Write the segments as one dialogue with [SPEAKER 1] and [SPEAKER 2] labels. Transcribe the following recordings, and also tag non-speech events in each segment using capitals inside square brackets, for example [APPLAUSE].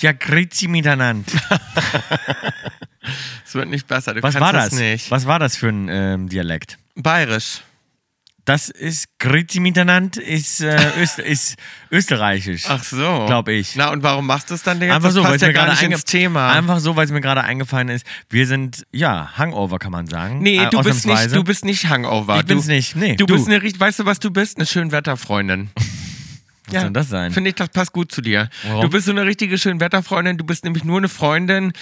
[SPEAKER 1] Ja, grüezi miteinander.
[SPEAKER 2] [LAUGHS] Es wird nicht besser. Du
[SPEAKER 1] Was
[SPEAKER 2] kannst
[SPEAKER 1] war das?
[SPEAKER 2] Das nicht.
[SPEAKER 1] Was war das für ein ähm, Dialekt?
[SPEAKER 2] Bayerisch.
[SPEAKER 1] Das ist grüezi miteinander ist,
[SPEAKER 2] [LAUGHS]
[SPEAKER 1] äh, Öst, ist österreichisch.
[SPEAKER 2] Ach so.
[SPEAKER 1] Glaube ich.
[SPEAKER 2] Na, und warum machst du es dann jetzt?
[SPEAKER 1] Einfach
[SPEAKER 2] das
[SPEAKER 1] so, weil
[SPEAKER 2] passt
[SPEAKER 1] es
[SPEAKER 2] ja
[SPEAKER 1] mir
[SPEAKER 2] gar
[SPEAKER 1] gerade
[SPEAKER 2] nicht ins
[SPEAKER 1] einge-
[SPEAKER 2] Thema.
[SPEAKER 1] Einfach so, weil es mir gerade eingefallen ist. Wir sind ja Hangover, kann man sagen.
[SPEAKER 2] nee,
[SPEAKER 1] Äh,
[SPEAKER 2] du bist nicht,
[SPEAKER 1] ausnahmsweise.
[SPEAKER 2] du bist nicht Hangover.
[SPEAKER 1] Ich bin's
[SPEAKER 2] du,
[SPEAKER 1] nicht, nee,
[SPEAKER 2] Du,
[SPEAKER 1] du.
[SPEAKER 2] bist eine, richt- weißt du, was du bist?
[SPEAKER 1] [LAUGHS]
[SPEAKER 2] Eine Schönwetterfreundin. Was
[SPEAKER 1] soll das sein?
[SPEAKER 2] Finde ich, das passt gut zu dir.
[SPEAKER 1] Warum?
[SPEAKER 2] Du bist so eine richtige Schönwetterfreundin. Du bist nämlich nur eine Freundin,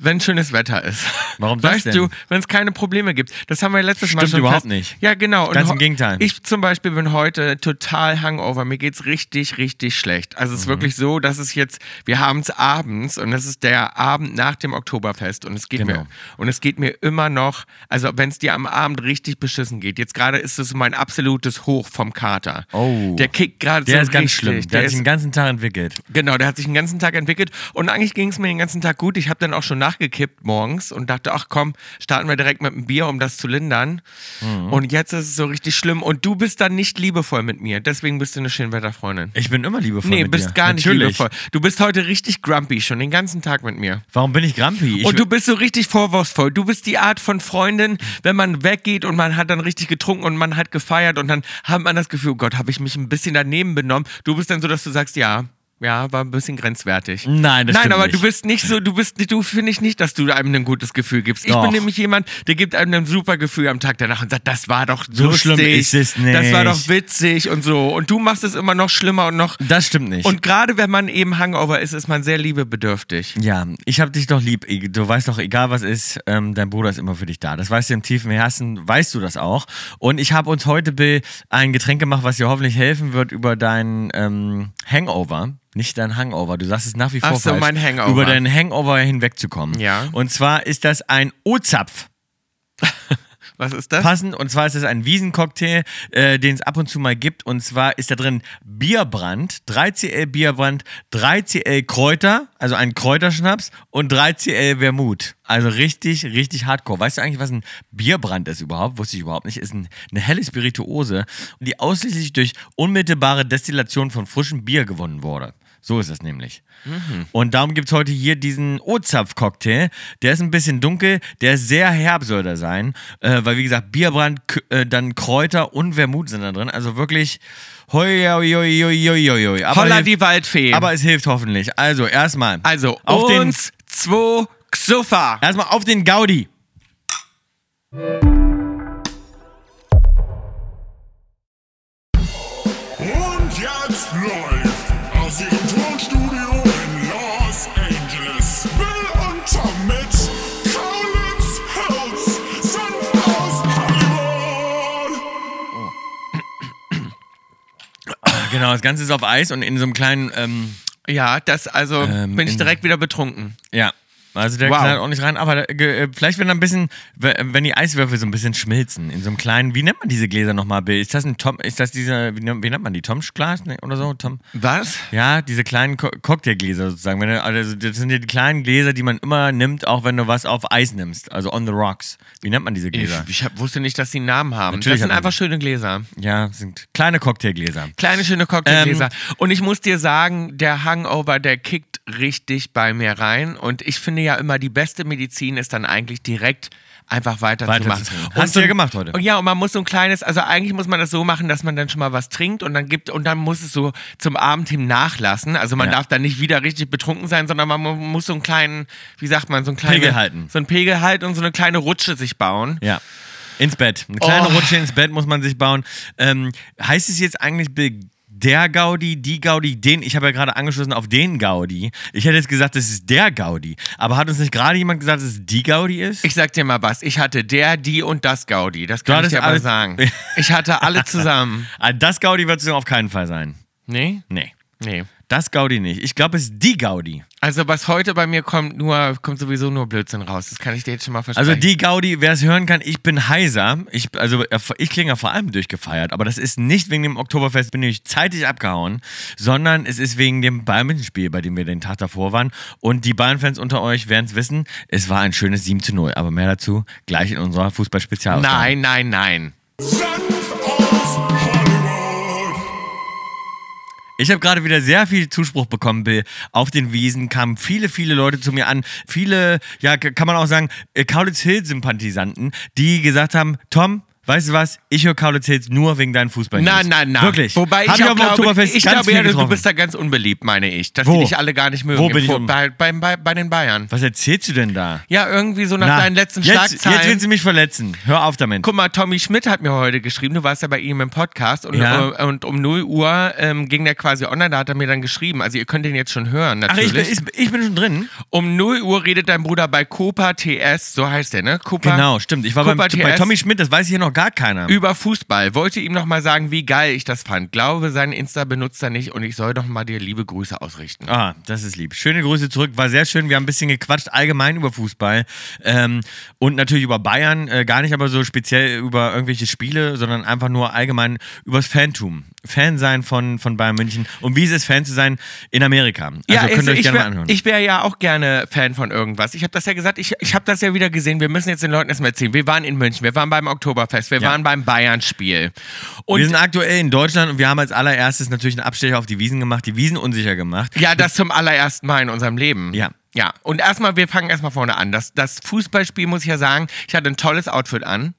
[SPEAKER 2] wenn schönes Wetter ist.
[SPEAKER 1] Warum das
[SPEAKER 2] weißt
[SPEAKER 1] denn?
[SPEAKER 2] du, wenn es keine Probleme gibt. Das haben wir letztes Mal
[SPEAKER 1] Stimmt
[SPEAKER 2] schon
[SPEAKER 1] überhaupt
[SPEAKER 2] fest-
[SPEAKER 1] nicht.
[SPEAKER 2] Ja, genau. Und
[SPEAKER 1] Ganz im
[SPEAKER 2] ho-
[SPEAKER 1] Gegenteil.
[SPEAKER 2] Ich zum Beispiel bin heute total Hangover. Mir geht's richtig, richtig schlecht. Also
[SPEAKER 1] Mhm.
[SPEAKER 2] es ist wirklich so, dass es jetzt, wir haben es abends und es ist der Abend nach dem Oktoberfest und es geht
[SPEAKER 1] Genau.
[SPEAKER 2] mir und es geht mir immer noch, also wenn es dir am Abend richtig beschissen geht. Jetzt gerade ist es mein absolutes Hoch vom Kater.
[SPEAKER 1] Oh.
[SPEAKER 2] Der kickt gerade so
[SPEAKER 1] Der ist ganz
[SPEAKER 2] richtig.
[SPEAKER 1] schlimm. Der,
[SPEAKER 2] Der,
[SPEAKER 1] hat sich
[SPEAKER 2] ist
[SPEAKER 1] den ganzen Tag entwickelt.
[SPEAKER 2] Genau, der hat sich den ganzen Tag entwickelt und eigentlich ging es mir den ganzen Tag gut. Ich habe dann auch schon nachgekippt morgens und dachte, ach komm, starten wir direkt mit einem Bier, um das zu lindern.
[SPEAKER 1] Mhm.
[SPEAKER 2] Und jetzt ist es so richtig schlimm und du bist dann nicht liebevoll mit mir. Deswegen bist du eine Schönwetterfreundin.
[SPEAKER 1] Ich bin immer liebevoll
[SPEAKER 2] Nee,
[SPEAKER 1] mit
[SPEAKER 2] bist
[SPEAKER 1] dir.
[SPEAKER 2] gar nicht
[SPEAKER 1] Natürlich.
[SPEAKER 2] liebevoll. Du bist heute richtig grumpy, schon den ganzen Tag mit mir.
[SPEAKER 1] Warum bin ich Grampi? Ich,
[SPEAKER 2] und du bist so richtig vorwurfsvoll. Du bist die Art von Freundin, wenn man weggeht und man hat dann richtig getrunken und man hat gefeiert und dann hat man das Gefühl, oh Gott, habe ich mich ein bisschen daneben benommen. Du bist dann so, dass du sagst, ja, ja, war ein bisschen grenzwertig.
[SPEAKER 1] Nein, das
[SPEAKER 2] Nein,
[SPEAKER 1] stimmt
[SPEAKER 2] aber
[SPEAKER 1] nicht.
[SPEAKER 2] du bist nicht so, du bist, du finde ich nicht, dass du einem ein gutes Gefühl gibst. Ich
[SPEAKER 1] Doch.
[SPEAKER 2] bin nämlich jemand, der gibt einem ein super Gefühl am Tag danach und sagt, das war doch
[SPEAKER 1] So
[SPEAKER 2] lustig,
[SPEAKER 1] schlimm ist es nicht.
[SPEAKER 2] das war doch witzig und so. Und du machst es immer noch schlimmer und noch.
[SPEAKER 1] das stimmt nicht.
[SPEAKER 2] Und gerade wenn man eben Hangover ist, ist man sehr liebebedürftig.
[SPEAKER 1] ja, ich hab dich doch lieb. Ich- Du weißt doch, egal was ist, ähm, dein Bruder ist immer für dich da. Das weißt du im tiefen Herzen, weißt du das auch. Und ich habe uns heute, Bill, ein Getränk gemacht, was dir hoffentlich helfen wird über deinen ähm, Hangover. Nicht dein Hangover, du sagst es nach wie vor
[SPEAKER 2] Ach so,
[SPEAKER 1] falsch.
[SPEAKER 2] mein Hangover.
[SPEAKER 1] Über deinen Hangover hinwegzukommen.
[SPEAKER 2] Ja.
[SPEAKER 1] Und zwar ist das ein O-Zapf.
[SPEAKER 2] Was ist das?
[SPEAKER 1] passend. Und zwar ist es ein Wiesencocktail, äh, den es ab und zu mal gibt. Und zwar ist da drin Bierbrand, 3CL Bierbrand, 3CL Kräuter, also ein Kräuterschnaps und 3CL Vermut. Also richtig, richtig hardcore. Weißt du eigentlich, was ein Bierbrand ist überhaupt? Wusste ich überhaupt nicht. Ist ein, eine helle Spirituose, die ausschließlich durch unmittelbare Destillation von frischem Bier gewonnen wurde. So ist es nämlich.
[SPEAKER 2] Mhm.
[SPEAKER 1] Und darum gibt es heute hier diesen O-Zapf-Cocktail. Der ist ein bisschen dunkel, der ist sehr herb soll der sein. Äh, weil, wie gesagt, Bierbrand, K- äh, dann Kräuter und Vermut sind da drin. Also wirklich. Hoi, hoi, hoi, hoi, hoi, hoi, hoi. Aber,
[SPEAKER 2] Holla
[SPEAKER 1] hilft-
[SPEAKER 2] die Waldfee.
[SPEAKER 1] aber es hilft hoffentlich. Also erstmal.
[SPEAKER 2] also
[SPEAKER 1] auf den,
[SPEAKER 2] uns zwei Xuffer.
[SPEAKER 1] erstmal auf den Gaudi.
[SPEAKER 3] Und jetzt live aus ihrem Tonstudio in Los Angeles. Bill und Tom mit Kaulitz Hills sind aus Hollywood.
[SPEAKER 1] Genau, das Ganze ist auf Eis und in so einem kleinen. Ähm,
[SPEAKER 2] Ja, das also
[SPEAKER 1] Ähm,
[SPEAKER 2] bin ich
[SPEAKER 1] in-
[SPEAKER 2] direkt wieder betrunken.
[SPEAKER 1] Ja. Also der
[SPEAKER 2] Wow.
[SPEAKER 1] knallt auch nicht rein, aber da, ge, äh, vielleicht wenn da ein bisschen, we- äh, wenn die Eiswürfel so ein bisschen schmilzen, in so einem kleinen, wie nennt man diese Gläser nochmal, Bill? Ist das ein Tom, ist das dieser, wie, nennt- wie nennt man die, Tomschglas ne, oder so? Tom?
[SPEAKER 2] Was?
[SPEAKER 1] Ja, diese kleinen Co Cocktailgläser sozusagen. Wenn du, also das sind ja die kleinen Gläser, die man immer nimmt, auch wenn du was auf Eis nimmst, also on the rocks. Wie nennt man diese
[SPEAKER 2] Ich,
[SPEAKER 1] Gläser?
[SPEAKER 2] ich hab, wusste nicht, dass sie einen Namen haben.
[SPEAKER 1] Natürlich
[SPEAKER 2] das sind
[SPEAKER 1] haben-
[SPEAKER 2] einfach schöne Gläser.
[SPEAKER 1] Ja, sind kleine Cocktailgläser.
[SPEAKER 2] Kleine, schöne Cocktailgläser.
[SPEAKER 1] Ähm,
[SPEAKER 2] und ich muss dir sagen, der Hangover, der kickt richtig bei mir rein. Und ich finde ja immer, die beste Medizin ist dann eigentlich direkt einfach weiterzumachen.
[SPEAKER 1] Weiterzutrinken.
[SPEAKER 2] Und
[SPEAKER 1] Hast du
[SPEAKER 2] so-
[SPEAKER 1] ja gemacht heute.
[SPEAKER 2] Und ja, und man muss so ein kleines, also eigentlich muss man das so machen, dass man dann schon mal was trinkt und dann gibt und dann muss es so zum Abend hin nachlassen. Also man
[SPEAKER 1] Ja.
[SPEAKER 2] darf dann nicht wieder richtig betrunken sein, sondern man mu- muss so einen kleinen, wie sagt man, so einen kleinen
[SPEAKER 1] Pegel halten.
[SPEAKER 2] So einen Pegel halten und so eine kleine Rutsche sich bauen.
[SPEAKER 1] Ja. Ins Bett. Eine kleine
[SPEAKER 2] Oh.
[SPEAKER 1] Rutsche ins Bett muss man sich bauen. Ähm, heißt es jetzt eigentlich Bill, der Gaudi, die Gaudi, den? Ich habe ja gerade angeschlossen auf den Gaudi. Ich hätte jetzt gesagt, es ist der Gaudi. Aber hat uns nicht gerade jemand gesagt, dass es die Gaudi ist?
[SPEAKER 2] Ich sag dir mal was, ich hatte der, die und das Gaudi. Das kann ich
[SPEAKER 1] hattest
[SPEAKER 2] dir aber
[SPEAKER 1] alle-
[SPEAKER 2] sagen.
[SPEAKER 1] [LAUGHS]
[SPEAKER 2] Ich hatte alle zusammen.
[SPEAKER 1] Ah, das Gaudi wird es auf keinen Fall sein.
[SPEAKER 2] Nee?
[SPEAKER 1] Nee.
[SPEAKER 2] Nee.
[SPEAKER 1] Das Gaudi nicht. Ich glaube, es ist die Gaudi.
[SPEAKER 2] Also was heute bei mir kommt, nur kommt sowieso nur Blödsinn raus. Das kann ich dir jetzt schon mal versprechen.
[SPEAKER 1] Also die Gaudi, wer es hören kann, ich bin heiser. Ich, also ich klinge ja vor allem durchgefeiert, aber das ist nicht wegen dem Oktoberfest, bin ich zeitig abgehauen, sondern es ist wegen dem Bayern-Spiel, bei dem wir den Tag davor waren. Und die Bayern-Fans unter euch werden es wissen, es war ein schönes 7 zu 0. Aber mehr dazu gleich in unserer Fußball-Spezial.
[SPEAKER 2] Nein, nein, nein.
[SPEAKER 3] Sind aus Hollywood.
[SPEAKER 1] Ich habe gerade wieder sehr viel Zuspruch bekommen, Bill. Auf den Wiesen kamen viele, viele Leute zu mir an. Viele, ja, k- kann man auch sagen, äh, Kaulitz-Hill-Sympathisanten, die gesagt haben, Tom, Weißt du was? Ich höre Kaulitz Hills nur wegen deinen Fußball.
[SPEAKER 2] Na, na, na.
[SPEAKER 1] Wirklich.
[SPEAKER 2] Wobei ich,
[SPEAKER 1] Hab
[SPEAKER 2] auch
[SPEAKER 1] am
[SPEAKER 2] glaube,
[SPEAKER 1] Oktoberfest
[SPEAKER 2] ich
[SPEAKER 1] ganz
[SPEAKER 2] glaube
[SPEAKER 1] viel
[SPEAKER 2] ja, du- du
[SPEAKER 1] getroffen.
[SPEAKER 2] bist da ganz unbeliebt, meine ich. Dass
[SPEAKER 1] Wo?
[SPEAKER 2] die dich alle gar nicht mögen.
[SPEAKER 1] Wo
[SPEAKER 2] Im
[SPEAKER 1] bin ich um?
[SPEAKER 2] Vor-
[SPEAKER 1] un-
[SPEAKER 2] bei, bei, bei, bei den Bayern.
[SPEAKER 1] Was erzählst du denn da?
[SPEAKER 2] Ja, irgendwie so nach
[SPEAKER 1] Na,
[SPEAKER 2] deinen letzten
[SPEAKER 1] jetzt, jetzt
[SPEAKER 2] Schlagzeilen.
[SPEAKER 1] will sie mich verletzen. Hör auf damit.
[SPEAKER 2] Guck mal, Tommy Schmidt hat mir heute geschrieben, du warst ja bei ihm im Podcast und,
[SPEAKER 1] Ja.
[SPEAKER 2] und um 0 Uhr ähm, ging der quasi online, da hat er mir dann geschrieben. Also ihr könnt den jetzt schon hören,
[SPEAKER 1] Ach, ich
[SPEAKER 2] natürlich.
[SPEAKER 1] bin, ich, ich bin schon drin.
[SPEAKER 2] um 0 Uhr redet dein Bruder bei Copa TS, so heißt der, ne? Copa
[SPEAKER 1] Genau, stimmt. Ich war
[SPEAKER 2] Guck
[SPEAKER 1] beim,
[SPEAKER 2] mal,
[SPEAKER 1] bei
[SPEAKER 2] TS.
[SPEAKER 1] Tommy Schmidt, das weiß hier noch gar keiner.
[SPEAKER 2] über Fußball. Wollte ihm nochmal sagen, wie geil ich das fand. Glaube, seinen Insta benutzt er nicht und ich soll doch mal dir liebe Grüße ausrichten.
[SPEAKER 1] Ah, das ist lieb. Schöne Grüße zurück. War sehr schön. Wir haben ein bisschen gequatscht, allgemein über Fußball. Ähm, und natürlich über Bayern. Äh, gar nicht aber so speziell über irgendwelche Spiele, sondern einfach nur allgemein übers Fantum. Fan sein von, von Bayern München und wie es ist, Fan zu sein in Amerika. Also könnt ihr euch
[SPEAKER 2] ich
[SPEAKER 1] gerne
[SPEAKER 2] wär-
[SPEAKER 1] mal anhören.
[SPEAKER 2] Ich wäre ja auch gerne Fan von irgendwas. Ich habe das ja gesagt, ich, ich habe das ja wieder gesehen. Wir müssen jetzt den Leuten erstmal erzählen. Wir waren in München, wir waren beim Oktoberfest, wir
[SPEAKER 1] Ja.
[SPEAKER 2] waren beim Bayern-Spiel. Und
[SPEAKER 1] wir sind aktuell in Deutschland und wir haben als allererstes natürlich einen Abstecher auf die Wiesen gemacht, die Wiesen unsicher gemacht.
[SPEAKER 2] ja, das zum allerersten Mal in unserem Leben.
[SPEAKER 1] Ja.
[SPEAKER 2] Ja, und erstmal, wir fangen erstmal vorne an. Das, das Fußballspiel muss ich ja sagen, ich hatte ein tolles Outfit an.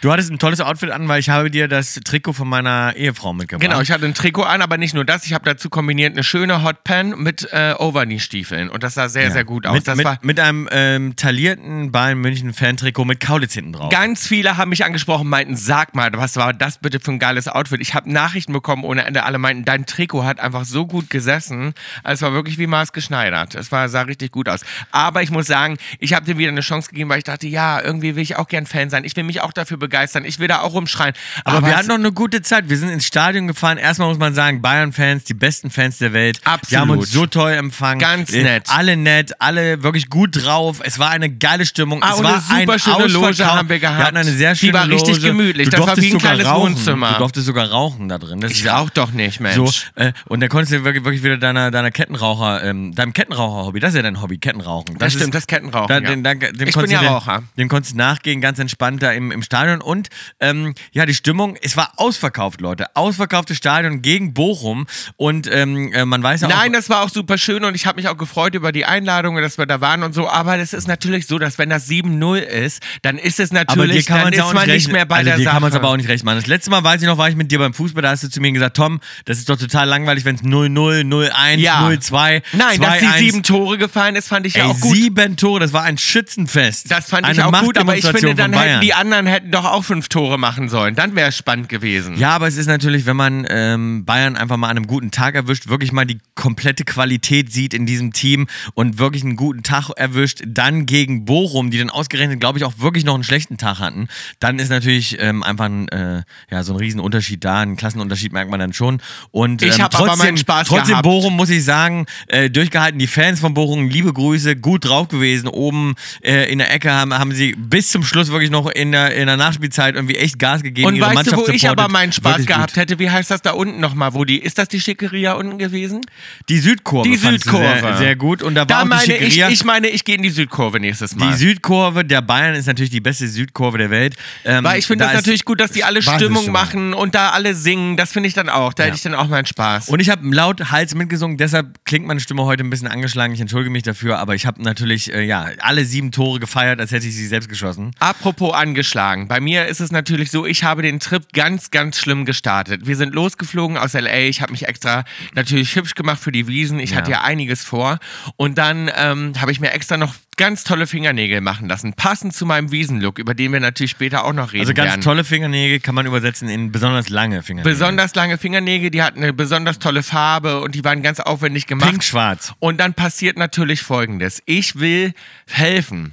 [SPEAKER 1] Du hattest ein tolles Outfit an, weil ich habe dir das Trikot von meiner Ehefrau mitgebracht.
[SPEAKER 2] Genau, ich hatte ein Trikot an, aber nicht nur das. Ich habe dazu kombiniert eine schöne Hotpan mit äh, Overknee-Stiefeln. Und das sah sehr, sehr gut aus.
[SPEAKER 1] Mit,
[SPEAKER 2] das
[SPEAKER 1] mit,
[SPEAKER 2] war,
[SPEAKER 1] mit einem ähm, taillierten Bayern München Fan-Trikot mit Kaulitz hinten drauf.
[SPEAKER 2] Ganz viele haben mich angesprochen, meinten, sag mal, was war das bitte für ein geiles Outfit? Ich habe Nachrichten bekommen ohne Ende. Alle meinten, dein Trikot hat einfach so gut gesessen. Es war wirklich wie maßgeschneidert. Es war, sah richtig gut aus. Aber ich muss sagen, ich habe dem wieder eine Chance gegeben, weil ich dachte, ja, irgendwie will ich auch gern Fan sein. Ich will mich auch dafür begeistern. Ich will da auch rumschreien.
[SPEAKER 1] aber, wir
[SPEAKER 2] es-
[SPEAKER 1] hatten noch eine gute Zeit. Wir sind ins Stadion gefahren. Erstmal muss man sagen, Bayern-Fans, die besten Fans der Welt. Die
[SPEAKER 2] Absolut.
[SPEAKER 1] haben uns so toll empfangen.
[SPEAKER 2] Ganz
[SPEAKER 1] Äh,
[SPEAKER 2] nett.
[SPEAKER 1] Alle nett, alle wirklich gut drauf. Es war eine geile Stimmung.
[SPEAKER 2] Ah,
[SPEAKER 1] es
[SPEAKER 2] und
[SPEAKER 1] war
[SPEAKER 2] eine super
[SPEAKER 1] ein
[SPEAKER 2] schöne Loge
[SPEAKER 1] Ausverkauf.
[SPEAKER 2] haben wir gehabt.
[SPEAKER 1] Wir hatten eine sehr
[SPEAKER 2] Die
[SPEAKER 1] schöne
[SPEAKER 2] war richtig
[SPEAKER 1] Loge.
[SPEAKER 2] gemütlich.
[SPEAKER 1] Du
[SPEAKER 2] Das war
[SPEAKER 1] durftest
[SPEAKER 2] wie ein
[SPEAKER 1] sogar
[SPEAKER 2] kleines
[SPEAKER 1] rauchen.
[SPEAKER 2] Wohnzimmer.
[SPEAKER 1] Du durftest sogar rauchen da drin. Das ist
[SPEAKER 2] Ich
[SPEAKER 1] ja
[SPEAKER 2] rauch doch nicht, Mensch.
[SPEAKER 1] So, äh, und dann konntest du wirklich, wirklich wieder deiner, deiner Kettenraucher, ähm, deinem Kettenraucher-Hobby, das ist ja dein Hobby, Kettenrauchen.
[SPEAKER 2] Das stimmt, das Kettenrauchen,
[SPEAKER 1] Da,
[SPEAKER 2] ja.
[SPEAKER 1] den, da, dem konntest
[SPEAKER 2] Ich bin ja
[SPEAKER 1] du den-
[SPEAKER 2] Raucher.
[SPEAKER 1] Dem konntest du nachgehen, ganz entspannt da im, im Stadion. Und ähm, ja, die Stimmung, es war ausverkauft, Leute. Ausverkauftes Stadion gegen Bochum. Und ähm, äh, man weiß ja
[SPEAKER 2] Nein,
[SPEAKER 1] auch.
[SPEAKER 2] das war auch super schön und ich habe mich auch gefreut über die Einladung, dass wir da waren und so. Aber das ist natürlich so, dass wenn das 7-0 ist, dann ist es
[SPEAKER 1] aber dir
[SPEAKER 2] natürlich,
[SPEAKER 1] kann
[SPEAKER 2] dann
[SPEAKER 1] man's ja
[SPEAKER 2] ist
[SPEAKER 1] auch
[SPEAKER 2] man nicht
[SPEAKER 1] rechnen.
[SPEAKER 2] mehr bei
[SPEAKER 1] also,
[SPEAKER 2] der
[SPEAKER 1] dir kann man es
[SPEAKER 2] Sache.
[SPEAKER 1] aber auch nicht recht machen. Das letzte Mal, weiß ich noch, war ich mit dir beim Fußball, da hast du zu mir gesagt, Tom, das ist doch total langweilig, wenn es 0-0, 0-1,
[SPEAKER 2] Ja.
[SPEAKER 1] 0-2,
[SPEAKER 2] Nein, dass die
[SPEAKER 1] 2-1.
[SPEAKER 2] sieben Tore gefallen ist, fand ich ja
[SPEAKER 1] Ey,
[SPEAKER 2] auch gut.
[SPEAKER 1] sieben Tore, das war ein Schützenfest.
[SPEAKER 2] Das fand
[SPEAKER 1] Eine
[SPEAKER 2] ich auch gut, aber ich finde,
[SPEAKER 1] Machtdemonstration
[SPEAKER 2] dann
[SPEAKER 1] von
[SPEAKER 2] hätten die
[SPEAKER 1] Bayern.
[SPEAKER 2] anderen hätten doch auch fünf Tore machen sollen. Dann wäre es spannend gewesen.
[SPEAKER 1] Ja, aber es ist natürlich, wenn man ähm, Bayern einfach mal an einem guten Tag erwischt, wirklich mal die komplette Qualität sieht in diesem Team und wirklich einen guten Tag erwischt, dann gegen Bochum, die dann ausgerechnet, glaube ich, auch wirklich noch einen schlechten Tag hatten, dann ist natürlich ähm, einfach ein, äh, ja, so ein Riesenunterschied da, einen Klassenunterschied merkt man dann schon. Und
[SPEAKER 2] Ich
[SPEAKER 1] ähm,
[SPEAKER 2] hab aber
[SPEAKER 1] trotzdem-
[SPEAKER 2] meinen Spaß
[SPEAKER 1] Trotzdem
[SPEAKER 2] gehabt.
[SPEAKER 1] Bochum, muss ich sagen, äh, durchgehalten. Die Fans von Bochum, liebe Grüße, gut drauf gewesen. Oben äh, in der Ecke haben, haben sie bis zum Schluss wirklich noch in der, in der Nachspielzeit irgendwie echt Gas gegeben.
[SPEAKER 2] Und
[SPEAKER 1] ihre
[SPEAKER 2] weißt du,
[SPEAKER 1] Mannschaft
[SPEAKER 2] wo ich
[SPEAKER 1] supportet.
[SPEAKER 2] aber meinen Spaß
[SPEAKER 1] Wirklich gut.
[SPEAKER 2] gehabt hätte? Wie heißt das da unten nochmal? Wo die, ist das die Schickeria unten gewesen?
[SPEAKER 1] Die Südkurve.
[SPEAKER 2] Die
[SPEAKER 1] fandst du
[SPEAKER 2] Südkurve.
[SPEAKER 1] Sehr, sehr gut. Und da war
[SPEAKER 2] Da
[SPEAKER 1] auch die
[SPEAKER 2] meine ich,
[SPEAKER 1] Schickeria.
[SPEAKER 2] ich meine, ich gehe in die Südkurve nächstes Mal.
[SPEAKER 1] die Südkurve der Bayern ist natürlich die beste Südkurve der Welt. Ähm,
[SPEAKER 2] Weil ich finde
[SPEAKER 1] da
[SPEAKER 2] das
[SPEAKER 1] ist-
[SPEAKER 2] natürlich gut, dass die alle
[SPEAKER 1] Wahnsinns-
[SPEAKER 2] Stimmung machen und da alle singen. Das finde ich dann auch. Da hätte ich dann auch meinen Spaß.
[SPEAKER 1] Und ich habe laut Hals mitgesungen, deshalb klingt meine Stimme heute ein bisschen angeschlagen. Ich entschuldige mich dafür, aber ich habe natürlich äh, ja, alle sieben Tore gefeiert, als hätte ich sie selbst geschossen.
[SPEAKER 2] Apropos angeschlagen. Bei mir ist es natürlich so, ich habe den Trip ganz, ganz schlimm gestartet. Wir sind losgeflogen aus LA. Ich habe mich extra natürlich hübsch gemacht für die Wiesen. Ich hatte ja einiges vor. Und dann ähm, habe ich mir extra noch ganz tolle Fingernägel machen lassen. Passend zu meinem Wiesenlook, über den wir natürlich später auch noch reden
[SPEAKER 1] Also
[SPEAKER 2] werden.
[SPEAKER 1] ganz tolle Fingernägel kann man übersetzen in besonders lange Fingernägel.
[SPEAKER 2] Besonders lange Fingernägel, die hatten eine besonders tolle Farbe und die waren ganz aufwendig gemacht.
[SPEAKER 1] Pink-schwarz.
[SPEAKER 2] Und dann passiert natürlich Folgendes. Ich will helfen.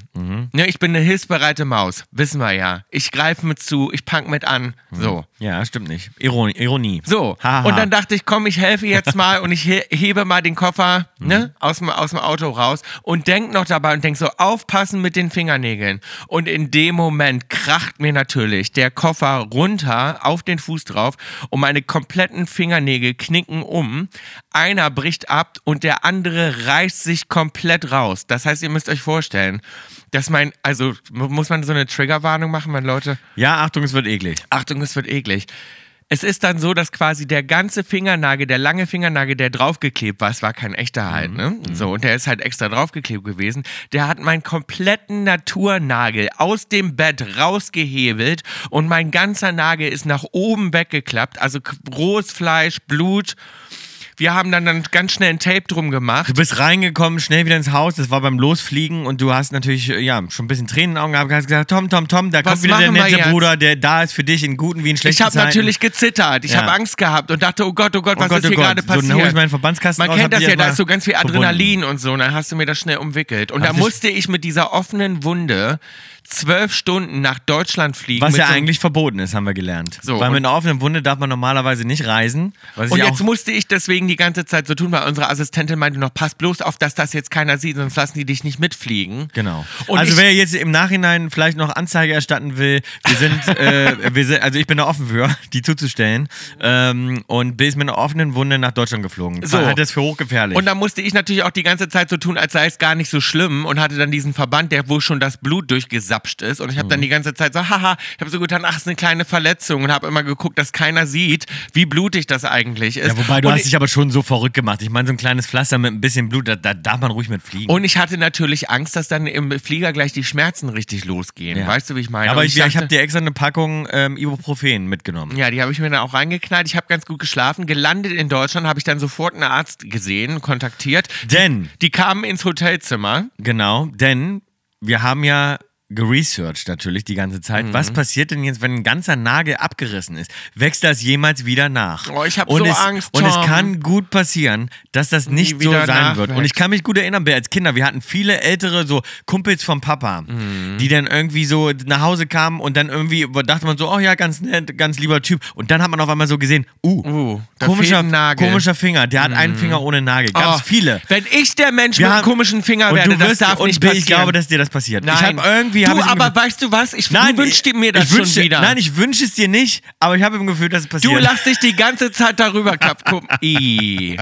[SPEAKER 2] Ne, ich bin eine hilfsbereite Maus, wissen wir ja. Ich greife mit zu, ich punk mit an. So.
[SPEAKER 1] Ja, stimmt nicht. Ironie. Ironie.
[SPEAKER 2] So.
[SPEAKER 1] Haha.
[SPEAKER 2] Und dann dachte ich, komm, ich helfe jetzt mal und ich he hebe mal den Koffer ne, aus, dem, aus dem Auto raus und denk noch dabei und denk so, aufpassen mit den Fingernägeln. Und in dem Moment kracht mir natürlich der Koffer runter auf den Fuß drauf und meine kompletten Fingernägel knicken um. Einer bricht ab und der andere reißt sich komplett raus. Das heißt, ihr müsst euch vorstellen, dass mein, also mu- muss man so eine Triggerwarnung machen, wenn Leute
[SPEAKER 1] ja, Achtung, es wird eklig.
[SPEAKER 2] Achtung, es wird eklig. Es ist dann so, dass quasi der ganze Fingernagel, der lange Fingernagel, der draufgeklebt war, es war kein echter halt, ne? So, und der ist halt extra draufgeklebt gewesen. Der hat meinen kompletten Naturnagel aus dem Bett rausgehebelt und mein ganzer Nagel ist nach oben weggeklappt. Also k- rohes Fleisch, Blut. Wir haben dann, dann ganz schnell ein Tape drum gemacht.
[SPEAKER 1] Du bist reingekommen, schnell wieder ins Haus, das war beim Losfliegen und du hast natürlich äh, ja, schon ein bisschen Tränen in den Augen gehabt, hast gesagt, Tom, Tom, Tom, da kommt
[SPEAKER 2] Was
[SPEAKER 1] wieder der
[SPEAKER 2] machen wir
[SPEAKER 1] nette
[SPEAKER 2] jetzt?
[SPEAKER 1] Bruder, der da ist für dich in guten wie in schlechten
[SPEAKER 2] Ich habe
[SPEAKER 1] Zeiten.
[SPEAKER 2] natürlich gezittert. Ich
[SPEAKER 1] Ja.
[SPEAKER 2] habe Angst gehabt und dachte, oh Gott, oh Gott,
[SPEAKER 1] Oh
[SPEAKER 2] was
[SPEAKER 1] Gott,
[SPEAKER 2] ist
[SPEAKER 1] oh
[SPEAKER 2] hier
[SPEAKER 1] Gott.
[SPEAKER 2] gerade
[SPEAKER 1] So, dann
[SPEAKER 2] passiert?
[SPEAKER 1] hab ich meinen Verbandskasten
[SPEAKER 2] Man
[SPEAKER 1] raus, hab
[SPEAKER 2] kennt das
[SPEAKER 1] die
[SPEAKER 2] ja, da
[SPEAKER 1] erstmal
[SPEAKER 2] ist so ganz viel
[SPEAKER 1] verbunden.
[SPEAKER 2] Adrenalin und so. Und dann hast du mir das schnell umwickelt. Und
[SPEAKER 1] Hab
[SPEAKER 2] da
[SPEAKER 1] ich-
[SPEAKER 2] musste ich mit dieser offenen Wunde zwölf Stunden nach Deutschland fliegen.
[SPEAKER 1] Was
[SPEAKER 2] mit
[SPEAKER 1] ja
[SPEAKER 2] so einem-
[SPEAKER 1] eigentlich verboten ist, haben wir gelernt.
[SPEAKER 2] So,
[SPEAKER 1] Weil
[SPEAKER 2] und-
[SPEAKER 1] mit einer offenen Wunde darf man normalerweise nicht reisen. Was
[SPEAKER 2] Und
[SPEAKER 1] ich
[SPEAKER 2] jetzt
[SPEAKER 1] auch,
[SPEAKER 2] musste ich deswegen die ganze Zeit so tun, weil unsere Assistentin meinte noch, pass bloß auf, dass das jetzt keiner sieht, sonst lassen die dich nicht mitfliegen.
[SPEAKER 1] genau.
[SPEAKER 2] Und
[SPEAKER 1] also
[SPEAKER 2] ich-
[SPEAKER 1] wer jetzt im Nachhinein vielleicht noch Anzeige erstatten will, wir
[SPEAKER 2] [LAUGHS]
[SPEAKER 1] sind, äh, wir sind also ich bin da offen für, die zuzustellen. Ähm, und bin mit einer offenen Wunde nach Deutschland geflogen.
[SPEAKER 2] So.
[SPEAKER 1] So. Hat das für hochgefährlich.
[SPEAKER 2] Und dann musste ich natürlich auch die ganze Zeit so tun, als sei es gar nicht so schlimm und hatte dann diesen Verband, der wo schon das Blut durchgesapscht ist. Und ich habe
[SPEAKER 1] Mhm.
[SPEAKER 2] dann die ganze Zeit so, haha, ich habe so getan, ach, ist eine kleine Verletzung und habe immer geguckt, dass keiner sieht, wie blutig das eigentlich ist.
[SPEAKER 1] ja, wobei du
[SPEAKER 2] und
[SPEAKER 1] hast
[SPEAKER 2] ich,
[SPEAKER 1] dich aber schon so verrückt gemacht. Ich meine, so ein kleines Pflaster mit ein bisschen Blut, da, da darf man ruhig mit fliegen.
[SPEAKER 2] und ich hatte natürlich Angst, dass dann im Flieger gleich die Schmerzen richtig losgehen.
[SPEAKER 1] Ja.
[SPEAKER 2] Weißt du, wie ich meine?
[SPEAKER 1] aber
[SPEAKER 2] Und
[SPEAKER 1] ich, ich, habe
[SPEAKER 2] dachte-
[SPEAKER 1] dir extra eine Packung ähm, Ibuprofen mitgenommen.
[SPEAKER 2] Ja, die habe ich mir dann auch reingeknallt. Ich habe ganz gut geschlafen. Gelandet in Deutschland habe ich dann sofort einen Arzt gesehen, kontaktiert.
[SPEAKER 1] Denn,
[SPEAKER 2] Die kamen ins Hotelzimmer.
[SPEAKER 1] genau, denn wir haben ja geresearched natürlich die ganze Zeit.
[SPEAKER 2] Mhm.
[SPEAKER 1] Was passiert denn jetzt, wenn ein ganzer Nagel abgerissen ist? Wächst das jemals wieder nach?
[SPEAKER 2] Oh, ich hab
[SPEAKER 1] Und
[SPEAKER 2] so
[SPEAKER 1] es,
[SPEAKER 2] Angst,
[SPEAKER 1] Und es
[SPEAKER 2] Tom.
[SPEAKER 1] kann gut passieren, dass das nicht
[SPEAKER 2] Nie
[SPEAKER 1] so
[SPEAKER 2] wieder
[SPEAKER 1] sein wird. Und ich
[SPEAKER 2] nachwächst.
[SPEAKER 1] kann mich gut erinnern, wir als Kinder, wir hatten viele ältere so Kumpels vom Papa,
[SPEAKER 2] Mhm.
[SPEAKER 1] die dann irgendwie so nach Hause kamen und dann irgendwie dachte man so, oh ja, ganz nett, ganz lieber Typ. Und dann hat man auf einmal so gesehen, uh,
[SPEAKER 2] Uh, da
[SPEAKER 1] komischer,
[SPEAKER 2] fehlt ein Nagel. Mhm.
[SPEAKER 1] komischer Finger, der hat einen Finger ohne Nagel. Ganz
[SPEAKER 2] Oh,
[SPEAKER 1] viele.
[SPEAKER 2] Wenn ich der Mensch
[SPEAKER 1] Wir
[SPEAKER 2] mit
[SPEAKER 1] haben-
[SPEAKER 2] einem komischen Finger
[SPEAKER 1] Und
[SPEAKER 2] werde,
[SPEAKER 1] du
[SPEAKER 2] das
[SPEAKER 1] wirst-
[SPEAKER 2] darf
[SPEAKER 1] und
[SPEAKER 2] nicht
[SPEAKER 1] Bill,
[SPEAKER 2] passieren.
[SPEAKER 1] Ich glaube, dass dir das passiert.
[SPEAKER 2] Nein.
[SPEAKER 1] Ich habe irgendwie.
[SPEAKER 2] du,
[SPEAKER 1] hab ich im
[SPEAKER 2] aber
[SPEAKER 1] Gefühl-
[SPEAKER 2] weißt du was? Ich
[SPEAKER 1] nein,
[SPEAKER 2] du wünschst
[SPEAKER 1] ich-
[SPEAKER 2] mir das
[SPEAKER 1] ich wünsch
[SPEAKER 2] schon
[SPEAKER 1] dir-
[SPEAKER 2] wieder.
[SPEAKER 1] Nein, ich wünsche es dir nicht, aber ich habe im Gefühl, dass es passiert.
[SPEAKER 2] du lachst dich die ganze
[SPEAKER 1] [LAUGHS]
[SPEAKER 2] Zeit darüber kaputt. gucken. I.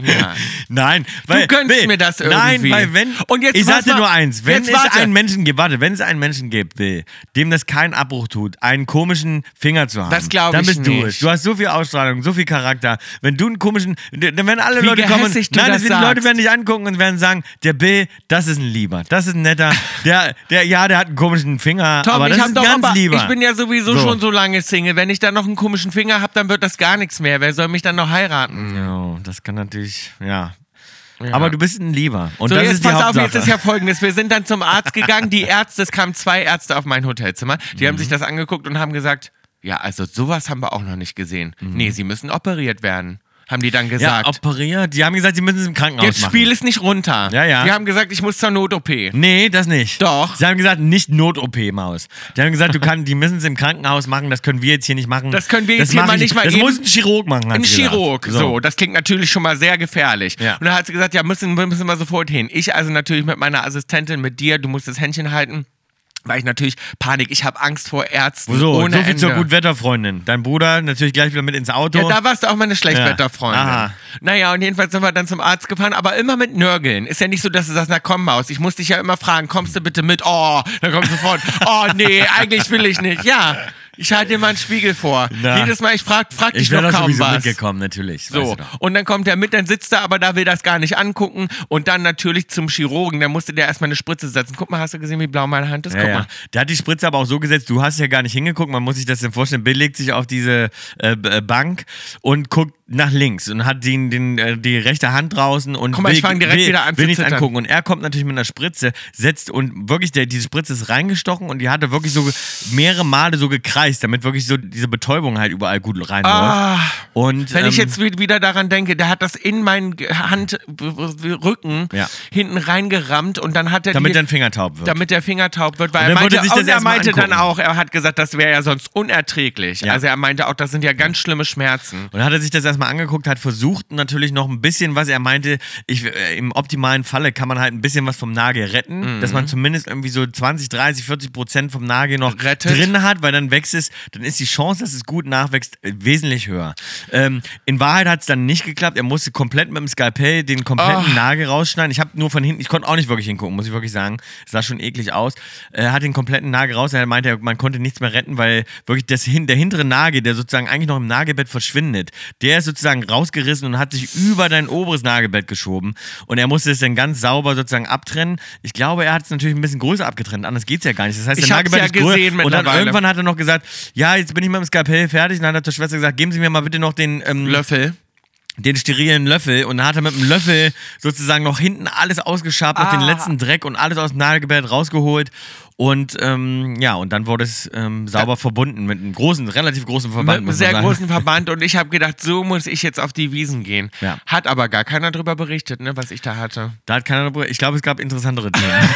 [SPEAKER 2] Ja.
[SPEAKER 1] Nein, weil,
[SPEAKER 2] gönnst
[SPEAKER 1] Bill,
[SPEAKER 2] mir das
[SPEAKER 1] Nein,
[SPEAKER 2] irgendwie.
[SPEAKER 1] weil wenn.
[SPEAKER 2] Und jetzt
[SPEAKER 1] ich
[SPEAKER 2] pass
[SPEAKER 1] sag dir
[SPEAKER 2] mal-
[SPEAKER 1] nur eins: Wenn
[SPEAKER 2] jetzt
[SPEAKER 1] es
[SPEAKER 2] warte.
[SPEAKER 1] einen Menschen gibt, warte, wenn es einen Menschen gibt, Bill, dem das keinen Abbruch tut, einen komischen Finger zu haben,
[SPEAKER 2] Das glaub
[SPEAKER 1] dann
[SPEAKER 2] ich
[SPEAKER 1] bist du
[SPEAKER 2] nicht.
[SPEAKER 1] es. Du hast so viel Ausstrahlung, so viel Charakter. Wenn du einen komischen, dann werden alle
[SPEAKER 2] Wie
[SPEAKER 1] Leute kommen. Und,
[SPEAKER 2] gehässig du
[SPEAKER 1] nein,
[SPEAKER 2] das
[SPEAKER 1] die Leute
[SPEAKER 2] sagst.
[SPEAKER 1] werden dich angucken und werden sagen: Der Bill, das ist ein Lieber, das ist ein
[SPEAKER 2] [LAUGHS]
[SPEAKER 1] netter. Der, der, ja, der hat einen komischen Finger,
[SPEAKER 2] Tom,
[SPEAKER 1] aber das
[SPEAKER 2] ich, hab
[SPEAKER 1] ist ein
[SPEAKER 2] doch
[SPEAKER 1] ganz
[SPEAKER 2] aber,
[SPEAKER 1] Lieber.
[SPEAKER 2] ich bin ja sowieso
[SPEAKER 1] So.
[SPEAKER 2] schon so lange Single. Wenn ich dann noch einen komischen Finger habe, dann wird das gar nichts mehr. Wer soll mich dann noch heiraten?
[SPEAKER 1] Ja, das kann natürlich, ja. Aber du bist ein Lieber. Und
[SPEAKER 2] So,
[SPEAKER 1] das
[SPEAKER 2] jetzt
[SPEAKER 1] ist die
[SPEAKER 2] pass auf,
[SPEAKER 1] Hauptsache.
[SPEAKER 2] jetzt ist ja folgendes. Wir sind dann zum Arzt gegangen, die Ärzte, es kamen zwei Ärzte auf mein Hotelzimmer, die
[SPEAKER 1] Mhm.
[SPEAKER 2] haben sich das angeguckt und haben gesagt, ja, also sowas haben wir auch noch nicht gesehen. Nee, sie müssen operiert werden, haben die dann
[SPEAKER 1] Mhm. ja,
[SPEAKER 2] gesagt.
[SPEAKER 1] operiert. Die haben gesagt, sie müssen es im Krankenhaus
[SPEAKER 2] jetzt
[SPEAKER 1] machen.
[SPEAKER 2] spiel es nicht runter.
[SPEAKER 1] Ja, ja.
[SPEAKER 2] Die haben gesagt, ich muss zur Not-OP.
[SPEAKER 1] Nee, das nicht.
[SPEAKER 2] Doch.
[SPEAKER 1] Sie haben gesagt, nicht Not-OP-Maus. Die haben gesagt, du kann, die müssen es im Krankenhaus machen, das können wir jetzt hier nicht machen.
[SPEAKER 2] Das können wir jetzt hier
[SPEAKER 1] mach
[SPEAKER 2] mal
[SPEAKER 1] ich-
[SPEAKER 2] nicht mal
[SPEAKER 1] Das
[SPEAKER 2] eben-
[SPEAKER 1] muss ein Chirurg machen,
[SPEAKER 2] Ein Chirurg, so. das klingt natürlich schon mal sehr gefährlich.
[SPEAKER 1] Ja.
[SPEAKER 2] Und dann hat sie gesagt, ja, müssen, müssen wir sofort hin. Ich also natürlich mit meiner Assistentin, mit dir, du musst das Händchen halten, weil ich natürlich Panik, ich habe Angst vor Ärzten.
[SPEAKER 1] So,
[SPEAKER 2] ohne
[SPEAKER 1] so viel
[SPEAKER 2] Ende.
[SPEAKER 1] zur Gutwetterfreundin. Dein Bruder natürlich gleich wieder mit ins Auto.
[SPEAKER 2] Ja, da warst du auch meine Schlechtwetterfreundin.
[SPEAKER 1] Ja. Aha.
[SPEAKER 2] Naja, und jedenfalls sind wir dann zum Arzt gefahren, aber immer mit Nörgeln. Ist ja nicht so, dass du sagst, na komm, Maus, ich muss dich ja immer fragen, kommst du bitte mit? Oh, dann kommst du sofort. Oh, nee, eigentlich will ich nicht. Ja, ich halte dir mal einen Spiegel vor.
[SPEAKER 1] Na.
[SPEAKER 2] Jedes Mal, ich frag, frag dich
[SPEAKER 1] ich
[SPEAKER 2] doch
[SPEAKER 1] wäre doch
[SPEAKER 2] kaum
[SPEAKER 1] sowieso
[SPEAKER 2] was.
[SPEAKER 1] mitgekommen, natürlich. das
[SPEAKER 2] So,
[SPEAKER 1] weißt du doch.
[SPEAKER 2] und dann kommt er mit, dann sitzt er, aber da will das gar nicht angucken. Und dann natürlich zum Chirurgen, da musste der erstmal eine Spritze setzen. Guck mal, hast du gesehen, wie blau meine Hand ist? Guck
[SPEAKER 1] Ja, ja.
[SPEAKER 2] mal.
[SPEAKER 1] Der hat die Spritze aber auch so gesetzt, du hast ja gar nicht hingeguckt, man muss sich das denn vorstellen. Bill legt sich auf diese äh, B- äh, Bank und guckt nach links und hat den, den, äh, die rechte Hand draußen und
[SPEAKER 2] Guck mal,
[SPEAKER 1] will,
[SPEAKER 2] ich fang direkt
[SPEAKER 1] will,
[SPEAKER 2] wieder an
[SPEAKER 1] will
[SPEAKER 2] zu
[SPEAKER 1] nichts
[SPEAKER 2] zittern.
[SPEAKER 1] angucken. Und er kommt natürlich mit einer Spritze, setzt und wirklich, der, diese Spritze ist reingestochen und die hatte wirklich so ge- mehrere Male so gekreist, damit wirklich so diese Betäubung halt überall gut reinläuft.
[SPEAKER 2] Ah.
[SPEAKER 1] und,
[SPEAKER 2] Wenn ich
[SPEAKER 1] ähm,
[SPEAKER 2] jetzt wi- wieder daran denke, der hat das in meinen Ge- Hand, b- b- Rücken
[SPEAKER 1] Ja.
[SPEAKER 2] hinten reingerammt und dann hat er
[SPEAKER 1] damit
[SPEAKER 2] die,
[SPEAKER 1] dein Finger taub wird.
[SPEAKER 2] damit der Finger taub wird, weil
[SPEAKER 1] Und
[SPEAKER 2] er
[SPEAKER 1] dann wollte
[SPEAKER 2] meinte,
[SPEAKER 1] sich das
[SPEAKER 2] und er
[SPEAKER 1] erstmal
[SPEAKER 2] meinte dann
[SPEAKER 1] angucken.
[SPEAKER 2] auch, er hat gesagt, das wäre ja sonst unerträglich.
[SPEAKER 1] Ja.
[SPEAKER 2] Also er meinte auch, das sind ja ganz schlimme Schmerzen.
[SPEAKER 1] Und dann hat er sich das erstmal angeguckt, hat versucht natürlich noch ein bisschen was. Er meinte, ich, äh, im optimalen Falle kann man halt ein bisschen was vom Nagel retten, dass man zumindest irgendwie so 20, 30, 40 Prozent vom Nagel noch
[SPEAKER 2] Rettet.
[SPEAKER 1] drin hat, weil dann wächst wächst es, dann ist die Chance, dass es gut nachwächst, äh, wesentlich höher. Ähm, in Wahrheit hat es dann nicht geklappt. Er musste komplett mit dem Skalpell den kompletten Nagel rausschneiden. Ich habe nur von hinten, ich konnte auch nicht wirklich hingucken, muss ich wirklich sagen. Es sah schon eklig aus. Er hat den kompletten Nagel raus. Er meinte, man konnte nichts mehr retten, weil wirklich das, hin- der hintere Nagel, der sozusagen eigentlich noch im Nagelbett verschwindet, der ist sozusagen rausgerissen und hat sich über dein oberes Nagelbett geschoben. Und er musste es dann ganz sauber sozusagen abtrennen. Ich glaube, er hat es natürlich ein bisschen größer abgetrennt. Anders geht es ja gar nicht. Das heißt,
[SPEAKER 2] Ich
[SPEAKER 1] der
[SPEAKER 2] hab's
[SPEAKER 1] Nagelbett
[SPEAKER 2] ja
[SPEAKER 1] ist größer.
[SPEAKER 2] gesehen
[SPEAKER 1] und dann
[SPEAKER 2] mittlerweile.
[SPEAKER 1] irgendwann hat er noch gesagt, ja, jetzt bin ich mit dem Skalpell fertig. Und dann hat er zur Schwester gesagt, geben Sie mir mal bitte noch den ähm,
[SPEAKER 2] Löffel.
[SPEAKER 1] den sterilen Löffel und dann hat er mit dem Löffel sozusagen noch hinten alles ausgeschabt, noch den letzten Dreck und alles aus dem Nagelgebet rausgeholt. Und ähm, ja, und dann wurde es ähm, sauber verbunden mit einem großen, relativ großen
[SPEAKER 2] Mit
[SPEAKER 1] Verband.
[SPEAKER 2] einem
[SPEAKER 1] muss man
[SPEAKER 2] sehr
[SPEAKER 1] sagen.
[SPEAKER 2] großen Verband und ich habe gedacht, so muss ich jetzt auf die Wiesen gehen.
[SPEAKER 1] Ja.
[SPEAKER 2] Hat aber gar keiner drüber berichtet, ne, was ich da hatte.
[SPEAKER 1] Da hat keiner drüber. Ich glaube, es gab interessantere
[SPEAKER 2] [LAUGHS]
[SPEAKER 1] Themen.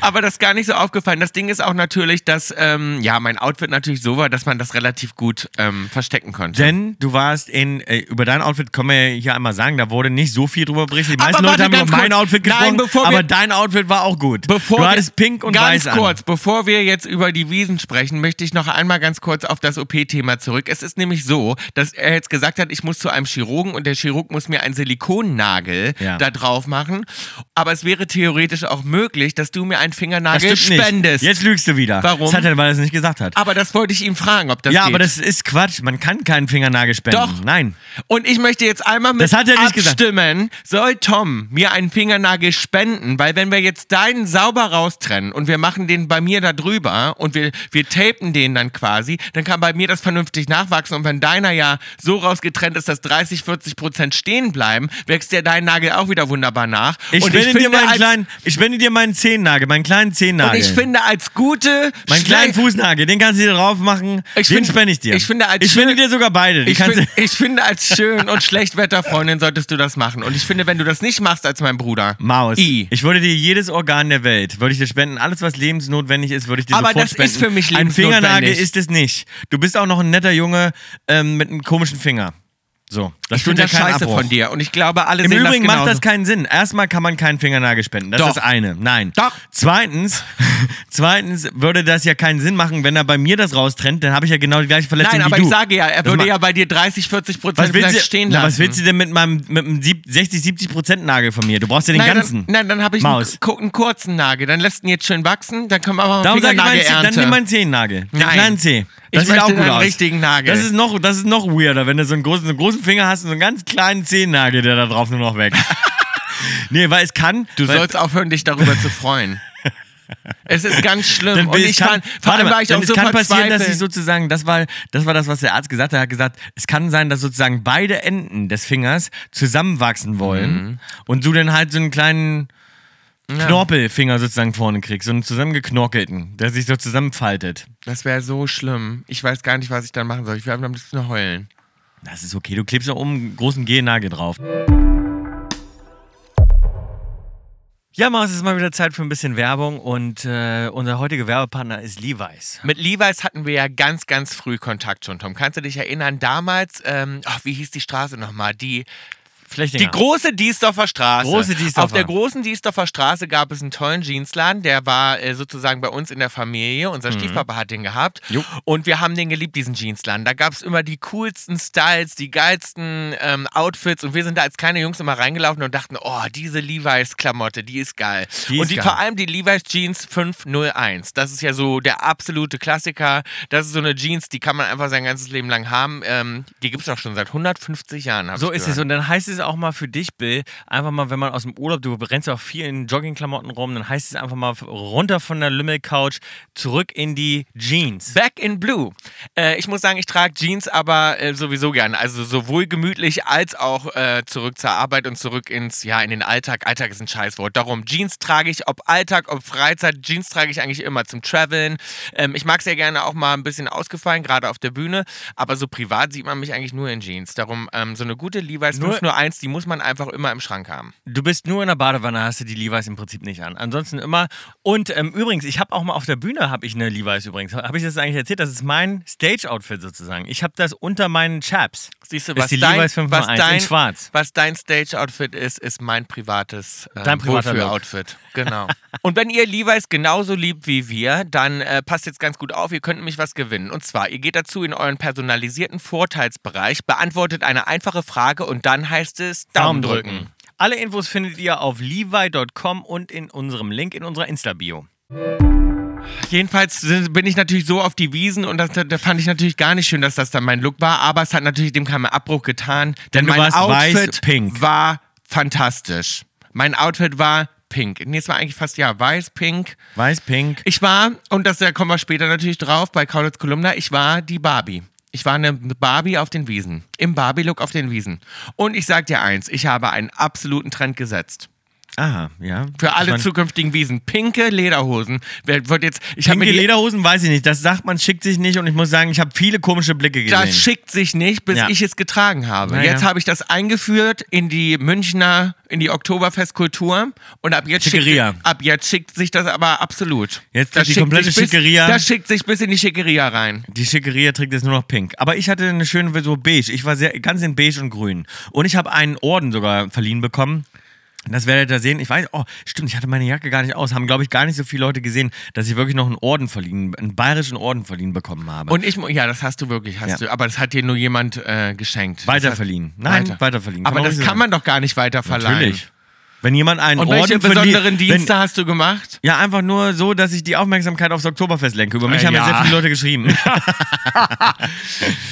[SPEAKER 2] Aber das ist gar nicht so aufgefallen. Das Ding ist auch natürlich, dass ähm, ja mein Outfit natürlich so war, dass man das relativ gut ähm, verstecken konnte.
[SPEAKER 1] Denn du warst in, äh, über dein Outfit kann man ja hier einmal sagen, da wurde nicht so viel drüber berichtet. Die
[SPEAKER 2] Aber
[SPEAKER 1] meisten
[SPEAKER 2] warte,
[SPEAKER 1] Leute haben über
[SPEAKER 2] ganz
[SPEAKER 1] mein
[SPEAKER 2] kurz.
[SPEAKER 1] Outfit
[SPEAKER 2] Nein,
[SPEAKER 1] gesprochen,
[SPEAKER 2] bevor wir-
[SPEAKER 1] aber dein Outfit war auch gut. du hattest
[SPEAKER 2] wir-
[SPEAKER 1] pink und
[SPEAKER 2] ganz
[SPEAKER 1] weiß an.
[SPEAKER 2] kurz, bevor wir jetzt über die Wiesen sprechen, möchte ich noch einmal ganz kurz auf das OP-Thema zurück. Es ist nämlich so, dass er jetzt gesagt hat, ich muss zu einem Chirurgen und der Chirurg muss mir einen Silikonnagel
[SPEAKER 1] Ja.
[SPEAKER 2] da drauf machen. Aber es wäre theoretisch auch möglich, dass du mir einen
[SPEAKER 1] Das
[SPEAKER 2] Fingernagel
[SPEAKER 1] stimmt nicht.
[SPEAKER 2] spendest.
[SPEAKER 1] Jetzt lügst du wieder.
[SPEAKER 2] Warum?
[SPEAKER 1] Das hat er, weil er es nicht gesagt hat.
[SPEAKER 2] Aber das wollte ich ihn fragen, ob das
[SPEAKER 1] ja,
[SPEAKER 2] geht.
[SPEAKER 1] aber das ist Quatsch. Man kann keinen Fingernagel spenden.
[SPEAKER 2] Doch.
[SPEAKER 1] Nein.
[SPEAKER 2] Und ich möchte jetzt einmal mit
[SPEAKER 1] Das hat er nicht gesagt.
[SPEAKER 2] abstimmen, soll Tom mir einen Fingernagel spenden, weil wenn wir jetzt deinen sauber raustrennen und wir machen den bei mir da drüber und wir, wir tapen den dann quasi, dann kann bei mir das vernünftig nachwachsen und wenn deiner ja so rausgetrennt ist, dass 30, 40 Prozent stehen bleiben, wächst ja dein Nagel auch wieder wunderbar nach.
[SPEAKER 1] Ich
[SPEAKER 2] und
[SPEAKER 1] spende dir meinen
[SPEAKER 2] als,
[SPEAKER 1] kleinen, ich spende dir meinen Zehennagel, meinen kleinen
[SPEAKER 2] und
[SPEAKER 1] Zehennagel.
[SPEAKER 2] ich finde als gute
[SPEAKER 1] meinen
[SPEAKER 2] Schle-
[SPEAKER 1] kleinen Fußnagel, den kannst du dir drauf machen.
[SPEAKER 2] Ich
[SPEAKER 1] den
[SPEAKER 2] find-
[SPEAKER 1] spende ich dir.
[SPEAKER 2] ich finde als
[SPEAKER 1] ich spende dir sogar beide. Die
[SPEAKER 2] Ich,
[SPEAKER 1] kannst
[SPEAKER 2] find,
[SPEAKER 1] du-
[SPEAKER 2] ich finde, als schön und Schlechtwetterfreundin solltest du das machen. Und ich finde, wenn du das nicht machst als mein Bruder,
[SPEAKER 1] Maus.
[SPEAKER 2] I.
[SPEAKER 1] Ich würde dir jedes Organ der Welt, würde ich dir spenden. Alles, was lebensnotwendig ist, würde ich dir
[SPEAKER 2] Aber
[SPEAKER 1] sofort
[SPEAKER 2] das
[SPEAKER 1] spenden.
[SPEAKER 2] ist für mich
[SPEAKER 1] Ein Fingernagel
[SPEAKER 2] lebensnotwendig.
[SPEAKER 1] ist es nicht. Du bist auch noch ein netter Junge ähm, mit einem komischen Finger. So, das
[SPEAKER 2] Ich finde
[SPEAKER 1] tut
[SPEAKER 2] das
[SPEAKER 1] dir keinen
[SPEAKER 2] scheiße
[SPEAKER 1] Abbruch.
[SPEAKER 2] von dir. Und ich glaube, alle
[SPEAKER 1] Im
[SPEAKER 2] sehen
[SPEAKER 1] Übrigen
[SPEAKER 2] das
[SPEAKER 1] macht das
[SPEAKER 2] genauso.
[SPEAKER 1] keinen Sinn. Erstmal kann man keinen Fingernagel spenden. Das
[SPEAKER 2] Doch.
[SPEAKER 1] ist eine. Nein.
[SPEAKER 2] Doch.
[SPEAKER 1] Zweitens, [LAUGHS] zweitens würde das ja keinen Sinn machen, wenn er bei mir das raustrennt, dann habe ich ja genau die gleiche Verletzung
[SPEAKER 2] Nein,
[SPEAKER 1] wie
[SPEAKER 2] aber
[SPEAKER 1] du.
[SPEAKER 2] ich sage ja, er
[SPEAKER 1] Das
[SPEAKER 2] würde
[SPEAKER 1] ma-
[SPEAKER 2] ja bei dir 30, 40 Prozent
[SPEAKER 1] was willst,
[SPEAKER 2] vielleicht
[SPEAKER 1] du,
[SPEAKER 2] stehen
[SPEAKER 1] na,
[SPEAKER 2] lassen.
[SPEAKER 1] was willst du denn mit meinem mit einem sieb- 60, 70 Prozent Nagel von mir? Du brauchst ja den
[SPEAKER 2] nein,
[SPEAKER 1] ganzen.
[SPEAKER 2] Dann, nein, dann habe ich einen,
[SPEAKER 1] Maus.
[SPEAKER 2] ku- einen kurzen Nagel. Dann lässt ihn jetzt schön wachsen. Dann können wir aber mal
[SPEAKER 1] Darum sage ich meinen, Zeh- dann nimm
[SPEAKER 2] Fingernagelernte.
[SPEAKER 1] meinen Zehennagel. Den
[SPEAKER 2] Nein.
[SPEAKER 1] kleinen Zeh. Das sieht
[SPEAKER 2] Ich möchte
[SPEAKER 1] auch gut
[SPEAKER 2] deinen
[SPEAKER 1] aus.
[SPEAKER 2] richtigen Nagel.
[SPEAKER 1] Das ist noch, das ist noch weirder, wenn du so einen großen, so einen großen Finger hast und so einen ganz kleinen Zehennagel, der da drauf nur noch
[SPEAKER 2] [LAUGHS]
[SPEAKER 1] weg. nee, weil es kann.
[SPEAKER 2] Du
[SPEAKER 1] weil,
[SPEAKER 2] sollst aufhören, dich darüber zu
[SPEAKER 1] [LAUGHS]
[SPEAKER 2] freuen. Es ist ganz schlimm.
[SPEAKER 1] Dann
[SPEAKER 2] und
[SPEAKER 1] bin-
[SPEAKER 2] ich kann, vor
[SPEAKER 1] warte
[SPEAKER 2] allem
[SPEAKER 1] mal,
[SPEAKER 2] war ich
[SPEAKER 1] dann
[SPEAKER 2] auch
[SPEAKER 1] es
[SPEAKER 2] so
[SPEAKER 1] kann passieren, dass
[SPEAKER 2] verzweifelt.
[SPEAKER 1] ich sozusagen, das war, das war das, was der Arzt gesagt hat, er hat gesagt, es kann sein, dass sozusagen beide Enden des Fingers zusammenwachsen wollen
[SPEAKER 2] Mhm.
[SPEAKER 1] und du dann halt so einen kleinen Knorpelfinger sozusagen vorne kriegst, so einen zusammengeknorkelten, der sich so zusammenfaltet.
[SPEAKER 2] Das wäre so schlimm. Ich weiß gar nicht, was ich dann machen soll. Ich werde am liebsten heulen.
[SPEAKER 1] Das ist okay, du klebst da oben einen großen Gehnagel drauf. Ja, Maus, es ist mal wieder Zeit für ein bisschen Werbung und äh, unser heutiger Werbepartner ist Levi's.
[SPEAKER 2] Mit Levi's hatten wir ja ganz, ganz früh Kontakt schon, Tom. Kannst du dich erinnern, damals, ähm, ach, wie hieß die Straße nochmal? Die,
[SPEAKER 1] Flechtinger.
[SPEAKER 2] die große Diesdorfer Straße.
[SPEAKER 1] Große Diesdorfer.
[SPEAKER 2] Auf der großen Diesdorfer Straße gab es einen tollen Jeansladen, der war äh, sozusagen bei uns in der Familie. Unser
[SPEAKER 1] Mhm.
[SPEAKER 2] Stiefpapa hat den gehabt. Und wir haben den geliebt, diesen Jeansladen. Da gab es immer die coolsten Styles, die geilsten ähm, Outfits. Und wir sind da als kleine Jungs immer reingelaufen und dachten, oh, diese Levi's-Klamotte, die ist geil.
[SPEAKER 1] Die
[SPEAKER 2] und
[SPEAKER 1] ist
[SPEAKER 2] die
[SPEAKER 1] geil.
[SPEAKER 2] vor allem die Levi's Jeans 501. Das ist ja so der absolute Klassiker. Das ist so eine Jeans, die kann man einfach sein ganzes Leben lang haben. Ähm, die gibt es auch schon seit 150 Jahren. hab
[SPEAKER 1] So
[SPEAKER 2] ich
[SPEAKER 1] ist
[SPEAKER 2] gehört.
[SPEAKER 1] es. Und dann heißt es auch mal für dich, Bill, einfach mal, wenn man aus dem Urlaub, du rennst ja auch viel in Joggingklamotten rum, dann heißt es einfach mal runter von der Lümmel-Couch, zurück in die Jeans.
[SPEAKER 2] Back in Blue. Äh, ich muss sagen, ich trage Jeans aber äh, sowieso gern. Also sowohl gemütlich als auch äh, zurück zur Arbeit und zurück ins, ja, in den Alltag. Alltag ist ein Scheißwort. Darum, Jeans trage ich, ob Alltag, ob Freizeit, Jeans trage ich eigentlich immer zum Traveln. Ähm, ich mag sehr gerne auch mal ein bisschen ausgefallen, gerade auf der Bühne. Aber so privat sieht man mich eigentlich nur in Jeans. Darum, ähm, so eine gute Levi's
[SPEAKER 1] Nur-
[SPEAKER 2] 501 eins, die muss man einfach immer im Schrank haben.
[SPEAKER 1] Du bist nur in der Badewanne, hast du die Levi's im Prinzip nicht an. Ansonsten immer. Und ähm, übrigens, ich habe auch mal auf der Bühne habe ich eine Levi's übrigens. Habe ich das eigentlich erzählt? Das ist mein Stage-Outfit sozusagen. Ich habe das unter meinen Chaps.
[SPEAKER 2] Siehst du,
[SPEAKER 1] Ist
[SPEAKER 2] was
[SPEAKER 1] die
[SPEAKER 2] dein,
[SPEAKER 1] Levi's 5
[SPEAKER 2] was dein,
[SPEAKER 1] in schwarz.
[SPEAKER 2] Was dein Stage-Outfit ist, ist mein privates äh,
[SPEAKER 1] Dein privater Look.
[SPEAKER 2] Wohlfühl-Outfit. Genau. [LAUGHS] Und wenn ihr Levi's genauso liebt wie wir, dann äh, passt jetzt ganz gut auf, ihr könnt nämlich was gewinnen. Und zwar, ihr geht dazu in euren personalisierten Vorteilsbereich, beantwortet eine einfache Frage und dann heißt es Daumen drücken.
[SPEAKER 1] Alle Infos findet ihr auf levi.com und in unserem Link in unserer Insta-Bio.
[SPEAKER 2] Jedenfalls sind- bin ich natürlich so auf die Wiesen und das, das fand ich natürlich gar nicht schön, dass das dann mein Look war, aber es hat natürlich dem keinen Abbruch getan,
[SPEAKER 1] Denn
[SPEAKER 2] denn,
[SPEAKER 1] du
[SPEAKER 2] mein
[SPEAKER 1] warst weiß,
[SPEAKER 2] Outfit
[SPEAKER 1] pink.
[SPEAKER 2] war fantastisch. Mein Outfit war pink. Nee, es war eigentlich fast ja weiß, pink.
[SPEAKER 1] Weiß, pink.
[SPEAKER 2] Ich war, und das, da kommen wir später natürlich drauf, bei Kaulitz Kolumna, ich war die Barbie. Ich war eine Barbie auf den Wiesen. Im Barbie-Look auf den Wiesen. Und ich sag dir eins, ich habe einen absoluten Trend gesetzt.
[SPEAKER 1] Aha, Ah, ja.
[SPEAKER 2] Für alle
[SPEAKER 1] Ich mein,
[SPEAKER 2] zukünftigen Wiesen. Pinke Lederhosen. Wer wird jetzt, ich habe mir
[SPEAKER 1] Pinke
[SPEAKER 2] die
[SPEAKER 1] Lederhosen weiß ich nicht. Das sagt man, schickt sich nicht. Und ich muss sagen, ich habe viele komische Blicke gesehen.
[SPEAKER 2] Das schickt sich nicht, bis
[SPEAKER 1] Ja.
[SPEAKER 2] ich es getragen habe.
[SPEAKER 1] Naja.
[SPEAKER 2] Jetzt habe ich das eingeführt in die Münchner, in die Oktoberfestkultur und ab jetzt, schickt,
[SPEAKER 1] Schickeria.
[SPEAKER 2] ab jetzt schickt sich das aber absolut.
[SPEAKER 1] Jetzt
[SPEAKER 2] das
[SPEAKER 1] die
[SPEAKER 2] schickt
[SPEAKER 1] komplette
[SPEAKER 2] sich bis,
[SPEAKER 1] Schickeria.
[SPEAKER 2] Das schickt sich bis in die Schickeria rein.
[SPEAKER 1] Die Schickeria trägt jetzt nur noch pink. Aber ich hatte eine schöne so beige. Ich war sehr, ganz in beige und grün. Und ich habe einen Orden sogar verliehen bekommen. Das werdet ihr sehen. Ich weiß, oh, stimmt, ich hatte meine Jacke gar nicht aus. Haben, glaube ich, gar nicht so viele Leute gesehen, dass ich wirklich noch einen Orden verliehen, einen bayerischen Orden verliehen bekommen habe.
[SPEAKER 2] Und ich, mu- ja, das hast du wirklich, hast
[SPEAKER 1] Ja.
[SPEAKER 2] du. Aber das hat dir nur jemand äh, geschenkt.
[SPEAKER 1] weiterverliehen. Nein,
[SPEAKER 2] Weiter.
[SPEAKER 1] weiterverliehen.
[SPEAKER 2] aber
[SPEAKER 1] ruhig
[SPEAKER 2] das
[SPEAKER 1] so
[SPEAKER 2] kann
[SPEAKER 1] sagen.
[SPEAKER 2] man doch gar nicht weiterverleihen.
[SPEAKER 1] Natürlich. Wenn jemand einen
[SPEAKER 2] Und welche
[SPEAKER 1] Orden verlieh-
[SPEAKER 2] besonderen
[SPEAKER 1] wenn-
[SPEAKER 2] Dienste hast du gemacht?
[SPEAKER 1] Ja, einfach nur so, dass ich die Aufmerksamkeit aufs Oktoberfest lenke. Über mich
[SPEAKER 2] Äh,
[SPEAKER 1] haben ja
[SPEAKER 2] ja.
[SPEAKER 1] sehr viele Leute
[SPEAKER 2] [LAUGHS]
[SPEAKER 1] geschrieben.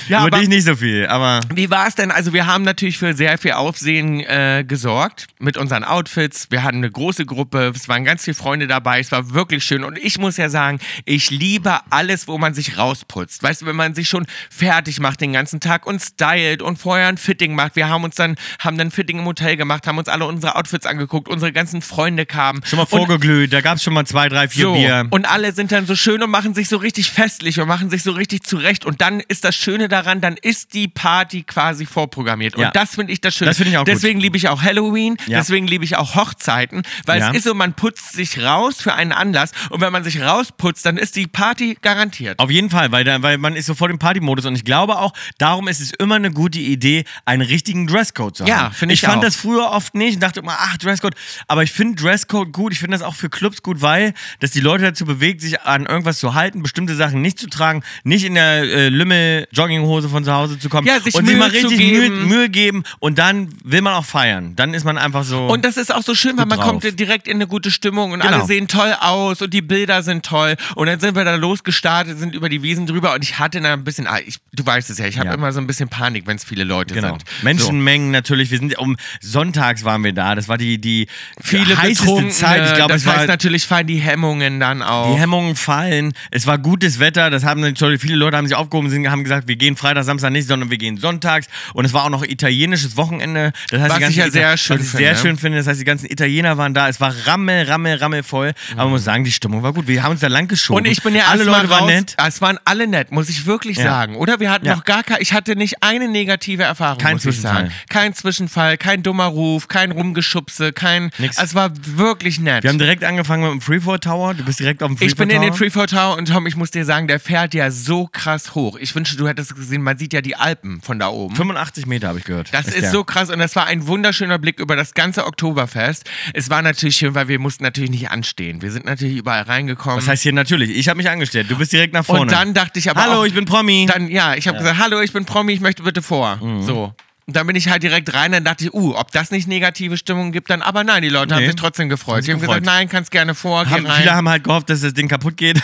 [SPEAKER 2] Ja,
[SPEAKER 1] Über dich nicht so viel, aber.
[SPEAKER 2] Wie war es denn? Also wir haben natürlich für sehr viel Aufsehen äh, gesorgt mit unseren Outfits. Wir hatten eine große Gruppe, es waren ganz viele Freunde dabei, es war wirklich schön. Und ich muss ja sagen, ich liebe alles, wo man sich rausputzt. Weißt du, wenn man sich schon fertig macht den ganzen Tag und stylt und vorher ein Fitting macht. Wir haben uns dann, haben dann Fitting im Hotel gemacht, haben uns alle unsere Outfits angeguckt, unsere ganzen Freunde kamen.
[SPEAKER 1] Schon mal vorgeglüht, da gab es schon mal zwei, drei, vier
[SPEAKER 2] So,
[SPEAKER 1] Bier.
[SPEAKER 2] und alle sind dann so schön und machen sich so richtig festlich und machen sich so richtig zurecht. Und dann ist das Schöne daran, dann ist die Party quasi vorprogrammiert.
[SPEAKER 1] Ja.
[SPEAKER 2] Und das finde ich das Schöne.
[SPEAKER 1] Das finde ich auch gut.
[SPEAKER 2] deswegen liebe ich auch Halloween,
[SPEAKER 1] Ja.
[SPEAKER 2] deswegen liebe ich auch Hochzeiten, weil
[SPEAKER 1] Ja.
[SPEAKER 2] es ist so, man putzt sich raus für einen Anlass. Und wenn man sich rausputzt, dann ist die Party garantiert.
[SPEAKER 1] Auf jeden Fall, weil, da, weil man ist sofort im Partymodus und ich glaube auch, darum ist es immer eine gute Idee, einen richtigen Dresscode zu haben.
[SPEAKER 2] Ja, finde ich
[SPEAKER 1] Ich fand
[SPEAKER 2] auch.
[SPEAKER 1] das früher oft nicht und dachte immer, ach, Dresscode. Aber ich finde Dresscode gut, ich finde das auch für Clubs gut, weil das die Leute dazu bewegt, sich an irgendwas zu halten, bestimmte Sachen nicht zu tragen, nicht in der äh, Lümmel-Jogginghose von zu Hause zu kommen
[SPEAKER 2] Ja, sich
[SPEAKER 1] und
[SPEAKER 2] Mühe
[SPEAKER 1] mal
[SPEAKER 2] zu
[SPEAKER 1] richtig
[SPEAKER 2] geben.
[SPEAKER 1] Mühe, Mühe geben und dann will man auch feiern. Dann ist man einfach so.
[SPEAKER 2] Und das ist auch so schön, weil man
[SPEAKER 1] drauf.
[SPEAKER 2] kommt direkt in eine gute Stimmung und
[SPEAKER 1] Genau.
[SPEAKER 2] alle sehen toll aus und die Bilder sind toll. Und dann sind wir da losgestartet, sind über die Wiesen drüber und ich hatte da ein bisschen, ah, ich, du weißt es ja, ich habe
[SPEAKER 1] Ja.
[SPEAKER 2] immer so ein bisschen Panik, wenn es viele Leute
[SPEAKER 1] Genau.
[SPEAKER 2] sind.
[SPEAKER 1] Menschenmengen natürlich. Wir sind um sonntags waren wir da. Das war die die
[SPEAKER 2] Viele
[SPEAKER 1] heißeste
[SPEAKER 2] Betrunkene,
[SPEAKER 1] Zeit. Ich glaube,
[SPEAKER 2] das
[SPEAKER 1] es war
[SPEAKER 2] heißt natürlich fallen die Hemmungen dann
[SPEAKER 1] die
[SPEAKER 2] auch.
[SPEAKER 1] Hemmungen fallen. Es war gutes Wetter. Das haben natürlich viele Leute haben sich aufgehoben, sind, haben gesagt, wir gehen Freitag, Samstag nicht, sondern wir gehen sonntags. Und es war auch noch italienisches Wochenende. Das heißt,
[SPEAKER 2] Was
[SPEAKER 1] die ganzen
[SPEAKER 2] ich ja
[SPEAKER 1] Ita-
[SPEAKER 2] sehr schön
[SPEAKER 1] was ich sehr
[SPEAKER 2] finde.
[SPEAKER 1] schön finde. Das heißt, die ganzen Italiener waren da. Es war rammel, rammel, rammel voll. Aber man muss sagen, die Stimmung war gut. Wir haben uns da lang geschoben.
[SPEAKER 2] Mhm. und ich bin ja
[SPEAKER 1] alle
[SPEAKER 2] erst mal
[SPEAKER 1] Leute waren
[SPEAKER 2] raus,
[SPEAKER 1] nett.
[SPEAKER 2] Ah, Es waren alle nett, muss ich wirklich sagen, oder? Wir hatten
[SPEAKER 1] Ja.
[SPEAKER 2] noch gar keine, ich hatte nicht eine negative Erfahrung,
[SPEAKER 1] Kein
[SPEAKER 2] muss ich sagen.
[SPEAKER 1] Zwischenfall.
[SPEAKER 2] Kein Zwischenfall, kein dummer Ruf, kein Rumgeschubse, kein.
[SPEAKER 1] Nix.
[SPEAKER 2] Es war wirklich nett.
[SPEAKER 1] Wir haben direkt angefangen mit dem Freefall Tower. Du bist direkt auf dem Freefall
[SPEAKER 2] Ich bin in
[SPEAKER 1] Tower.
[SPEAKER 2] den Freefall Tower und Tom, ich muss dir sagen, der fährt ja so krass hoch. Ich wünschte, du hättest gesehen, man sieht ja die Alpen von da oben.
[SPEAKER 1] 85 Meter habe ich gehört.
[SPEAKER 2] Das ist
[SPEAKER 1] der.
[SPEAKER 2] so krass und das war ein wunderschöner Blick über das ganze Oktoberfest. Es war natürlich schön, weil wir mussten natürlich nicht anstehen. Wir sind natürlich überall reingekommen.
[SPEAKER 1] Das heißt hier natürlich, ich habe mich angestellt. Du bist direkt nach vorne.
[SPEAKER 2] und dann dachte ich aber
[SPEAKER 1] Hallo,
[SPEAKER 2] auch,
[SPEAKER 1] ich bin Promi. Mhm.
[SPEAKER 2] dann ja, ich habe gesagt, hallo, ich bin Promi, ich möchte bitte vor. So. Und dann bin ich halt direkt rein, dann dachte ich, uh, ob das nicht negative Stimmung gibt, dann aber nein, die Leute haben
[SPEAKER 1] Nee.
[SPEAKER 2] sich trotzdem gefreut. Die haben
[SPEAKER 1] gefreut.
[SPEAKER 2] gesagt, nein, kannst gerne vor, geh
[SPEAKER 1] haben,
[SPEAKER 2] rein.
[SPEAKER 1] viele haben halt gehofft, dass das Ding kaputt
[SPEAKER 2] [LAUGHS]
[SPEAKER 1] geht,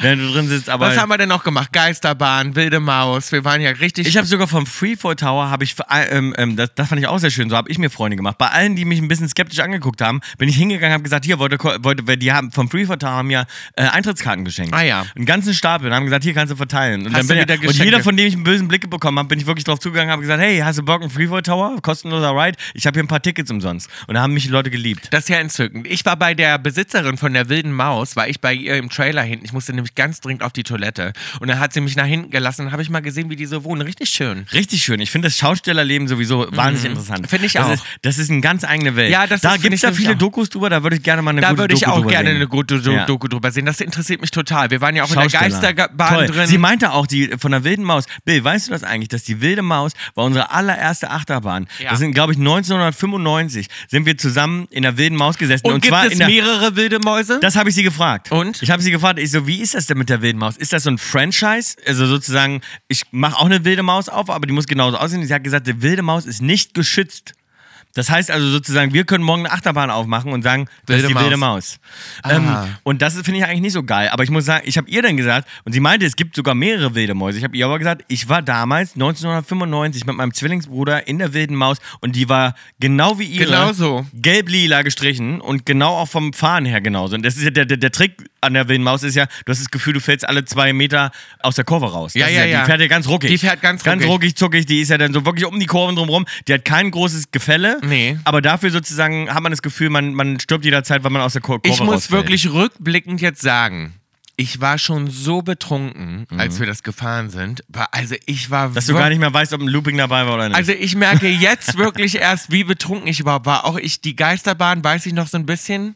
[SPEAKER 1] während du drin sitzt. Aber
[SPEAKER 2] Was haben wir denn noch gemacht? Geisterbahn, Wilde Maus, wir waren ja richtig.
[SPEAKER 1] ich habe sogar vom Freefall Tower habe ich, ähm, ähm, das, das fand ich auch sehr schön. So habe ich mir Freunde gemacht. Bei allen, die mich ein bisschen skeptisch angeguckt haben, bin ich hingegangen, habe gesagt, hier wollte, wollte, die haben vom Freefall Tower haben ja äh, Eintrittskarten geschenkt.
[SPEAKER 2] Ah, ja.
[SPEAKER 1] Einen ganzen Stapel und haben gesagt, hier kannst du verteilen. Und,
[SPEAKER 2] Hast
[SPEAKER 1] dann bin
[SPEAKER 2] du
[SPEAKER 1] ich-
[SPEAKER 2] wieder
[SPEAKER 1] und
[SPEAKER 2] Geschenke?
[SPEAKER 1] jeder, von dem ich einen bösen Blick bekommen habe, bin ich wirklich drauf zugegangen, habe gesagt, hey, hast du Bock einen Freefall Tower, kostenloser Ride? Ich habe hier ein paar Tickets umsonst. Und da haben mich die Leute geliebt.
[SPEAKER 2] das ist ja entzückend. Ich war bei der Besitzerin von der Wilden Maus, war ich bei ihr im Trailer hinten. Ich musste nämlich ganz dringend auf die Toilette. Und dann hat sie mich nach hinten gelassen. Dann habe ich mal gesehen, wie die so wohnen. Richtig schön.
[SPEAKER 1] Richtig schön. Ich finde das Schaustellerleben sowieso wahnsinnig interessant.
[SPEAKER 2] Find Mhm. ich
[SPEAKER 1] das
[SPEAKER 2] auch.
[SPEAKER 1] Ist, das ist eine ganz eigene Welt.
[SPEAKER 2] Ja, das
[SPEAKER 1] da
[SPEAKER 2] ist- find
[SPEAKER 1] gibt es
[SPEAKER 2] ich
[SPEAKER 1] ja
[SPEAKER 2] nämlich
[SPEAKER 1] viele
[SPEAKER 2] auch.
[SPEAKER 1] Dokus drüber, da würde ich gerne mal eine
[SPEAKER 2] Da
[SPEAKER 1] gute
[SPEAKER 2] würde ich
[SPEAKER 1] Doku
[SPEAKER 2] auch
[SPEAKER 1] drüber
[SPEAKER 2] gerne
[SPEAKER 1] sehen.
[SPEAKER 2] eine gute Do
[SPEAKER 1] Ja.
[SPEAKER 2] Doku drüber sehen. Das interessiert mich total. Wir waren ja auch in der
[SPEAKER 1] Schausteller.
[SPEAKER 2] Geisterbahn
[SPEAKER 1] Toll.
[SPEAKER 2] drin.
[SPEAKER 1] Sie meinte auch, die von der Wilden Maus. Bill, weißt du das eigentlich, dass die Wilde Maus war unsere allererste Achterbahn?
[SPEAKER 2] Ja.
[SPEAKER 1] Das sind, glaube ich, 1995 sind wir zusammen in der Wilden Maus gesessen.
[SPEAKER 2] und,
[SPEAKER 1] Und,
[SPEAKER 2] gibt
[SPEAKER 1] zwar
[SPEAKER 2] es
[SPEAKER 1] in der,
[SPEAKER 2] mehrere wilde Mäuse?
[SPEAKER 1] Das habe ich sie gefragt.
[SPEAKER 2] Und?
[SPEAKER 1] Ich habe sie gefragt, ich so, wie ist das denn mit der wilden Maus? Ist das so ein Franchise? Also sozusagen, ich mache auch eine wilde Maus auf, aber die muss genauso aussehen. Sie hat gesagt, die wilde Maus ist nicht geschützt. Das heißt also sozusagen, wir können morgen eine Achterbahn aufmachen und sagen, das ist die
[SPEAKER 2] Wilde
[SPEAKER 1] wilde Maus. Ähm, und das ist- finde ich eigentlich nicht so geil. Aber ich muss sagen, ich habe ihr dann gesagt, und sie meinte, es gibt sogar mehrere wilde Mäuse. Ich habe ihr aber gesagt, ich war damals 1995 mit meinem Zwillingsbruder in der wilden Maus und die war genau wie ihre.
[SPEAKER 2] Genau so.
[SPEAKER 1] Gelb-lila gestrichen und genau auch vom Fahren her genauso. Und das ist ja der, der, der Trick an der Wilden Maus ist ja, du hast das Gefühl, du fällst alle zwei Meter aus der Kurve raus. Das
[SPEAKER 2] Ja,
[SPEAKER 1] ist
[SPEAKER 2] ja, ja.
[SPEAKER 1] Die fährt ja ganz ruckig.
[SPEAKER 2] Die fährt ganz
[SPEAKER 1] Ganz
[SPEAKER 2] ruckig.
[SPEAKER 1] ruckig, zuckig. Die ist ja dann so wirklich um die Kurven drumherum. Die hat kein großes Gefälle.
[SPEAKER 2] Nee.
[SPEAKER 1] Aber dafür sozusagen hat man das Gefühl, man, man stirbt jederzeit, weil man aus der Kur Kurve
[SPEAKER 2] ich muss
[SPEAKER 1] rausfällt.
[SPEAKER 2] wirklich rückblickend jetzt sagen, ich war schon so betrunken, als wir das gefahren sind. War- Also ich war
[SPEAKER 1] Mhm. Dass du gar nicht mehr weißt, ob ein Looping dabei war oder nicht.
[SPEAKER 2] Also ich merke jetzt wirklich erst, wie betrunken ich überhaupt war. Auch ich, die Geisterbahn weiß ich noch so ein bisschen.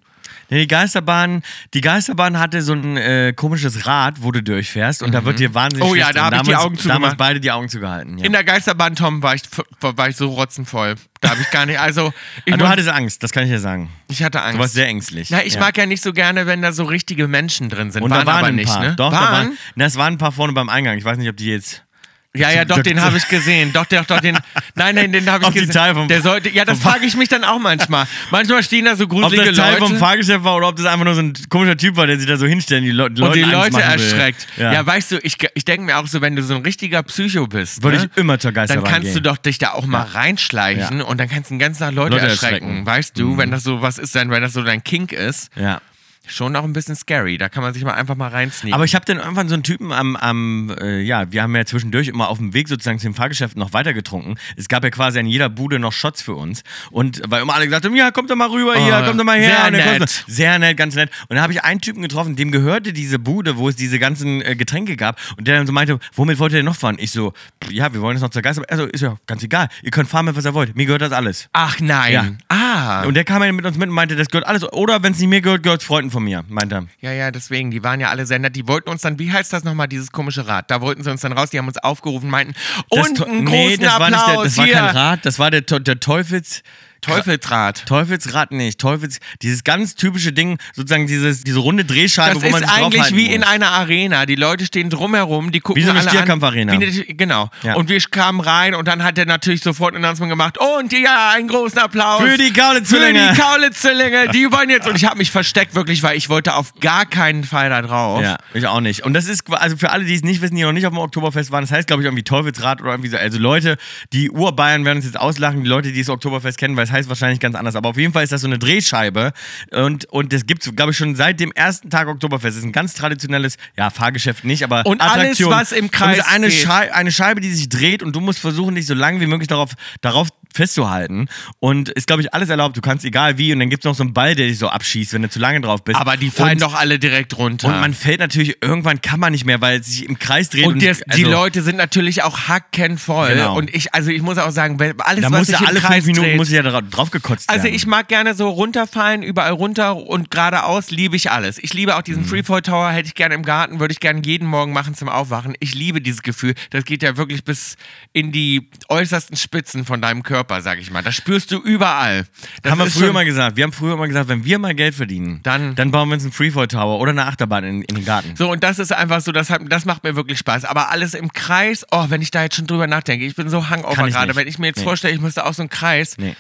[SPEAKER 1] Nee, die Geisterbahn, die Geisterbahn hatte so ein äh, komisches Rad, wo du durchfährst und da wird dir wahnsinnig
[SPEAKER 2] Oh ja,
[SPEAKER 1] schlecht
[SPEAKER 2] da
[SPEAKER 1] und
[SPEAKER 2] hab ich die
[SPEAKER 1] damals-
[SPEAKER 2] Augen zugemacht.
[SPEAKER 1] Damals beide die Augen zugehalten. Ja.
[SPEAKER 2] In der Geisterbahn, Tom, war ich, f- war ich so rotzenvoll. Da habe ich gar nicht, also ich,
[SPEAKER 1] Ah, du
[SPEAKER 2] muss-
[SPEAKER 1] hattest Angst, das kann ich dir sagen.
[SPEAKER 2] ich hatte Angst.
[SPEAKER 1] Du warst sehr ängstlich.
[SPEAKER 2] Na, ich
[SPEAKER 1] Ja.
[SPEAKER 2] mag ja nicht so gerne, wenn da so richtige Menschen drin sind.
[SPEAKER 1] und
[SPEAKER 2] waren
[SPEAKER 1] da waren
[SPEAKER 2] aber
[SPEAKER 1] ein
[SPEAKER 2] nicht,
[SPEAKER 1] paar.
[SPEAKER 2] ne?
[SPEAKER 1] Doch, da
[SPEAKER 2] waren?
[SPEAKER 1] waren, na, es waren ein paar vorne beim Eingang. Ich weiß nicht, ob die jetzt.
[SPEAKER 2] Ja, ja, doch, den habe ich gesehen. Doch, doch, doch, den. Nein, nein, den habe ich
[SPEAKER 1] Ob die
[SPEAKER 2] gesehen.
[SPEAKER 1] Teil vom-
[SPEAKER 2] Der sollte. Ja, das
[SPEAKER 1] vom-
[SPEAKER 2] frage ich mich dann auch manchmal. Manchmal stehen da so
[SPEAKER 1] Ob
[SPEAKER 2] gruselige
[SPEAKER 1] das Teil
[SPEAKER 2] Leute.
[SPEAKER 1] vom Fahrgeschäft war oder ob das einfach nur so ein komischer Typ war, der sich da so hinstellt und die, Le die
[SPEAKER 2] und
[SPEAKER 1] Leute
[SPEAKER 2] die
[SPEAKER 1] Angst
[SPEAKER 2] Leute
[SPEAKER 1] machen will.
[SPEAKER 2] erschreckt. Ja.
[SPEAKER 1] Ja.
[SPEAKER 2] weißt du, ich, ich denke mir auch so, wenn du so ein richtiger Psycho bist,
[SPEAKER 1] Würde
[SPEAKER 2] ne,
[SPEAKER 1] ich immer zur
[SPEAKER 2] dann
[SPEAKER 1] Geisterbahn
[SPEAKER 2] kannst
[SPEAKER 1] gehen.
[SPEAKER 2] du doch dich da auch mal reinschleichen und dann kannst du den ganzen Tag Leute,
[SPEAKER 1] Leute
[SPEAKER 2] erschrecken.
[SPEAKER 1] erschrecken. Mhm.
[SPEAKER 2] Weißt du, wenn das so was ist, dann, wenn das so dein Kink ist,
[SPEAKER 1] ja.
[SPEAKER 2] schon auch ein bisschen scary. Da kann man sich mal einfach mal reinsneaken.
[SPEAKER 1] Aber ich habe dann irgendwann so einen Typen am, am äh, ja, wir haben ja zwischendurch immer auf dem Weg sozusagen zu dem Fahrgeschäft noch weiter getrunken. Es gab ja quasi an jeder Bude noch Shots für uns. Und weil immer alle gesagt haben, ja, kommt doch mal rüber hier,
[SPEAKER 2] Oh,
[SPEAKER 1] kommt doch mal her.
[SPEAKER 2] sehr
[SPEAKER 1] Und dann kommst du-
[SPEAKER 2] nett.
[SPEAKER 1] Sehr nett, ganz nett. Und dann habe ich einen Typen getroffen, dem gehörte diese Bude, wo es diese ganzen äh, Getränke gab. Und der dann so meinte, womit wollt ihr denn noch fahren? Ich so, ja, wir wollen jetzt noch zur Geister. Also ist ja ganz egal. Ihr könnt fahren mit was ihr wollt. Mir gehört das alles.
[SPEAKER 2] Ach nein.
[SPEAKER 1] Ja.
[SPEAKER 2] Ah.
[SPEAKER 1] Und der kam ja mit uns mit und meinte, das gehört alles. Oder wenn es nicht mir gehört, gehört es Freunden von mir, meinte er.
[SPEAKER 2] Ja, ja, deswegen, die waren ja alle sehr nett. Die wollten uns dann, wie heißt das nochmal, dieses komische Rad? Da wollten sie uns dann raus, die haben uns aufgerufen, meinten,
[SPEAKER 1] Das
[SPEAKER 2] und
[SPEAKER 1] To-
[SPEAKER 2] einen großen
[SPEAKER 1] das
[SPEAKER 2] Applaus
[SPEAKER 1] war, nicht der, das war
[SPEAKER 2] hier.
[SPEAKER 1] kein Rad, das war der, To- der Teufels.
[SPEAKER 2] Teufelsrad.
[SPEAKER 1] Teufelsrad nicht, Teufels, dieses ganz typische Ding, sozusagen dieses, diese runde Drehscheibe,
[SPEAKER 2] Das
[SPEAKER 1] wo man
[SPEAKER 2] ist
[SPEAKER 1] sich
[SPEAKER 2] eigentlich
[SPEAKER 1] draufhalten
[SPEAKER 2] wie in
[SPEAKER 1] muss.
[SPEAKER 2] einer Arena. Die Leute stehen drumherum, die gucken
[SPEAKER 1] Wie so eine
[SPEAKER 2] alle an.
[SPEAKER 1] Stierkampfarena.
[SPEAKER 2] Wie eine- genau.
[SPEAKER 1] Ja.
[SPEAKER 2] Und wir kamen rein und dann hat er natürlich sofort ein Announcement gemacht. Und ja, einen großen Applaus.
[SPEAKER 1] Für die Kaulitz-Zwillinge.
[SPEAKER 2] Für die Kaulitz-Zwillinge.
[SPEAKER 1] [LAUGHS]
[SPEAKER 2] Die wollen jetzt. Und ich habe mich versteckt wirklich, weil ich wollte auf gar keinen Fall da drauf.
[SPEAKER 1] Ja, ich auch nicht. Und das ist, qua- also für alle, die es nicht wissen, die noch nicht auf dem Oktoberfest waren, das heißt, glaube ich, irgendwie Teufelsrad oder irgendwie so. Also Leute, die Urbayern werden uns jetzt auslachen, die Leute, die das Oktoberfest kennen, weil es heißt wahrscheinlich ganz anders. Aber auf jeden Fall ist das so eine Drehscheibe. Und, und das gibt es, glaube ich, schon seit dem ersten Tag Oktoberfest. Das ist ein ganz traditionelles, ja, Fahrgeschäft nicht, aber
[SPEAKER 2] Und alles,
[SPEAKER 1] Attraktion.
[SPEAKER 2] was im Kreis
[SPEAKER 1] Und es ist eine,
[SPEAKER 2] geht.
[SPEAKER 1] Schei eine Scheibe, die sich dreht und du musst versuchen, dich so lange wie möglich darauf, darauf festzuhalten. Und ist, glaube ich, alles erlaubt. Du kannst egal wie. Und dann gibt es noch so einen Ball, der dich so abschießt, wenn du zu lange drauf bist.
[SPEAKER 2] Aber die fallen
[SPEAKER 1] und
[SPEAKER 2] doch alle direkt runter.
[SPEAKER 1] und man fällt natürlich, irgendwann kann man nicht mehr, weil es sich im Kreis dreht.
[SPEAKER 2] Ah. Und das,
[SPEAKER 1] also,
[SPEAKER 2] die Leute sind natürlich auch hackenvoll.
[SPEAKER 1] Genau.
[SPEAKER 2] Und ich, also ich muss auch sagen, weil alles,
[SPEAKER 1] da
[SPEAKER 2] was
[SPEAKER 1] muss
[SPEAKER 2] sich
[SPEAKER 1] ja alle
[SPEAKER 2] im Kreis
[SPEAKER 1] fünf Minuten
[SPEAKER 2] dreht,
[SPEAKER 1] muss ich ja dra- drauf gekotzt
[SPEAKER 2] also
[SPEAKER 1] werden.
[SPEAKER 2] ich mag gerne so runterfallen, überall runter und geradeaus liebe ich alles. Ich liebe auch
[SPEAKER 1] Mhm.
[SPEAKER 2] diesen Freefall Tower, hätte ich gerne im Garten, würde ich gerne jeden Morgen machen zum Aufwachen. Ich liebe dieses Gefühl. Das geht ja wirklich bis in die äußersten Spitzen von deinem Körper, sag ich mal. Das spürst du überall. Das
[SPEAKER 1] haben wir
[SPEAKER 2] ist
[SPEAKER 1] früher
[SPEAKER 2] schon-
[SPEAKER 1] mal gesagt. Wir haben früher mal gesagt, wenn wir mal Geld verdienen,
[SPEAKER 2] Dann-
[SPEAKER 1] dann bauen wir uns einen Freefall Tower oder eine Achterbahn in, in den Garten.
[SPEAKER 2] So, und das ist einfach so, das, hat, das macht mir wirklich Spaß. Aber alles im Kreis, oh, wenn ich da jetzt schon drüber nachdenke, ich bin so
[SPEAKER 1] Kann
[SPEAKER 2] hangover
[SPEAKER 1] ich
[SPEAKER 2] gerade,
[SPEAKER 1] nicht.
[SPEAKER 2] wenn ich mir jetzt
[SPEAKER 1] Nee.
[SPEAKER 2] vorstelle, ich müsste auch so einen Kreis.
[SPEAKER 1] Nee.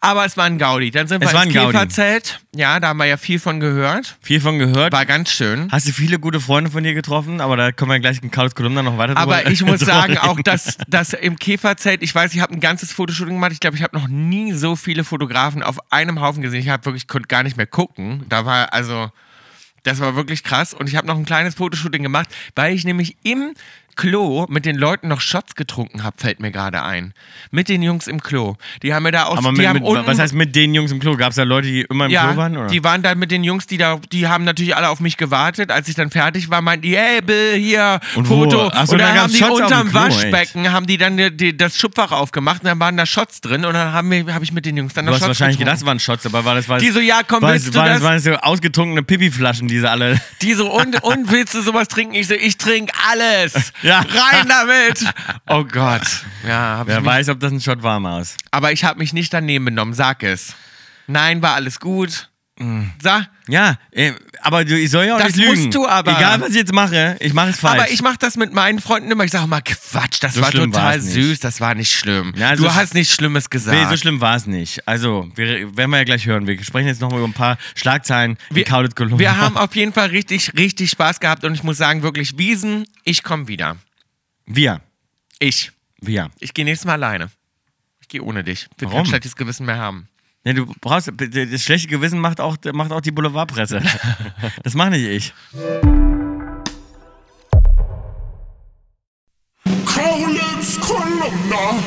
[SPEAKER 2] Aber es war ein Gaudi. Dann sind
[SPEAKER 1] Es
[SPEAKER 2] wir
[SPEAKER 1] war
[SPEAKER 2] ins
[SPEAKER 1] ein Gaudi.
[SPEAKER 2] Käferzelt. Ja, da haben wir ja viel von gehört.
[SPEAKER 1] Viel von gehört.
[SPEAKER 2] War ganz schön.
[SPEAKER 1] Hast du viele gute Freunde von dir getroffen, aber da können wir gleich in Carlos Kolumna noch weiter
[SPEAKER 2] Aber
[SPEAKER 1] drüber-
[SPEAKER 2] ich muss
[SPEAKER 1] drüber
[SPEAKER 2] sagen,
[SPEAKER 1] reden.
[SPEAKER 2] auch dass das im Käferzelt, ich weiß, ich habe ein ganzes Fotoshooting gemacht. Ich glaube, ich habe noch nie so viele Fotografen auf einem Haufen gesehen. Ich habe wirklich konnte gar nicht mehr gucken. Da war also das war wirklich krass und ich habe noch ein kleines Fotoshooting gemacht, weil ich nämlich im Klo mit den Leuten noch Shots getrunken habe, fällt mir gerade ein. Mit den Jungs im Klo. Die haben mir da aus
[SPEAKER 1] [LAUGHS] Aber
[SPEAKER 2] die
[SPEAKER 1] mit,
[SPEAKER 2] haben
[SPEAKER 1] mit,
[SPEAKER 2] unten-
[SPEAKER 1] was heißt mit den Jungs im Klo? Gab es da Leute, die immer im
[SPEAKER 2] ja,
[SPEAKER 1] Klo waren? Oder?
[SPEAKER 2] die waren dann mit den Jungs, die da, die haben natürlich alle auf mich gewartet. Als ich dann fertig war, meinten die, hey, Bill, hier,
[SPEAKER 1] Und wo?
[SPEAKER 2] Foto.
[SPEAKER 1] Ach so,
[SPEAKER 2] und
[SPEAKER 1] da
[SPEAKER 2] dann haben
[SPEAKER 1] gab's
[SPEAKER 2] die
[SPEAKER 1] Shots auf dem
[SPEAKER 2] unterm
[SPEAKER 1] Klo, echt.
[SPEAKER 2] Waschbecken, haben die dann die, die, das Schubfach aufgemacht und dann waren da Shots drin und dann habe hab ich mit den Jungs dann
[SPEAKER 1] du
[SPEAKER 2] noch
[SPEAKER 1] hast
[SPEAKER 2] Shots
[SPEAKER 1] wahrscheinlich gedacht,
[SPEAKER 2] getrunken.
[SPEAKER 1] das waren Shots, aber war das war
[SPEAKER 2] Die so, ja, komm,
[SPEAKER 1] war,
[SPEAKER 2] willst du
[SPEAKER 1] war,
[SPEAKER 2] das?
[SPEAKER 1] Waren das so ausgetrunkene Pipi-Flaschen, diese alle. [LAUGHS]
[SPEAKER 2] Die so, und, und willst du sowas trinken? Ich so, ich trinke alles.
[SPEAKER 1] [LAUGHS] Ja.
[SPEAKER 2] Rein
[SPEAKER 1] [LAUGHS]
[SPEAKER 2] damit. Oh Gott. Ja, hab ich
[SPEAKER 1] Wer
[SPEAKER 2] mich,
[SPEAKER 1] weiß, ob das ein Shot war, Maus.
[SPEAKER 2] aber ich habe mich nicht daneben benommen, sag es. Nein, war alles gut.
[SPEAKER 1] Mhm.
[SPEAKER 2] Sag,
[SPEAKER 1] Ja, äh, aber du, ich soll ja auch
[SPEAKER 2] Das
[SPEAKER 1] nicht lügen.
[SPEAKER 2] musst du aber.
[SPEAKER 1] Egal, was ich jetzt mache, ich mache es falsch.
[SPEAKER 2] aber ich mache das mit meinen Freunden immer. Ich sage mal, Quatsch, das
[SPEAKER 1] So
[SPEAKER 2] war
[SPEAKER 1] schlimm
[SPEAKER 2] total
[SPEAKER 1] war's nicht.
[SPEAKER 2] süß, das war nicht schlimm.
[SPEAKER 1] Ja, so
[SPEAKER 2] du
[SPEAKER 1] sch-
[SPEAKER 2] hast nichts Schlimmes gesagt.
[SPEAKER 1] Nee, so schlimm war es nicht. Also, wir werden wir ja gleich hören. Wir sprechen jetzt nochmal über ein paar Schlagzeilen
[SPEAKER 2] Wir-
[SPEAKER 1] in Kaulitz Columbia.
[SPEAKER 2] Wir haben auf jeden Fall richtig, richtig Spaß gehabt und ich muss sagen, wirklich, Wiesen, ich komme wieder.
[SPEAKER 1] [LAUGHS] Wir.
[SPEAKER 2] Ich.
[SPEAKER 1] Wir.
[SPEAKER 2] Ich gehe nächstes Mal alleine. Ich gehe ohne dich. Wir
[SPEAKER 1] Warum?
[SPEAKER 2] kein schlechtes Gewissen mehr haben.
[SPEAKER 1] Nee, du brauchst. Das schlechte Gewissen macht auch, macht auch die
[SPEAKER 2] [LAUGHS]
[SPEAKER 1] Boulevardpresse. das mache nicht ich.
[SPEAKER 3] Kaulitz Kolumna.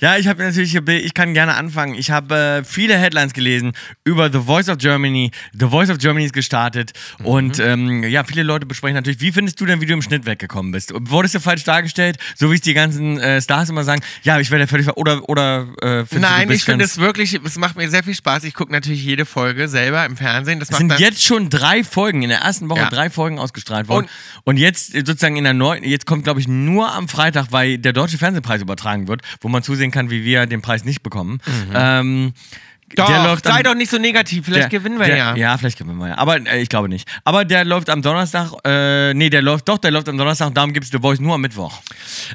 [SPEAKER 1] Ja, ich habe natürlich, hier Bill, ich kann gerne anfangen. Ich habe äh, viele Headlines gelesen über The Voice of Germany. The Voice of Germany ist gestartet
[SPEAKER 2] Mhm.
[SPEAKER 1] und ähm, ja, viele Leute besprechen natürlich, wie findest du denn, wie du im Schnitt weggekommen bist? Wurdest du falsch dargestellt, so wie es die ganzen äh, Stars immer sagen? Ja, ich werde völlig ver- oder oder äh, findest du, du
[SPEAKER 2] Nein,
[SPEAKER 1] bist
[SPEAKER 2] ich finde
[SPEAKER 1] ganz-
[SPEAKER 2] es wirklich, es macht mir sehr viel Spaß. Ich gucke natürlich jede Folge selber im Fernsehen. Das
[SPEAKER 1] Es
[SPEAKER 2] macht
[SPEAKER 1] sind
[SPEAKER 2] dann,
[SPEAKER 1] jetzt schon drei Folgen, in der ersten Woche
[SPEAKER 2] Ja.
[SPEAKER 1] drei Folgen ausgestrahlt worden. Und, jetzt äh, sozusagen in der neunten, jetzt kommt, glaube ich, nur am Freitag, weil der Deutsche Fernsehpreis übertragen wird, wo man zusehen kann, wie wir den Preis nicht bekommen. Ähm,
[SPEAKER 2] Mhm. doch,
[SPEAKER 1] der läuft
[SPEAKER 2] sei
[SPEAKER 1] am-
[SPEAKER 2] doch nicht so negativ, vielleicht
[SPEAKER 1] Der-
[SPEAKER 2] gewinnen wir
[SPEAKER 1] der,
[SPEAKER 2] ja.
[SPEAKER 1] Ja, vielleicht gewinnen wir ja. Aber äh, ich glaube nicht. Aber der läuft am Donnerstag, äh, nee, der läuft doch, der läuft am Donnerstag und darum gibt es The Voice nur am Mittwoch.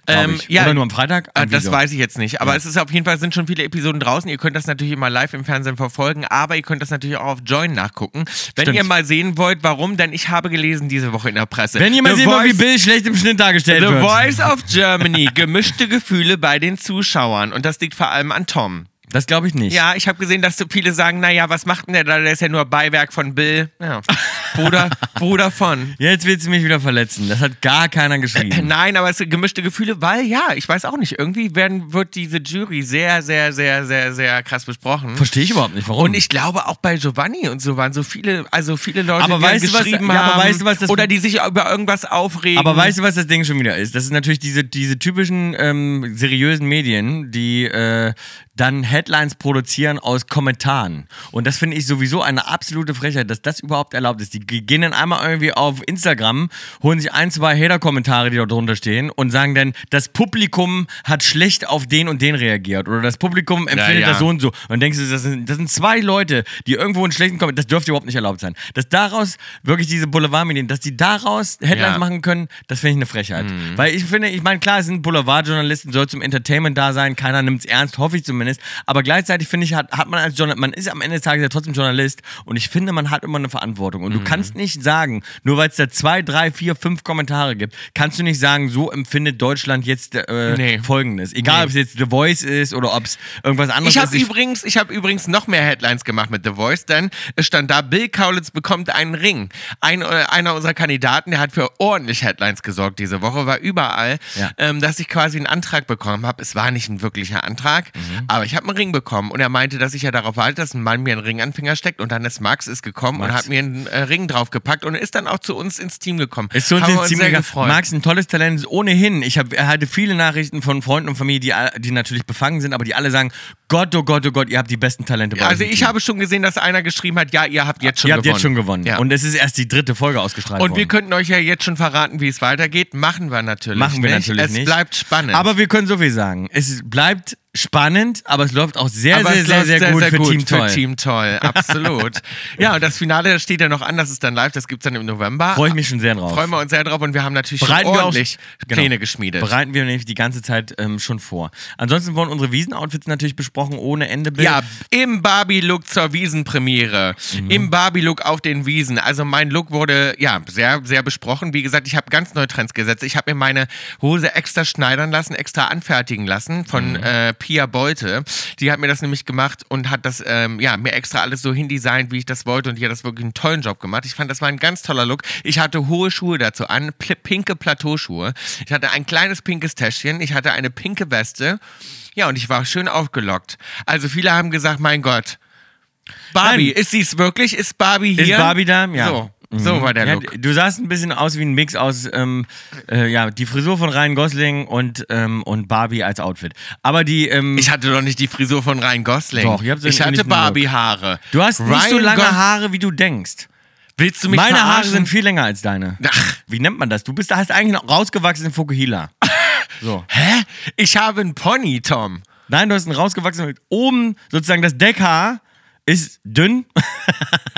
[SPEAKER 1] glaub
[SPEAKER 2] Ähm,
[SPEAKER 1] ich.
[SPEAKER 2] ja.
[SPEAKER 1] Oder nur am Freitag?
[SPEAKER 2] Ah,
[SPEAKER 1] Irgendwie
[SPEAKER 2] das
[SPEAKER 1] so.
[SPEAKER 2] weiß ich jetzt nicht, aber es ist auf jeden Fall sind schon viele Episoden draußen. Ihr könnt das natürlich immer live im Fernsehen verfolgen, aber ihr könnt das natürlich auch auf Join nachgucken, wenn
[SPEAKER 1] Stimmt.
[SPEAKER 2] ihr mal sehen wollt, warum. Denn ich habe gelesen diese Woche in der Presse.
[SPEAKER 1] Wenn jemand
[SPEAKER 2] The
[SPEAKER 1] sehen will, wie
[SPEAKER 2] Voice-
[SPEAKER 1] Bill schlecht im Schnitt dargestellt
[SPEAKER 2] The
[SPEAKER 1] wird.
[SPEAKER 2] Voice of Germany, gemischte Gefühle bei den Zuschauern und das liegt vor allem an Tom.
[SPEAKER 1] Das glaube ich nicht.
[SPEAKER 2] Ja, ich habe gesehen, dass so viele sagen, naja, was macht denn der da? Der ist ja nur Beiwerk von Bill. Ja.
[SPEAKER 1] [LAUGHS]
[SPEAKER 2] Bruder, Bruder von.
[SPEAKER 1] Jetzt willst du mich wieder verletzen. Das hat gar keiner geschrieben.
[SPEAKER 2] Nein, aber es sind gemischte Gefühle, weil ja, ich weiß auch nicht, irgendwie werden, wird diese Jury sehr, sehr, sehr, sehr, sehr krass besprochen.
[SPEAKER 1] Verstehe ich überhaupt nicht, warum.
[SPEAKER 2] Und ich glaube auch bei Giovanni und so waren so viele, also viele Leute,
[SPEAKER 1] Aber
[SPEAKER 2] die
[SPEAKER 1] weißt du, was-
[SPEAKER 2] geschrieben
[SPEAKER 1] ja, aber
[SPEAKER 2] haben
[SPEAKER 1] weißt du, was das-
[SPEAKER 2] oder die sich über irgendwas aufregen.
[SPEAKER 1] aber weißt du, was das Ding schon wieder ist? Das ist natürlich diese, diese typischen ähm, seriösen Medien, die äh, dann Headlines produzieren aus Kommentaren. Und das finde ich sowieso eine absolute Frechheit, dass das überhaupt erlaubt ist. Die ge- gehen dann einmal irgendwie auf Instagram, holen sich ein, zwei Hater-Kommentare, die dort drunter stehen und sagen dann, das Publikum hat schlecht auf den und den reagiert oder das Publikum empfindet
[SPEAKER 2] ja.
[SPEAKER 1] das so und so. Und dann denkst du, das sind, das sind zwei Leute, die irgendwo einen schlechten Kommentar, das dürfte überhaupt nicht erlaubt sein. Dass daraus wirklich diese Boulevardmedien, dass die daraus Headlines
[SPEAKER 2] Ja. Mhm.
[SPEAKER 1] machen können, das finde ich eine Frechheit. Weil ich finde, ich meine, klar, es sind Boulevardjournalisten, soll zum Entertainment da sein, keiner nimmt es ernst, hoffe ich zumindest. Aber gleichzeitig finde ich, hat, hat man als Journalist, man ist am Ende des Tages ja trotzdem Journalist und ich finde, man hat immer eine Verantwortung.
[SPEAKER 2] Mhm.
[SPEAKER 1] Und du kannst nicht sagen, nur weil es da zwei, drei, vier, fünf Kommentare gibt, kannst du nicht sagen, so empfindet Deutschland jetzt äh,
[SPEAKER 2] Nee.
[SPEAKER 1] Folgendes. Egal,
[SPEAKER 2] Nee.
[SPEAKER 1] ob es jetzt The Voice ist oder ob es irgendwas anderes
[SPEAKER 2] Ich
[SPEAKER 1] ist.
[SPEAKER 2] habe übrigens, ich habe übrigens noch mehr Headlines gemacht mit The Voice, denn es stand da, Bill Kaulitz bekommt einen Ring. Ein, äh, einer unserer Kandidaten, der hat für ordentlich Headlines gesorgt diese Woche, war überall,
[SPEAKER 1] Ja.
[SPEAKER 2] ähm, dass ich quasi einen Antrag bekommen habe. Es war nicht ein wirklicher Antrag,
[SPEAKER 1] Mhm.
[SPEAKER 2] aber ich habe einen Ring bekommen und er meinte, dass ich ja darauf warte, dass ein Mann mir einen Ring an den Finger steckt und dann ist Max ist gekommen und
[SPEAKER 1] Max.
[SPEAKER 2] hat mir einen äh, Ring draufgepackt und ist dann auch zu uns ins Team gekommen.
[SPEAKER 1] Ist so ein
[SPEAKER 2] Haben wir uns
[SPEAKER 1] ziemlich
[SPEAKER 2] sehr
[SPEAKER 1] egal.
[SPEAKER 2] gefreut.
[SPEAKER 1] Max ein tolles Talent ohnehin. Ich hab, hatte viele Nachrichten von Freunden und Familie, die, all- die natürlich befangen sind, aber die alle sagen: Gott, oh Gott, oh Gott, ihr habt die besten Talente. bei
[SPEAKER 2] also
[SPEAKER 1] uns im
[SPEAKER 2] ich
[SPEAKER 1] Team.
[SPEAKER 2] habe schon gesehen, dass einer geschrieben hat, ja, ihr habt jetzt schon
[SPEAKER 1] Ihr habt
[SPEAKER 2] gewonnen.
[SPEAKER 1] jetzt schon gewonnen.
[SPEAKER 2] Ja.
[SPEAKER 1] Und es ist erst die dritte Folge ausgestrahlt
[SPEAKER 2] Und wir
[SPEAKER 1] worden.
[SPEAKER 2] könnten euch ja jetzt schon verraten, wie es weitergeht. Machen wir natürlich.
[SPEAKER 1] Machen wir
[SPEAKER 2] nicht.
[SPEAKER 1] natürlich
[SPEAKER 2] es
[SPEAKER 1] nicht.
[SPEAKER 2] Es bleibt spannend.
[SPEAKER 1] aber wir können so viel sagen. Es bleibt spannend, aber es läuft auch sehr,
[SPEAKER 2] Aber
[SPEAKER 1] sehr,
[SPEAKER 2] es
[SPEAKER 1] sehr,
[SPEAKER 2] läuft
[SPEAKER 1] sehr, gut für Team
[SPEAKER 2] für
[SPEAKER 1] Toll. [LAUGHS]
[SPEAKER 2] Team Toll. Absolut. ja, und das Finale das steht ja noch an. Das ist dann live. Das gibt's dann im November.
[SPEAKER 1] Freue ich mich schon sehr drauf.
[SPEAKER 2] Freuen wir uns sehr drauf und wir haben natürlich schon
[SPEAKER 1] Bereiten wir auch-
[SPEAKER 2] ordentlich
[SPEAKER 1] genau.
[SPEAKER 2] Pläne geschmiedet.
[SPEAKER 1] Bereiten wir nämlich die ganze Zeit ähm, schon vor. Ansonsten wurden unsere Wiesenoutfits natürlich besprochen, ohne Ende. Bill.
[SPEAKER 2] ja, im Barbie-Look zur Wiesenpremiere. Im Barbie-Look auf den Wiesen. Also mein Look wurde ja sehr, sehr besprochen. Wie gesagt, ich habe ganz neue Trends gesetzt. Ich habe mir meine Hose extra schneidern lassen, extra anfertigen lassen von äh, Pia Beute. Die hat mir das nämlich gemacht und hat das ähm, ja, mir extra alles so hindesignt, wie ich das wollte. Und die hat das wirklich einen tollen Job gemacht. Ich fand, das war ein ganz toller Look. Ich hatte hohe Schuhe dazu an, pl- pinke Plateauschuhe. Ich hatte ein kleines pinkes Täschchen. Ich hatte eine pinke Weste. Ja, und ich war schön aufgelockt. Also viele haben gesagt, mein Gott, Barbie,
[SPEAKER 1] Nein.
[SPEAKER 2] ist sie es wirklich? Ist Barbie hier?
[SPEAKER 1] Ist Barbie da? Ja.
[SPEAKER 2] So, so war der
[SPEAKER 1] Mhm. Ja,
[SPEAKER 2] Look.
[SPEAKER 1] du sahst ein bisschen aus wie ein Mix aus, ähm, äh, ja, die Frisur von Ryan Gosling und, ähm, und Barbie als Outfit. Aber die, ähm,
[SPEAKER 2] Ich hatte doch nicht die Frisur von Ryan Gosling.
[SPEAKER 1] Doch, ihr habt so
[SPEAKER 2] ich
[SPEAKER 1] einen
[SPEAKER 2] hatte
[SPEAKER 1] ähnlichen Look.
[SPEAKER 2] Barbie-Haare.
[SPEAKER 1] du hast nicht so
[SPEAKER 2] Ryan
[SPEAKER 1] lange
[SPEAKER 2] Gos-
[SPEAKER 1] Haare, wie du denkst.
[SPEAKER 2] Willst du mich
[SPEAKER 1] Meine Haare
[SPEAKER 2] verarschen?
[SPEAKER 1] sind viel länger als deine.
[SPEAKER 2] Ach,
[SPEAKER 1] Wie nennt man das? Du bist, hast eigentlich einen rausgewachsenen Fukuhila. So.
[SPEAKER 2] hä? Ich habe einen Pony, Tom.
[SPEAKER 1] Nein, du hast einen rausgewachsenen. Oben sozusagen das Deckhaar ist dünn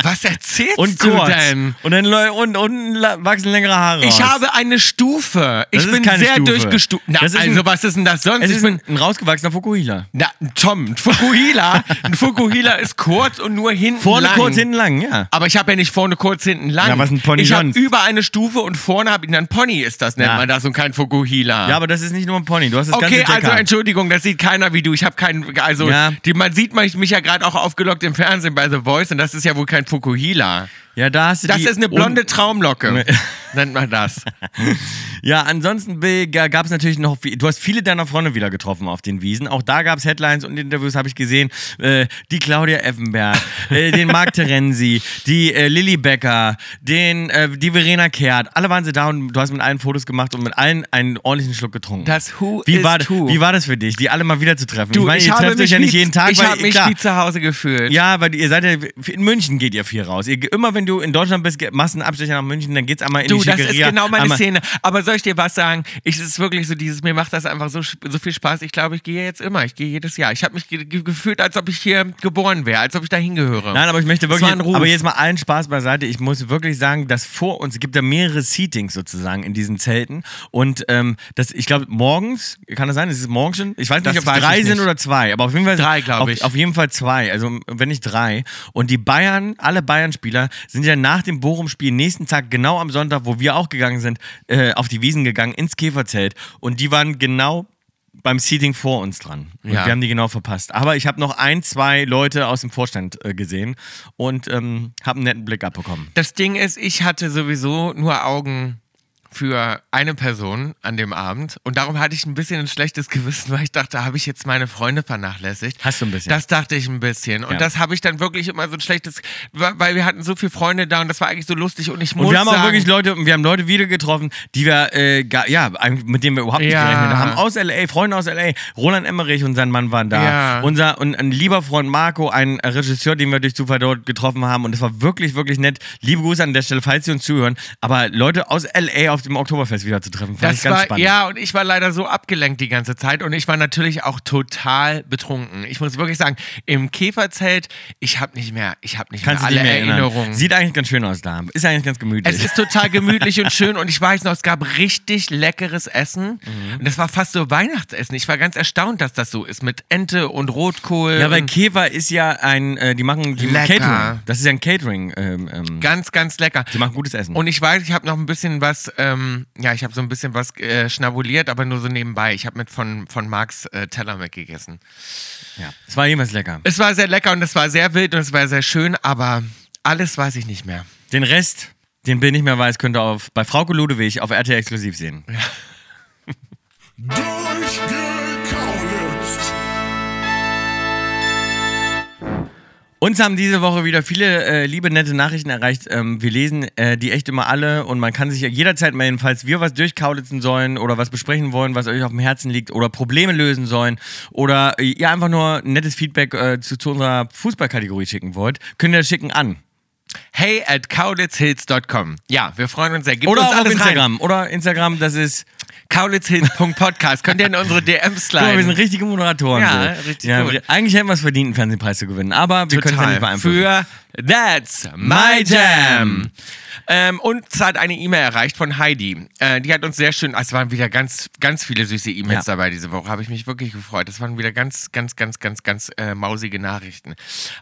[SPEAKER 2] Was erzählst
[SPEAKER 1] und
[SPEAKER 2] du
[SPEAKER 1] kurz.
[SPEAKER 2] denn?
[SPEAKER 1] Und dann leu- und, unten la- wachsen längere Haare.
[SPEAKER 2] Ich
[SPEAKER 1] raus.
[SPEAKER 2] habe eine Stufe. Ich
[SPEAKER 1] Das ist
[SPEAKER 2] bin
[SPEAKER 1] keine
[SPEAKER 2] sehr
[SPEAKER 1] Stufe.
[SPEAKER 2] durchgestuft. Na,
[SPEAKER 1] Das ist
[SPEAKER 2] also
[SPEAKER 1] ein-
[SPEAKER 2] was ist denn das sonst?
[SPEAKER 1] Es
[SPEAKER 2] Ich
[SPEAKER 1] ist
[SPEAKER 2] bin
[SPEAKER 1] ein, ein rausgewachsener Fukuhila.
[SPEAKER 2] na, Tom, ein Fukuhila. ein Fukuhila ist kurz und nur hinten
[SPEAKER 1] Vorne
[SPEAKER 2] lang. Ah.
[SPEAKER 1] kurz, hinten lang, ja.
[SPEAKER 2] Aber ich habe ja nicht vorne kurz, hinten lang.
[SPEAKER 1] Ja, was ein Pony
[SPEAKER 2] ich habe
[SPEAKER 1] sonst?
[SPEAKER 2] über eine Stufe und vorne habe ich dann Pony ist das, nennt
[SPEAKER 1] Ja.
[SPEAKER 2] man das und kein Fukuhila.
[SPEAKER 1] Ja, aber das ist nicht nur ein Pony. Du hast das ganze
[SPEAKER 2] Okay,
[SPEAKER 1] Deckhaar.
[SPEAKER 2] also Entschuldigung, das sieht keiner wie du. Ich habe keinen, also
[SPEAKER 1] Ja.
[SPEAKER 2] die, man sieht mich mich ja gerade auch aufgelockt im Fernsehen bei The Voice und das ist ja wohl kein Fukuhila.
[SPEAKER 1] ja, da hast du
[SPEAKER 2] Das
[SPEAKER 1] die
[SPEAKER 2] ist eine blonde
[SPEAKER 1] [LAUGHS]
[SPEAKER 2] Traumlocke, nennt man das.
[SPEAKER 1] Ja, ansonsten gab es natürlich noch, viel- du hast viele deiner Freunde wieder getroffen auf den Wiesen. Auch da gab es Headlines und Interviews, habe ich gesehen. Äh, die Claudia Effenberg, äh, den
[SPEAKER 2] [LAUGHS]
[SPEAKER 1] Marc Terenzi, die äh, Lilly Becker, den, äh, die Verena Kehrt. Alle waren sie da und du hast mit allen Fotos gemacht und mit allen einen ordentlichen Schluck getrunken.
[SPEAKER 2] Das Who
[SPEAKER 1] wie,
[SPEAKER 2] is
[SPEAKER 1] war,
[SPEAKER 2] who.
[SPEAKER 1] wie war das für dich, die alle mal wieder zu treffen?
[SPEAKER 2] Du,
[SPEAKER 1] ich meine, ihr trefft euch ja
[SPEAKER 2] wie-
[SPEAKER 1] nicht jeden Tag,
[SPEAKER 2] ich
[SPEAKER 1] weil
[SPEAKER 2] habe mich
[SPEAKER 1] klar,
[SPEAKER 2] wie zu Hause gefühlt.
[SPEAKER 1] ja, weil ihr seid ja, in München geht ihr viel raus. Ihr, ge- immer wenn du in Deutschland bist, ge- machst einen Abstecher nach München, dann geht's einmal in
[SPEAKER 2] Du,
[SPEAKER 1] die
[SPEAKER 2] das
[SPEAKER 1] Schickeria.
[SPEAKER 2] ist genau meine
[SPEAKER 1] einmal,
[SPEAKER 2] Szene. Aber soll ich dir was sagen? Ich, es ist wirklich so dieses, mir macht das einfach so, sch- so viel Spaß. Ich glaube, ich gehe jetzt immer. Ich gehe jedes Jahr. Ich habe mich ge ge gefühlt, als ob ich hier geboren wäre, als ob ich da hingehöre.
[SPEAKER 1] Nein, aber ich möchte wirklich,
[SPEAKER 2] war ein Ruf.
[SPEAKER 1] aber jetzt mal allen Spaß beiseite. Ich muss wirklich sagen, dass vor uns es gibt ja mehrere Seatings sozusagen in diesen Zelten und ähm, das, ich glaube morgens, kann das sein? Ist es morgens schon? Ich weiß
[SPEAKER 2] Das
[SPEAKER 1] nicht, ob es
[SPEAKER 2] weiß ich
[SPEAKER 1] drei sind
[SPEAKER 2] nicht.
[SPEAKER 1] oder zwei, aber auf jeden Fall
[SPEAKER 2] Drei, glaub
[SPEAKER 1] auf-
[SPEAKER 2] ich.
[SPEAKER 1] Auf jeden Fall zwei, also wenn nicht drei. Und die Bayern, alle Bayern-Spieler sind ja nach dem Bochum-Spiel nächsten Tag genau am Sonntag, wo wir auch gegangen sind, äh, auf die Wiesen gegangen ins Käferzelt und die waren genau beim Seating vor uns dran. Und
[SPEAKER 2] Ja.
[SPEAKER 1] wir haben die genau verpasst. Aber ich habe noch ein, zwei Leute aus dem Vorstand äh, gesehen und ähm, habe einen netten Blick abbekommen.
[SPEAKER 2] Das Ding ist, ich hatte sowieso nur Augen für eine Person an dem Abend und darum hatte ich ein bisschen ein schlechtes Gewissen, [LAUGHS] weil ich dachte, habe ich jetzt meine Freunde vernachlässigt?
[SPEAKER 1] Hast du ein bisschen.
[SPEAKER 2] Das dachte ich ein bisschen und
[SPEAKER 1] Ja.
[SPEAKER 2] das habe ich dann wirklich immer so ein schlechtes, weil weil wir hatten so viele Freunde da und das war eigentlich so lustig und ich muss
[SPEAKER 1] Und wir haben
[SPEAKER 2] sagen,
[SPEAKER 1] auch wirklich Leute, wir haben Leute wieder getroffen, die wir, äh, ga, ja, eigentlich- mit denen wir überhaupt nicht
[SPEAKER 2] Ja.
[SPEAKER 1] gerechnet haben. Aus L.A., Freunde aus L.A., Roland Emmerich und sein Mann waren da.
[SPEAKER 2] Ja.
[SPEAKER 1] Unser, und ein lieber Freund Marco, ein Regisseur, den wir durch Zufall dort getroffen haben. Und es war wirklich, wirklich nett. Liebe Grüße an der Stelle, falls Sie uns zuhören. Aber Leute aus L.A. auf dem Oktoberfest wieder zu treffen, fand ich
[SPEAKER 2] das
[SPEAKER 1] ganz
[SPEAKER 2] war,
[SPEAKER 1] spannend.
[SPEAKER 2] ja, und ich war leider so abgelenkt die ganze Zeit und ich war natürlich auch total betrunken. Ich muss wirklich sagen, im Käferzelt, ich habe nicht mehr, ich habe nicht
[SPEAKER 1] Kannst
[SPEAKER 2] mehr
[SPEAKER 1] du dich
[SPEAKER 2] alle
[SPEAKER 1] mehr erinnern?
[SPEAKER 2] Erinnerungen.
[SPEAKER 1] Sieht eigentlich ganz schön aus da. Ist eigentlich ganz gemütlich.
[SPEAKER 2] Es ist total gemütlich und schön und ich weiß noch, es gab richtig leckeres Essen.
[SPEAKER 1] Mhm.
[SPEAKER 2] Und das war fast so Weihnachtsessen. Ich war ganz erstaunt, dass das so ist mit Ente und Rotkohl.
[SPEAKER 1] ja, weil
[SPEAKER 2] und
[SPEAKER 1] Käfer ist ja ein, äh, die machen die
[SPEAKER 2] ähm, Lecker.
[SPEAKER 1] Catering. Das ist ja ein Catering. Ähm, ähm,
[SPEAKER 2] ganz, ganz lecker.
[SPEAKER 1] die machen gutes Essen.
[SPEAKER 2] Und ich weiß, ich habe noch ein bisschen was, ähm, ja, ich habe so ein bisschen was äh, schnabuliert, aber nur so nebenbei. Ich habe mit von, von Marx äh, Teller mitgegessen.
[SPEAKER 1] ja. Es war jemals lecker.
[SPEAKER 2] Es war sehr lecker und es war sehr wild und es war sehr schön, aber alles weiß ich nicht mehr.
[SPEAKER 1] Den Rest, den Bill nicht mehr weiß, könnt ihr auf, bei Frauke Ludewig auf RTL exklusiv sehen.
[SPEAKER 3] Durchgekaulitzt.
[SPEAKER 1] Uns haben diese Woche wieder viele äh, liebe, nette Nachrichten erreicht. Ähm, wir lesen äh, die echt immer alle und man kann sich ja jederzeit melden, falls wir was durchkaulitzen sollen oder was besprechen wollen, was euch auf dem Herzen liegt oder Probleme lösen sollen oder äh, ihr einfach nur nettes Feedback äh, zu, zu unserer Fußballkategorie schicken wollt, könnt ihr das schicken an.
[SPEAKER 2] Hey at kaulitzhills.com. Ja, wir freuen uns sehr. Gebt
[SPEAKER 1] Oder
[SPEAKER 2] uns
[SPEAKER 1] auch auf
[SPEAKER 2] alles rein.
[SPEAKER 1] Instagram. Oder Instagram, das ist.
[SPEAKER 2] Kaulitzhills.podcast. Könnt ihr
[SPEAKER 1] [LAUGHS]
[SPEAKER 2] in unsere DMs
[SPEAKER 1] Guck mal, wir
[SPEAKER 2] sliden.
[SPEAKER 1] sind richtige Moderatoren.
[SPEAKER 2] Ja,
[SPEAKER 1] so.
[SPEAKER 2] richtig
[SPEAKER 1] Ja,
[SPEAKER 2] gut.
[SPEAKER 1] wir- Eigentlich hätten wir es verdient, einen Fernsehpreis zu gewinnen, aber wir können es ja nicht beeinflussen.
[SPEAKER 2] Für That's My Jam. Ähm, uns hat eine E-Mail erreicht von Heidi. Äh, die hat uns sehr schön, es waren wieder ganz, ganz viele süße E-Mails
[SPEAKER 1] Ja.
[SPEAKER 2] dabei diese Woche. Habe ich mich wirklich gefreut. Es waren wieder ganz, ganz, ganz, ganz, ganz äh, mausige Nachrichten.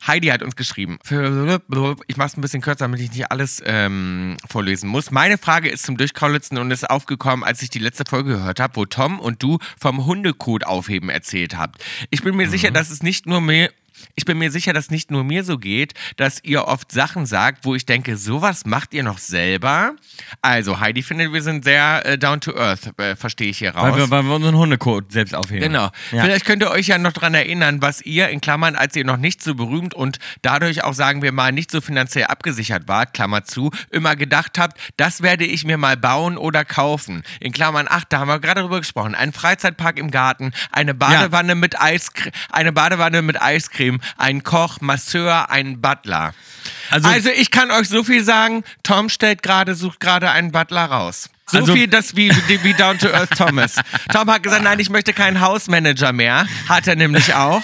[SPEAKER 2] Heidi hat uns geschrieben. Ich mache es ein bisschen kürzer, damit ich nicht alles ähm, vorlesen muss. Meine Frage ist zum Durchkaulitzen und ist aufgekommen, als ich die letzte Folge Folge gehört habe, wo Tom und du vom Hundekot aufheben erzählt habt. Ich bin mir
[SPEAKER 1] Mhm.
[SPEAKER 2] sicher, dass es nicht nur mir. Ich bin mir sicher, dass nicht nur mir so geht, dass ihr oft Sachen sagt, wo ich denke, sowas macht ihr noch selber. Also, Heidi findet, wir sind sehr äh, down to earth, äh, verstehe ich hier raus.
[SPEAKER 1] Weil wir, weil wir unseren Hundekot selbst aufheben.
[SPEAKER 2] Genau.
[SPEAKER 1] Ja.
[SPEAKER 2] Vielleicht könnt ihr euch ja noch dran erinnern, was ihr in Klammern, als ihr noch nicht so berühmt und dadurch auch, sagen wir mal, nicht so finanziell abgesichert wart, Klammer zu, immer gedacht habt, das werde ich mir mal bauen oder kaufen. In Klammern, ach, da haben wir gerade drüber gesprochen. Ein Freizeitpark im Garten, eine Badewanne mit Eiscreme, eine Badewanne mit Eiscreme, ein Koch, Masseur, ein Butler.
[SPEAKER 1] Also-
[SPEAKER 2] Also, ich kann euch so viel sagen, Tom stellt gerade, sucht gerade einen Butler raus. So
[SPEAKER 1] Also-
[SPEAKER 2] viel, das wie, wie Down to Earth Thomas. Tom hat gesagt, nein, ich möchte keinen Hausmanager mehr. Hat er nämlich auch.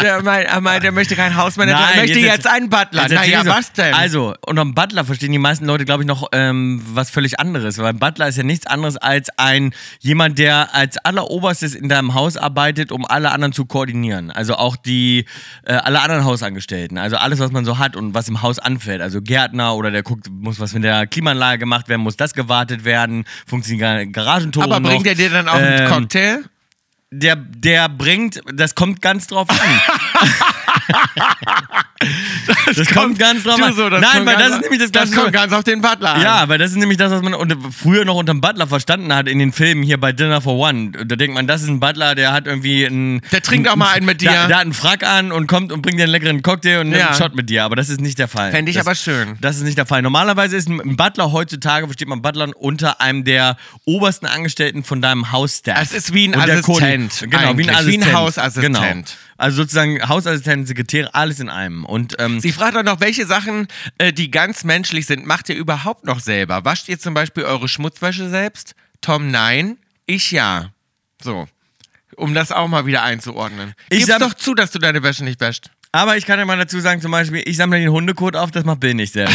[SPEAKER 2] Der meint, er meint, er möchte keinen Hausmanager, er möchte jetzt,
[SPEAKER 1] erz-
[SPEAKER 2] einen Butler.
[SPEAKER 1] jetzt erzähl
[SPEAKER 2] naja,
[SPEAKER 1] ich so.
[SPEAKER 2] was denn?
[SPEAKER 1] Also, unterm Butler verstehen die meisten Leute, glaube ich, noch ähm, was völlig anderes. Weil ein Butler ist ja nichts anderes als ein jemand, der als alleroberstes in deinem Haus arbeitet, um alle anderen zu koordinieren. Also auch die, äh, alle anderen Hausangestellten. Also alles, was man so hat und was im Haus anfällt. Also Gärtner oder der guckt, muss was mit der Klimaanlage gemacht werden, muss das gewartet werden, funktionieren Gar- Garagentore
[SPEAKER 2] Aber
[SPEAKER 1] noch.
[SPEAKER 2] bringt er dir dann auch einen
[SPEAKER 1] oh, Ähm,
[SPEAKER 2] Cocktail?
[SPEAKER 1] der, der bringt, das kommt ganz drauf
[SPEAKER 2] [LAUGHS]
[SPEAKER 1] an. das, kommt ganz drauf
[SPEAKER 2] Du
[SPEAKER 1] an.
[SPEAKER 2] so,
[SPEAKER 1] Nein,
[SPEAKER 2] kommt
[SPEAKER 1] weil
[SPEAKER 2] ganz
[SPEAKER 1] das
[SPEAKER 2] auf-
[SPEAKER 1] ist nämlich das,
[SPEAKER 2] Das
[SPEAKER 1] Klassische.
[SPEAKER 2] kommt ganz auf den Butler an.
[SPEAKER 1] Ja, weil das ist nämlich das, was man unter, früher noch unter dem Butler verstanden hat in den Filmen hier bei Dinner for One. Da denkt man, das ist ein Butler, der hat irgendwie einen.
[SPEAKER 2] Der trinkt auch mal einen mit
[SPEAKER 1] Der,
[SPEAKER 2] dir.
[SPEAKER 1] der hat einen Frack an und kommt und bringt dir einen leckeren Cocktail und nimmt
[SPEAKER 2] Ja.
[SPEAKER 1] einen Shot mit dir. Aber das ist nicht der Fall.
[SPEAKER 2] Fänd ich
[SPEAKER 1] das,
[SPEAKER 2] aber schön.
[SPEAKER 1] Das ist nicht der Fall. Normalerweise ist ein Butler heutzutage, versteht man Butlern, unter einem der obersten Angestellten von deinem Hausstaff.
[SPEAKER 2] Es ist wie ein
[SPEAKER 1] Und der
[SPEAKER 2] Assistent
[SPEAKER 1] Kollege- Genau, wie ein
[SPEAKER 2] eigentlich, wie ein
[SPEAKER 1] Assistent.
[SPEAKER 2] Hausassistent.
[SPEAKER 1] Genau. Also sozusagen Hausassistent, Sekretär, alles in einem. Und ähm,
[SPEAKER 2] Sie fragt auch noch, welche Sachen, äh, die ganz menschlich sind, macht ihr überhaupt noch selber? Wascht ihr zum Beispiel eure Schmutzwäsche selbst? Tom, nein. Ich ja. So. Um das auch mal wieder einzuordnen.
[SPEAKER 1] Ich
[SPEAKER 2] Gib's
[SPEAKER 1] sag-
[SPEAKER 2] doch zu, dass du deine Wäsche nicht wäschst.
[SPEAKER 1] Aber ich kann ja mal dazu sagen, zum Beispiel, ich sammle den Hundekot auf, das macht Bill nicht
[SPEAKER 2] [LAUGHS]
[SPEAKER 1] selber.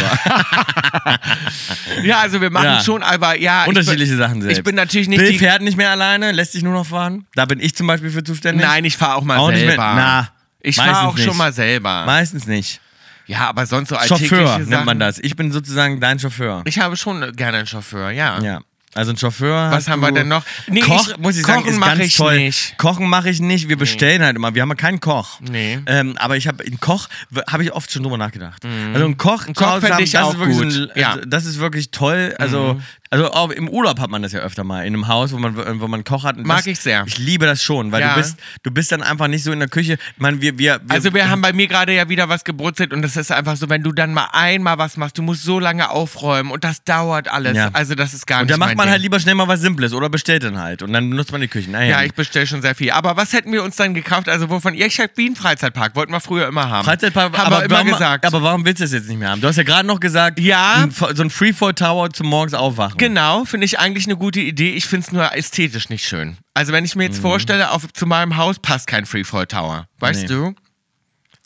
[SPEAKER 2] Ja, also wir machen
[SPEAKER 1] Ja.
[SPEAKER 2] schon, aber ja. ich
[SPEAKER 1] Unterschiedliche
[SPEAKER 2] bin,
[SPEAKER 1] Sachen selbst.
[SPEAKER 2] Ich bin natürlich nicht
[SPEAKER 1] Bill
[SPEAKER 2] die.
[SPEAKER 1] fährt nicht mehr alleine, lässt sich nur noch fahren. Da bin ich zum Beispiel für zuständig.
[SPEAKER 2] Nein, ich fahre auch mal
[SPEAKER 1] Auch nicht
[SPEAKER 2] selber.
[SPEAKER 1] mehr- na,
[SPEAKER 2] ich
[SPEAKER 1] meistens
[SPEAKER 2] fahre auch
[SPEAKER 1] nicht.
[SPEAKER 2] schon mal selber.
[SPEAKER 1] Meistens nicht.
[SPEAKER 2] ja, aber sonst so alltägliche
[SPEAKER 1] Chauffeur
[SPEAKER 2] Sachen.
[SPEAKER 1] nennt man das. Ich bin sozusagen dein Chauffeur.
[SPEAKER 2] Ich habe schon gerne einen Chauffeur, ja.
[SPEAKER 1] Ja. Also ein Chauffeur.
[SPEAKER 2] Was
[SPEAKER 1] hast
[SPEAKER 2] haben wir
[SPEAKER 1] du-
[SPEAKER 2] denn noch? Nee,
[SPEAKER 1] Koch,
[SPEAKER 2] ich-
[SPEAKER 1] muss ich
[SPEAKER 2] Kochen
[SPEAKER 1] sagen, ist
[SPEAKER 2] mach
[SPEAKER 1] ganz
[SPEAKER 2] ich
[SPEAKER 1] toll.
[SPEAKER 2] nicht.
[SPEAKER 1] Kochen mache ich nicht. Wir bestellen halt immer. Wir haben ja keinen Koch.
[SPEAKER 2] Nee.
[SPEAKER 1] Ähm, aber ich habe einen Koch, w- habe ich oft schon drüber nachgedacht. Also ein Koch, ein
[SPEAKER 2] Mhm. Koch fänd ich
[SPEAKER 1] das
[SPEAKER 2] auch
[SPEAKER 1] ist wirklich
[SPEAKER 2] gut.
[SPEAKER 1] so ein, also
[SPEAKER 2] Ja. Mhm.
[SPEAKER 1] das ist wirklich toll. Also, also auch im Urlaub hat man das ja öfter mal in einem Haus, wo man, wo man einen Koch hat. Und
[SPEAKER 2] Mag
[SPEAKER 1] das,
[SPEAKER 2] ich sehr.
[SPEAKER 1] Ich liebe das schon, weil
[SPEAKER 2] Ja.
[SPEAKER 1] du bist, du bist dann einfach nicht so in der Küche. Ich meine, wir, wir, wir,
[SPEAKER 2] Also wir haben bei mir gerade ja wieder was gebrutzelt und das ist einfach so, wenn du dann mal einmal was machst, du musst so lange aufräumen und das dauert alles.
[SPEAKER 1] Ja.
[SPEAKER 2] Also das ist gar
[SPEAKER 1] und
[SPEAKER 2] nicht
[SPEAKER 1] da macht
[SPEAKER 2] mein
[SPEAKER 1] man
[SPEAKER 2] Ding.
[SPEAKER 1] halt lieber schnell mal was Simples oder bestellt dann halt und dann benutzt man die Küche. Naja.
[SPEAKER 2] ja, ich bestelle schon sehr viel. Aber was hätten wir uns dann gekauft? Also wovon? Ja, ich habe wie einen Freizeitpark. Wollten wir früher immer haben.
[SPEAKER 1] Freizeitpark,
[SPEAKER 2] Haben
[SPEAKER 1] aber,
[SPEAKER 2] wir immer
[SPEAKER 1] warum,
[SPEAKER 2] gesagt.
[SPEAKER 1] aber warum willst du das jetzt nicht mehr haben? Du hast ja gerade noch gesagt,
[SPEAKER 2] Ja.
[SPEAKER 1] ein- so ein Freefall Tower zum morgens aufwachen.
[SPEAKER 2] Genau, finde ich eigentlich eine gute Idee. Ich finde es nur ästhetisch nicht schön. Also wenn ich mir
[SPEAKER 1] Mhm.
[SPEAKER 2] jetzt vorstelle, auf, zu meinem Haus passt kein Freefall Tower. Weißt
[SPEAKER 1] Nee.
[SPEAKER 2] du?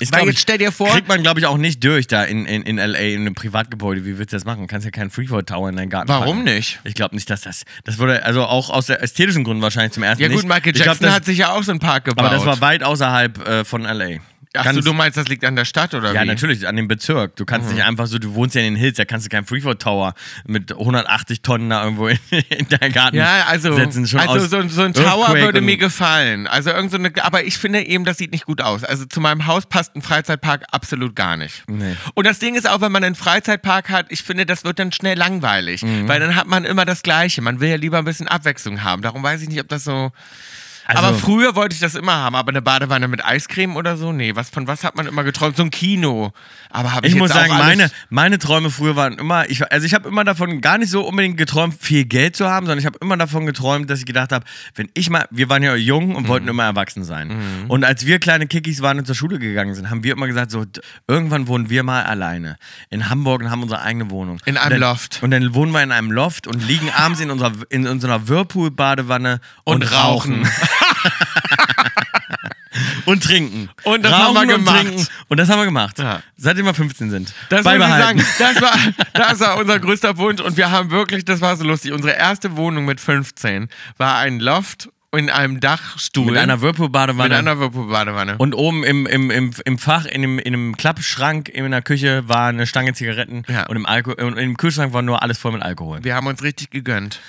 [SPEAKER 1] Ist,
[SPEAKER 2] Weil
[SPEAKER 1] glaub
[SPEAKER 2] jetzt
[SPEAKER 1] ich-
[SPEAKER 2] stell dir vor-
[SPEAKER 1] Kriegt man, glaube ich, auch nicht durch da in, in, in L.A. in einem Privatgebäude. Wie willst du das machen? Du kannst ja keinen Freefall Tower in deinen Garten
[SPEAKER 2] Warum
[SPEAKER 1] packen.
[SPEAKER 2] nicht?
[SPEAKER 1] Ich glaube nicht, dass das. Das wurde, also auch aus der ästhetischen Gründen wahrscheinlich zum ersten
[SPEAKER 2] Ja gut,
[SPEAKER 1] nicht.
[SPEAKER 2] Michael
[SPEAKER 1] Ich
[SPEAKER 2] Jackson
[SPEAKER 1] glaub, das,
[SPEAKER 2] hat sich ja auch so einen Park gebaut.
[SPEAKER 1] Aber das war weit außerhalb äh, von L.A.
[SPEAKER 2] Ach so,
[SPEAKER 1] Ganz-
[SPEAKER 2] du meinst, das liegt an der Stadt oder
[SPEAKER 1] ja,
[SPEAKER 2] wie?
[SPEAKER 1] natürlich, an dem Bezirk. Du
[SPEAKER 2] Mhm.
[SPEAKER 1] kannst nicht einfach so, du wohnst ja in den Hills, da kannst du keinen Freefall Tower mit 180 Tonnen da irgendwo [LAUGHS] in, in deinen Garten
[SPEAKER 2] Ja, also,
[SPEAKER 1] setzen. Schon
[SPEAKER 2] also
[SPEAKER 1] aus
[SPEAKER 2] so, ein- so ein
[SPEAKER 1] Earthquake
[SPEAKER 2] Tower würde
[SPEAKER 1] und-
[SPEAKER 2] mir gefallen. Also irgend so eine, aber ich finde eben, das sieht nicht gut aus. Also zu meinem Haus passt ein Freizeitpark absolut gar nicht.
[SPEAKER 1] Nee.
[SPEAKER 2] Und das Ding ist auch, wenn man einen Freizeitpark hat, ich finde, das wird dann schnell langweilig,
[SPEAKER 1] Mhm.
[SPEAKER 2] weil dann hat man immer das Gleiche. Man will ja lieber ein bisschen Abwechslung haben. Darum weiß ich nicht, ob das so.
[SPEAKER 1] Also-
[SPEAKER 2] aber früher wollte ich das immer haben, aber eine Badewanne mit Eiscreme oder so? Nee, was, von was hat man immer geträumt? So ein Kino. Aber habe ich,
[SPEAKER 1] Ich
[SPEAKER 2] jetzt
[SPEAKER 1] muss
[SPEAKER 2] auch
[SPEAKER 1] sagen,
[SPEAKER 2] alles-
[SPEAKER 1] meine, meine Träume früher waren immer, ich, also ich habe immer davon gar nicht so unbedingt geträumt, viel Geld zu haben, sondern ich habe immer davon geträumt, dass ich gedacht habe, wenn ich mal, wir waren ja jung und
[SPEAKER 2] Mhm.
[SPEAKER 1] wollten immer erwachsen sein. Und als wir kleine Kickies waren und zur Schule gegangen sind, haben wir immer gesagt, so, d- irgendwann wohnen wir mal alleine in Hamburg und haben unsere eigene Wohnung.
[SPEAKER 2] In einem
[SPEAKER 1] und dann,
[SPEAKER 2] Loft.
[SPEAKER 1] Und dann wohnen wir in einem Loft und liegen abends in unserer, in unserer Whirlpool-Badewanne und,
[SPEAKER 2] Und rauchen. [LAUGHS]
[SPEAKER 1] und trinken.
[SPEAKER 2] Und das haben wir
[SPEAKER 1] und
[SPEAKER 2] gemacht.
[SPEAKER 1] trinken. Und das haben wir gemacht.
[SPEAKER 2] Ja.
[SPEAKER 1] Seitdem wir 15 sind.
[SPEAKER 2] Das muss ich
[SPEAKER 1] Beibehalten.
[SPEAKER 2] sagen, das war, das war unser größter Wunsch und wir haben wirklich, das war so lustig. Unsere erste Wohnung mit 15 war ein Loft in einem Dachstuhl
[SPEAKER 1] Mit einer
[SPEAKER 2] mit
[SPEAKER 1] Whirlpool-Badewanne.
[SPEAKER 2] einer Whirlpool-Badewanne.
[SPEAKER 1] Und oben im, im, im, im Fach, in dem, in dem Klappschrank in der Küche war eine Stange Zigaretten
[SPEAKER 2] Ja.
[SPEAKER 1] und, im Alko und im Kühlschrank war nur alles voll mit Alkohol.
[SPEAKER 2] Wir haben uns richtig gegönnt.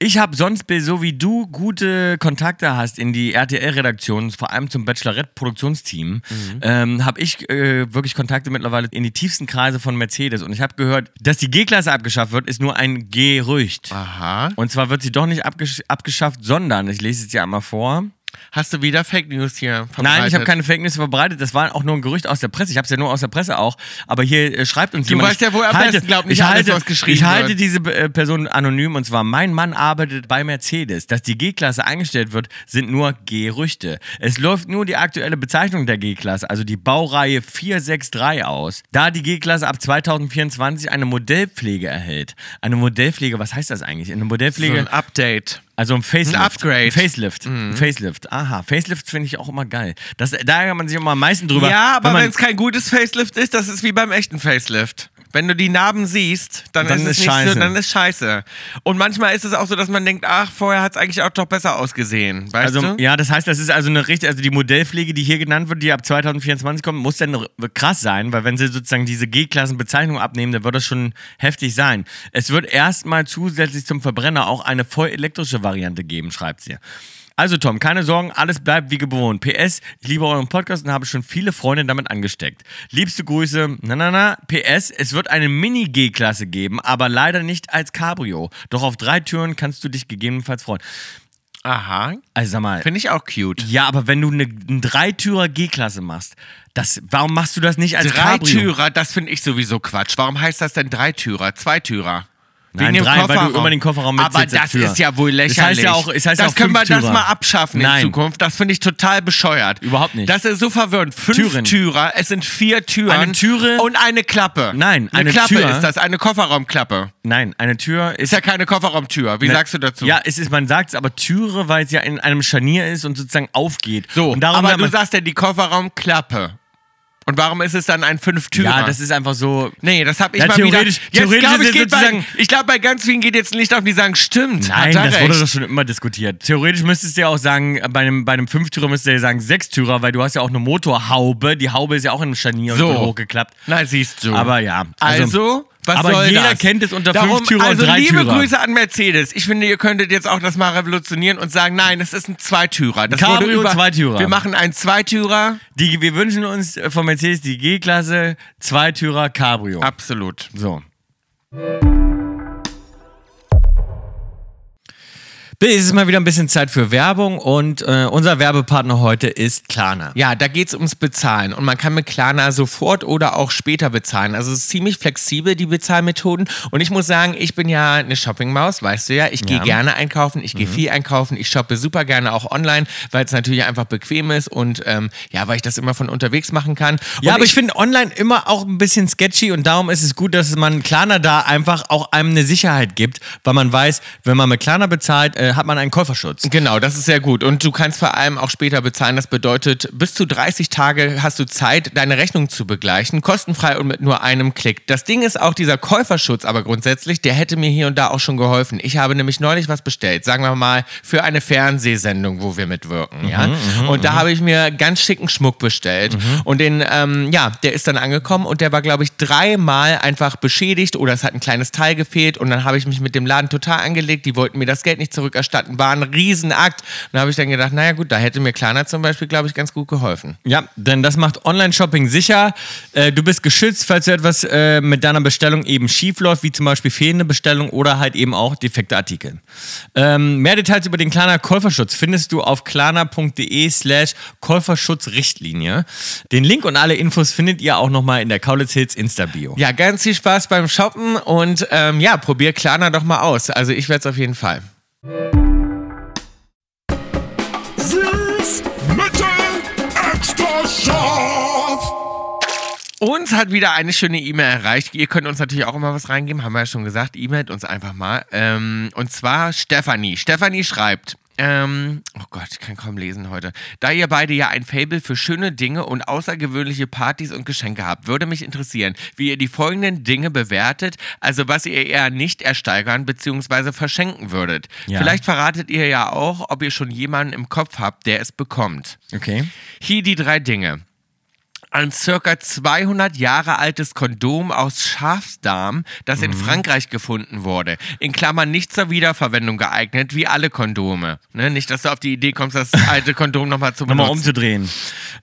[SPEAKER 1] Ich habe sonst, Bill, so wie du gute Kontakte hast in die RTL-Redaktion, vor allem zum Bachelorette-Produktionsteam, ähm, habe ich äh, wirklich Kontakte mittlerweile in die tiefsten Kreise von Mercedes. Und ich habe gehört, dass die G-Klasse abgeschafft wird, ist nur ein Gerücht.
[SPEAKER 2] Ah. Aha.
[SPEAKER 1] Und zwar wird sie doch nicht abgesch abgeschafft, sondern, ich lese es dir einmal vor,
[SPEAKER 2] Hast du wieder Fake News hier verbreitet?
[SPEAKER 1] Nein, ich habe keine Fake News verbreitet. Das war auch nur ein Gerücht aus der Presse. Ich habe es ja nur aus der Presse auch. Aber hier äh, schreibt uns jemand.
[SPEAKER 2] weißt
[SPEAKER 1] ich
[SPEAKER 2] ja, wo er am besten glaubt, nicht
[SPEAKER 1] ich
[SPEAKER 2] alles,
[SPEAKER 1] halte,
[SPEAKER 2] was geschrieben
[SPEAKER 1] Ich halte
[SPEAKER 2] wird.
[SPEAKER 1] diese äh, Person anonym und zwar: Mein Mann arbeitet bei Mercedes. Dass die G-Klasse eingestellt wird, sind nur Gerüchte. Es läuft nur die aktuelle Bezeichnung der G-Klasse, also die Baureihe 463 aus, da die G-Klasse ab 2024 eine Modellpflege erhält. Eine Modellpflege, was heißt das eigentlich? Eine Modellpflege.
[SPEAKER 2] So ein Update.
[SPEAKER 1] Also ein Facelift.
[SPEAKER 2] Ein Upgrade. Mhm.
[SPEAKER 1] Ein Facelift. Ein Facelift. Aha, Facelift finde ich auch immer geil. Das, da ärgert man sich immer am meisten drüber.
[SPEAKER 2] Ja, aber
[SPEAKER 1] man-
[SPEAKER 2] wenn es kein gutes Facelift ist, das ist wie beim echten Facelift. Wenn du die Narben siehst, dann,
[SPEAKER 1] Dann
[SPEAKER 2] ist es
[SPEAKER 1] ist
[SPEAKER 2] nicht
[SPEAKER 1] scheiße.
[SPEAKER 2] So, dann ist scheiße. Und manchmal ist es auch so, dass man denkt, ach, vorher hat es eigentlich auch doch besser ausgesehen. Weißt
[SPEAKER 1] also,
[SPEAKER 2] du?
[SPEAKER 1] ja, das heißt, das ist also eine richtige, also die Modellpflege, die hier genannt wird, die ab 2024 kommt, muss dann r- krass sein, weil wenn sie sozusagen diese G-Klassen-Bezeichnung abnehmen, dann wird das schon heftig sein. Es wird erstmal zusätzlich zum Verbrenner auch eine voll elektrische Variante geben, schreibt sie. Also Tom, keine Sorgen, alles bleibt wie gewohnt. PS, ich liebe euren Podcast und habe schon viele Freunde damit angesteckt. Liebste Grüße, na na na, PS, es wird eine Mini-G-Klasse geben, aber leider nicht als Cabrio. Doch auf drei Türen kannst du dich gegebenenfalls freuen.
[SPEAKER 2] Aha.
[SPEAKER 1] Also sag mal,
[SPEAKER 2] Finde ich auch cute.
[SPEAKER 1] ja, aber wenn du eine, einen Dreitürer G-Klasse machst, das, warum machst du das nicht als Cabrio?
[SPEAKER 2] Dreitürer, das finde ich sowieso Quatsch. Warum heißt das denn Dreitürer? Zweitürer?
[SPEAKER 1] Nein, drei, weil du immer den Kofferraum mit
[SPEAKER 2] Aber
[SPEAKER 1] Sitz als
[SPEAKER 2] das
[SPEAKER 1] Tür.
[SPEAKER 2] ist ja wohl
[SPEAKER 1] Das heißt
[SPEAKER 2] lächerlich.
[SPEAKER 1] ja auch- es heißt ja
[SPEAKER 2] das
[SPEAKER 1] auch
[SPEAKER 2] können wir das
[SPEAKER 1] Fünftürer.
[SPEAKER 2] mal abschaffen
[SPEAKER 1] Nein.
[SPEAKER 2] in Zukunft. Das finde ich total bescheuert.
[SPEAKER 1] Überhaupt nicht.
[SPEAKER 2] Das ist so verwirrend. Fünf
[SPEAKER 1] Türen.
[SPEAKER 2] Türer, es sind vier Türen.
[SPEAKER 1] Eine Türe-
[SPEAKER 2] Und eine Klappe.
[SPEAKER 1] Nein,
[SPEAKER 2] eine,
[SPEAKER 1] eine
[SPEAKER 2] Klappe
[SPEAKER 1] Tür-
[SPEAKER 2] ist das, eine Kofferraumklappe.
[SPEAKER 1] Nein, eine Tür ist
[SPEAKER 2] Ist ja keine Kofferraumtür. Wie sagst du dazu?
[SPEAKER 1] Ne. Ja, es ist, man sagt es, aber Türe, weil es ja in einem Scharnier ist und sozusagen aufgeht.
[SPEAKER 2] So,
[SPEAKER 1] und darum
[SPEAKER 2] aber
[SPEAKER 1] sagt
[SPEAKER 2] du
[SPEAKER 1] man-
[SPEAKER 2] sagst ja die Kofferraumklappe. Und warum ist es dann ein Fünftürer?
[SPEAKER 1] ja, das ist einfach so.
[SPEAKER 2] Nee, das habe ich
[SPEAKER 1] Ja,
[SPEAKER 2] mal
[SPEAKER 1] theoretisch-
[SPEAKER 2] wieder. Jetzt
[SPEAKER 1] theoretisch
[SPEAKER 2] glaube ich,
[SPEAKER 1] ist
[SPEAKER 2] geht bei,
[SPEAKER 1] sozusagen-
[SPEAKER 2] ich glaube, bei ganz vielen geht jetzt ein Licht auf, die sagen, stimmt.
[SPEAKER 1] Nein,
[SPEAKER 2] hat er
[SPEAKER 1] das
[SPEAKER 2] recht.
[SPEAKER 1] wurde doch schon immer diskutiert. Theoretisch müsstest du ja auch sagen, äh, bei einem, bei einem Fünftürer müsstest du ja sagen Sechstürer, weil du hast ja auch eine Motorhaube. Die Haube ist ja auch in einem Scharnier
[SPEAKER 2] So.
[SPEAKER 1] und wird hochgeklappt.
[SPEAKER 2] Na, siehst du.
[SPEAKER 1] Aber ja,
[SPEAKER 2] Also,
[SPEAKER 1] also-
[SPEAKER 2] was
[SPEAKER 1] aber
[SPEAKER 2] soll
[SPEAKER 1] jeder
[SPEAKER 2] das?
[SPEAKER 1] kennt es unter
[SPEAKER 2] Darum,
[SPEAKER 1] Fünftürer und
[SPEAKER 2] also liebe
[SPEAKER 1] Dreitürer.
[SPEAKER 2] Grüße an Mercedes. Ich finde, ihr könntet jetzt auch das mal revolutionieren und sagen, nein, es ist ein Zweitürer. Das
[SPEAKER 1] Cabrio,
[SPEAKER 2] wurde über,
[SPEAKER 1] Zweitürer.
[SPEAKER 2] Wir machen einen Zweitürer.
[SPEAKER 1] Die, wir wünschen uns äh, von Mercedes die G-Klasse, Zweitürer Cabrio.
[SPEAKER 2] Absolut.
[SPEAKER 1] So. Bill, es ist mal wieder ein bisschen Zeit für Werbung und äh, unser Werbepartner heute ist Klarna.
[SPEAKER 2] Ja, da geht's ums Bezahlen und man kann mit Klarna sofort oder auch später bezahlen. Also es ist ziemlich flexibel, die Bezahlmethoden. Und ich muss sagen, ich bin ja eine Shoppingmaus, weißt du ja. Ich gehe gerne einkaufen, ich
[SPEAKER 1] Mhm.
[SPEAKER 2] gehe viel einkaufen, ich shoppe super gerne auch online, weil es natürlich einfach bequem ist und ähm, ja, weil ich das immer von unterwegs machen kann.
[SPEAKER 1] Ja,
[SPEAKER 2] und
[SPEAKER 1] aber ich, finde online immer auch ein bisschen sketchy und darum ist es gut, dass man Klarna da einfach auch einem eine Sicherheit gibt, weil man weiß, wenn man mit Klarna bezahlt, äh, hat man einen Käuferschutz.
[SPEAKER 2] Genau, das ist sehr gut. Und du kannst vor allem auch später bezahlen. Das bedeutet, bis zu 30 Tage hast du Zeit, deine Rechnung zu begleichen, kostenfrei und mit nur einem Klick. Das Ding ist auch dieser Käuferschutz, aber grundsätzlich, der hätte mir hier und da auch schon geholfen. Ich habe nämlich neulich was bestellt, sagen wir mal, für eine Fernsehsendung, wo wir mitwirken. Ja? ne? und da habe ich mir ganz schicken Schmuck bestellt. Und den, ähm, ja, der ist dann angekommen und der war, glaube ich, dreimal einfach beschädigt oder es hat ein kleines Teil gefehlt. Und dann habe ich mich mit dem Laden total angelegt. Die wollten mir das Geld nicht zurückerstatten. War ein Riesenakt. Und da habe ich dann gedacht, naja gut, da hätte mir Klarna zum Beispiel, glaube ich, ganz gut geholfen.
[SPEAKER 1] Ja, denn das macht Online-Shopping sicher. Äh, du bist geschützt, falls du etwas äh, mit deiner Bestellung eben schief läuft, wie zum Beispiel fehlende Bestellung oder halt eben auch defekte Artikel. Ähm, mehr Details über den Klarna Käuferschutz findest du auf klarna.de slash Käuferschutzrichtlinie. Den Link und alle Infos findet ihr auch nochmal in der Kaulitz Hills Insta-Bio.
[SPEAKER 2] Ja, ganz viel Spaß beim Shoppen und ähm, ja, probier Klarna doch mal aus. Also ich werde es auf jeden Fall.
[SPEAKER 3] Süß, mittel, extra scharf.
[SPEAKER 2] Uns hat wieder eine schöne E-Mail erreicht. Ihr könnt uns natürlich auch immer was reingeben, haben wir ja schon gesagt. E-Mailt uns einfach mal. Ähm, und zwar Stefanie. Stefanie schreibt. Ähm, oh Gott, ich kann kaum lesen heute. Da ihr beide ja ein Fable für schöne Dinge und außergewöhnliche Partys und Geschenke habt, würde mich interessieren, wie ihr die folgenden Dinge bewertet, also was ihr eher nicht ersteigern bzw. verschenken würdet.
[SPEAKER 1] Ja.
[SPEAKER 2] Vielleicht verratet ihr ja auch, ob ihr schon jemanden im Kopf habt, der es bekommt.
[SPEAKER 1] Okay.
[SPEAKER 2] Hier die drei Dinge. ein circa 200 Jahre altes Kondom aus Schafsdarm, das
[SPEAKER 1] Mhm.
[SPEAKER 2] in Frankreich gefunden wurde. In Klammern nicht zur Wiederverwendung geeignet, wie alle Kondome. Ne? Nicht, dass du auf die Idee kommst, das alte Kondom nochmal zu benutzen.
[SPEAKER 1] Nochmal umzudrehen.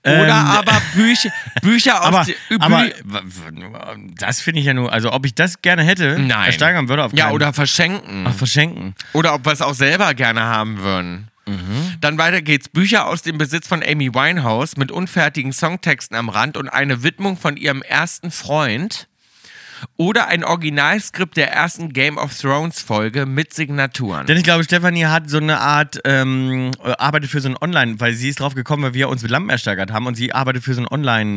[SPEAKER 2] Oder
[SPEAKER 1] Ähm,
[SPEAKER 2] aber Bücher, Bücher
[SPEAKER 1] Aber,
[SPEAKER 2] aus... die-
[SPEAKER 1] aber
[SPEAKER 2] Bü-
[SPEAKER 1] w- w- das finde ich ja nur, also ob ich das gerne hätte,
[SPEAKER 2] Nein.
[SPEAKER 1] ersteigern würde auf
[SPEAKER 2] ja,
[SPEAKER 1] keinen-
[SPEAKER 2] oder verschenken.
[SPEAKER 1] Ach, verschenken.
[SPEAKER 2] Oder ob wir es auch selber gerne haben würden.
[SPEAKER 1] Mhm.
[SPEAKER 2] Dann weiter geht's. Bücher aus dem Besitz von Amy Winehouse mit unfertigen Songtexten am Rand und eine Widmung von ihrem ersten Freund. Oder ein Originalskript der ersten Game of Thrones Folge mit Signaturen.
[SPEAKER 1] Denn ich glaube, Stefanie hat so eine Art, ähm, äh, arbeitet für so ein Online, weil sie ist drauf gekommen, weil wir uns mit Lampen ersteigert haben und sie arbeitet für so ein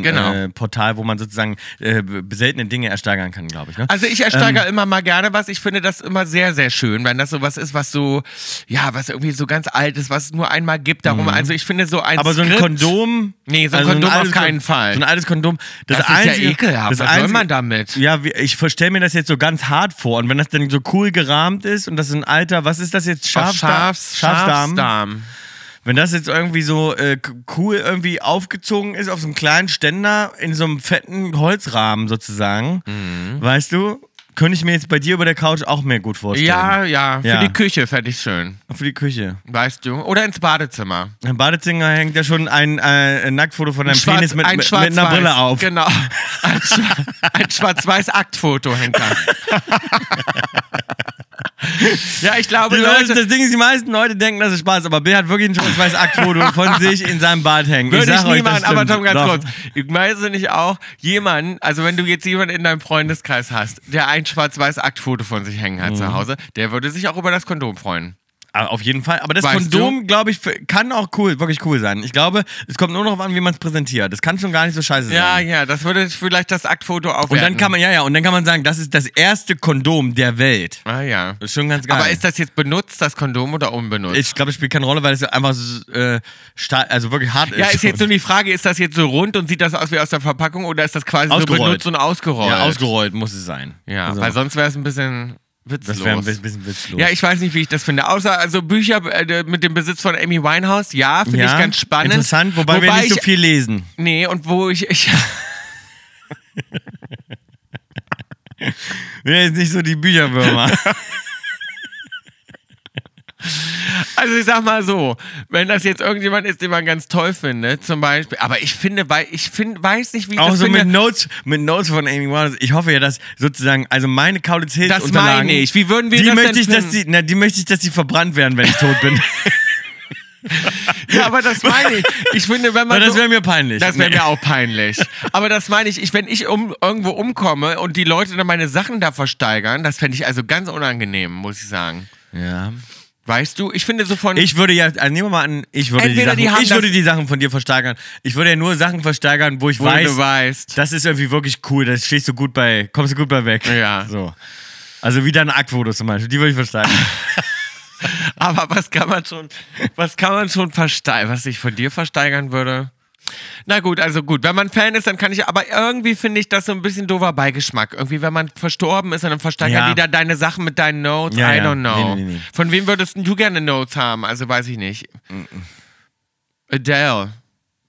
[SPEAKER 2] Genau.
[SPEAKER 1] Online-Portal, wo man sozusagen äh, b- seltene Dinge ersteigern kann, glaube ich. Ne?
[SPEAKER 2] Also ich ersteige immer mal gerne was. Ich finde das immer sehr, sehr schön, wenn das sowas ist, was so, ja, was irgendwie so ganz alt ist, was es nur einmal gibt. Darum, also ich finde so ein
[SPEAKER 1] Mhm. aber so ein
[SPEAKER 2] Skript,
[SPEAKER 1] Kondom. also
[SPEAKER 2] Nee, so ein Kondom auf
[SPEAKER 1] altes
[SPEAKER 2] keinen
[SPEAKER 1] Kon-
[SPEAKER 2] Fall.
[SPEAKER 1] So ein altes Kondom. Das,
[SPEAKER 2] Das ist
[SPEAKER 1] einzige,
[SPEAKER 2] ja ekelhaft.
[SPEAKER 1] Das
[SPEAKER 2] Was soll
[SPEAKER 1] einzige,
[SPEAKER 2] man damit?
[SPEAKER 1] Ja, wie- ich stelle mir das jetzt so ganz hart vor. Und wenn das dann so cool gerahmt ist und das ist ein alter, was ist das jetzt?
[SPEAKER 2] Aus
[SPEAKER 1] Schafsda-
[SPEAKER 2] Schafs,
[SPEAKER 1] Schafsdarm.
[SPEAKER 2] Schafsdarm.
[SPEAKER 1] Wenn das jetzt irgendwie so äh, k- cool irgendwie aufgezogen ist auf so einem kleinen Ständer in so einem fetten Holzrahmen sozusagen,
[SPEAKER 2] Mhm.
[SPEAKER 1] weißt du, könnte ich mir jetzt bei dir über der Couch auch mehr gut vorstellen.
[SPEAKER 2] Ja, ja, für
[SPEAKER 1] Ja.
[SPEAKER 2] die Küche fände ich schön,
[SPEAKER 1] Für die Küche.
[SPEAKER 2] weißt du. Oder ins Badezimmer.
[SPEAKER 1] Im Badezimmer hängt ja schon ein, äh, ein Nacktfoto von deinem
[SPEAKER 2] Schwarz-
[SPEAKER 1] Penis mit, mit, mit einer
[SPEAKER 2] schwarz-weiß.
[SPEAKER 1] Brille auf.
[SPEAKER 2] Genau. [LAUGHS] Ein, Schwa- ein schwarz-weiß Aktfoto hängt
[SPEAKER 1] [LAUGHS]
[SPEAKER 2] da. ja, ich glaube,
[SPEAKER 1] Die Leute,
[SPEAKER 2] Leute,
[SPEAKER 1] das Ding ist, die meisten Leute denken, das ist Spaß, aber Bill hat wirklich ein schwarz-weiß Aktfoto von sich in seinem Bad hängen.
[SPEAKER 2] würde ich,
[SPEAKER 1] sag euch,
[SPEAKER 2] nie
[SPEAKER 1] das
[SPEAKER 2] machen, aber
[SPEAKER 1] stimmt.
[SPEAKER 2] Tom, ganz
[SPEAKER 1] Doch.
[SPEAKER 2] kurz. Ich weiß nicht auch, jemanden, also wenn du jetzt jemanden in deinem Freundeskreis hast, der ein schwarz-weiß Aktfoto von sich hängen hat
[SPEAKER 1] Mhm.
[SPEAKER 2] zu Hause, der würde sich auch über das Kondom freuen.
[SPEAKER 1] Ah, Auf jeden Fall. Aber das
[SPEAKER 2] Weißt
[SPEAKER 1] Kondom, glaube ich, f- kann auch cool, wirklich cool sein. Ich glaube, es kommt nur noch an, wie man es präsentiert. Das kann schon gar nicht so scheiße
[SPEAKER 2] Ja,
[SPEAKER 1] sein.
[SPEAKER 2] ja, das würde vielleicht das Aktfoto aufwerten.
[SPEAKER 1] Und dann kann man, ja, ja, und dann kann man sagen, das ist das erste Kondom der Welt.
[SPEAKER 2] Ah, ja.
[SPEAKER 1] Das ist schon ganz geil.
[SPEAKER 2] Aber ist das jetzt benutzt, das Kondom, oder unbenutzt?
[SPEAKER 1] ich glaube, es spielt keine Rolle, weil es einfach so, äh, stahl, also wirklich hart ist.
[SPEAKER 2] ja, ist jetzt nur die Frage, ist das jetzt so rund und sieht das aus wie aus der Verpackung oder ist das quasi
[SPEAKER 1] Ausgerollt.
[SPEAKER 2] so benutzt und
[SPEAKER 1] [LAUGHS]
[SPEAKER 2] ausgerollt?
[SPEAKER 1] ja, ausgerollt muss es sein.
[SPEAKER 2] Ja,
[SPEAKER 1] also,
[SPEAKER 2] weil sonst wäre es ein bisschen witzlos.
[SPEAKER 1] das wäre ein bi- bisschen witzlos.
[SPEAKER 2] ja, ich weiß nicht, wie ich das finde. Außer also Bücher äh, mit dem Besitz von Amy Winehouse, ja, finde ich ganz spannend.
[SPEAKER 1] Interessant, wobei, wir nicht
[SPEAKER 2] ich,
[SPEAKER 1] so viel lesen.
[SPEAKER 2] Nee, und wo ich, ich [LAUGHS]
[SPEAKER 1] Wir sind jetzt nicht so die
[SPEAKER 2] [LAUGHS]
[SPEAKER 1] Bücherwürmer.
[SPEAKER 2] Also ich sag mal so, wenn das jetzt irgendjemand ist, den man ganz toll findet, zum Beispiel, aber ich finde, weil ich find, weiß
[SPEAKER 1] [LAUGHS]
[SPEAKER 2] nicht, wie ich
[SPEAKER 1] Auch
[SPEAKER 2] das
[SPEAKER 1] so
[SPEAKER 2] finde.
[SPEAKER 1] mit Notes, mit Notes von Amy Winehouse. Ich hoffe ja, dass sozusagen, also meine Kaulitz Hills
[SPEAKER 2] Das
[SPEAKER 1] Unterlagen,
[SPEAKER 2] meine ich. Wie würden wir
[SPEAKER 1] die
[SPEAKER 2] das
[SPEAKER 1] möchte
[SPEAKER 2] denn
[SPEAKER 1] ich, dass
[SPEAKER 2] finden?
[SPEAKER 1] die, na, die möchte ich, dass die verbrannt werden, wenn ich tot
[SPEAKER 2] [LAUGHS]
[SPEAKER 1] bin. [LAUGHS]
[SPEAKER 2] Ja, aber das meine ich. Ich finde,
[SPEAKER 1] [LAUGHS]
[SPEAKER 2] wenn
[SPEAKER 1] Weil
[SPEAKER 2] man
[SPEAKER 1] das
[SPEAKER 2] so,
[SPEAKER 1] wäre mir peinlich.
[SPEAKER 2] das
[SPEAKER 1] [LAUGHS]
[SPEAKER 2] wäre mir auch peinlich. Aber das meine ich, ich wenn ich um, irgendwo umkomme und die Leute dann meine Sachen da versteigern, das fände ich also ganz unangenehm, muss ich sagen.
[SPEAKER 1] ja.
[SPEAKER 2] Weißt du, ich finde so von
[SPEAKER 1] Ich würde ja, also nehmen wir mal an, ich würde, die
[SPEAKER 2] Entweder
[SPEAKER 1] Sachen,
[SPEAKER 2] die haben
[SPEAKER 1] ich würde
[SPEAKER 2] das-
[SPEAKER 1] die Sachen von dir versteigern. Ich würde ja nur Sachen versteigern, wo ich
[SPEAKER 2] wo
[SPEAKER 1] weiß,
[SPEAKER 2] du weißt.
[SPEAKER 1] das ist irgendwie wirklich cool, da stehst du gut bei, kommst du gut bei weg.
[SPEAKER 2] Ja.
[SPEAKER 1] So. Also wie deine Aktfotos zum Beispiel, die würde ich versteigern.
[SPEAKER 2] Aber was kann man schon, was kann man schon versteigern, was ich von dir versteigern würde? Na gut, also gut, wenn man Fan ist, dann kann ich, aber irgendwie finde ich das so ein bisschen doofer Beigeschmack. Irgendwie, wenn man verstorben ist und dann versteigern
[SPEAKER 1] Ja.
[SPEAKER 2] die da deine Sachen mit deinen Notes,
[SPEAKER 1] Ja,
[SPEAKER 2] I
[SPEAKER 1] ja.
[SPEAKER 2] don't know.
[SPEAKER 1] Nee, nee, nee.
[SPEAKER 2] Von wem würdest denn du gerne Notes haben? Also weiß ich nicht. Adele.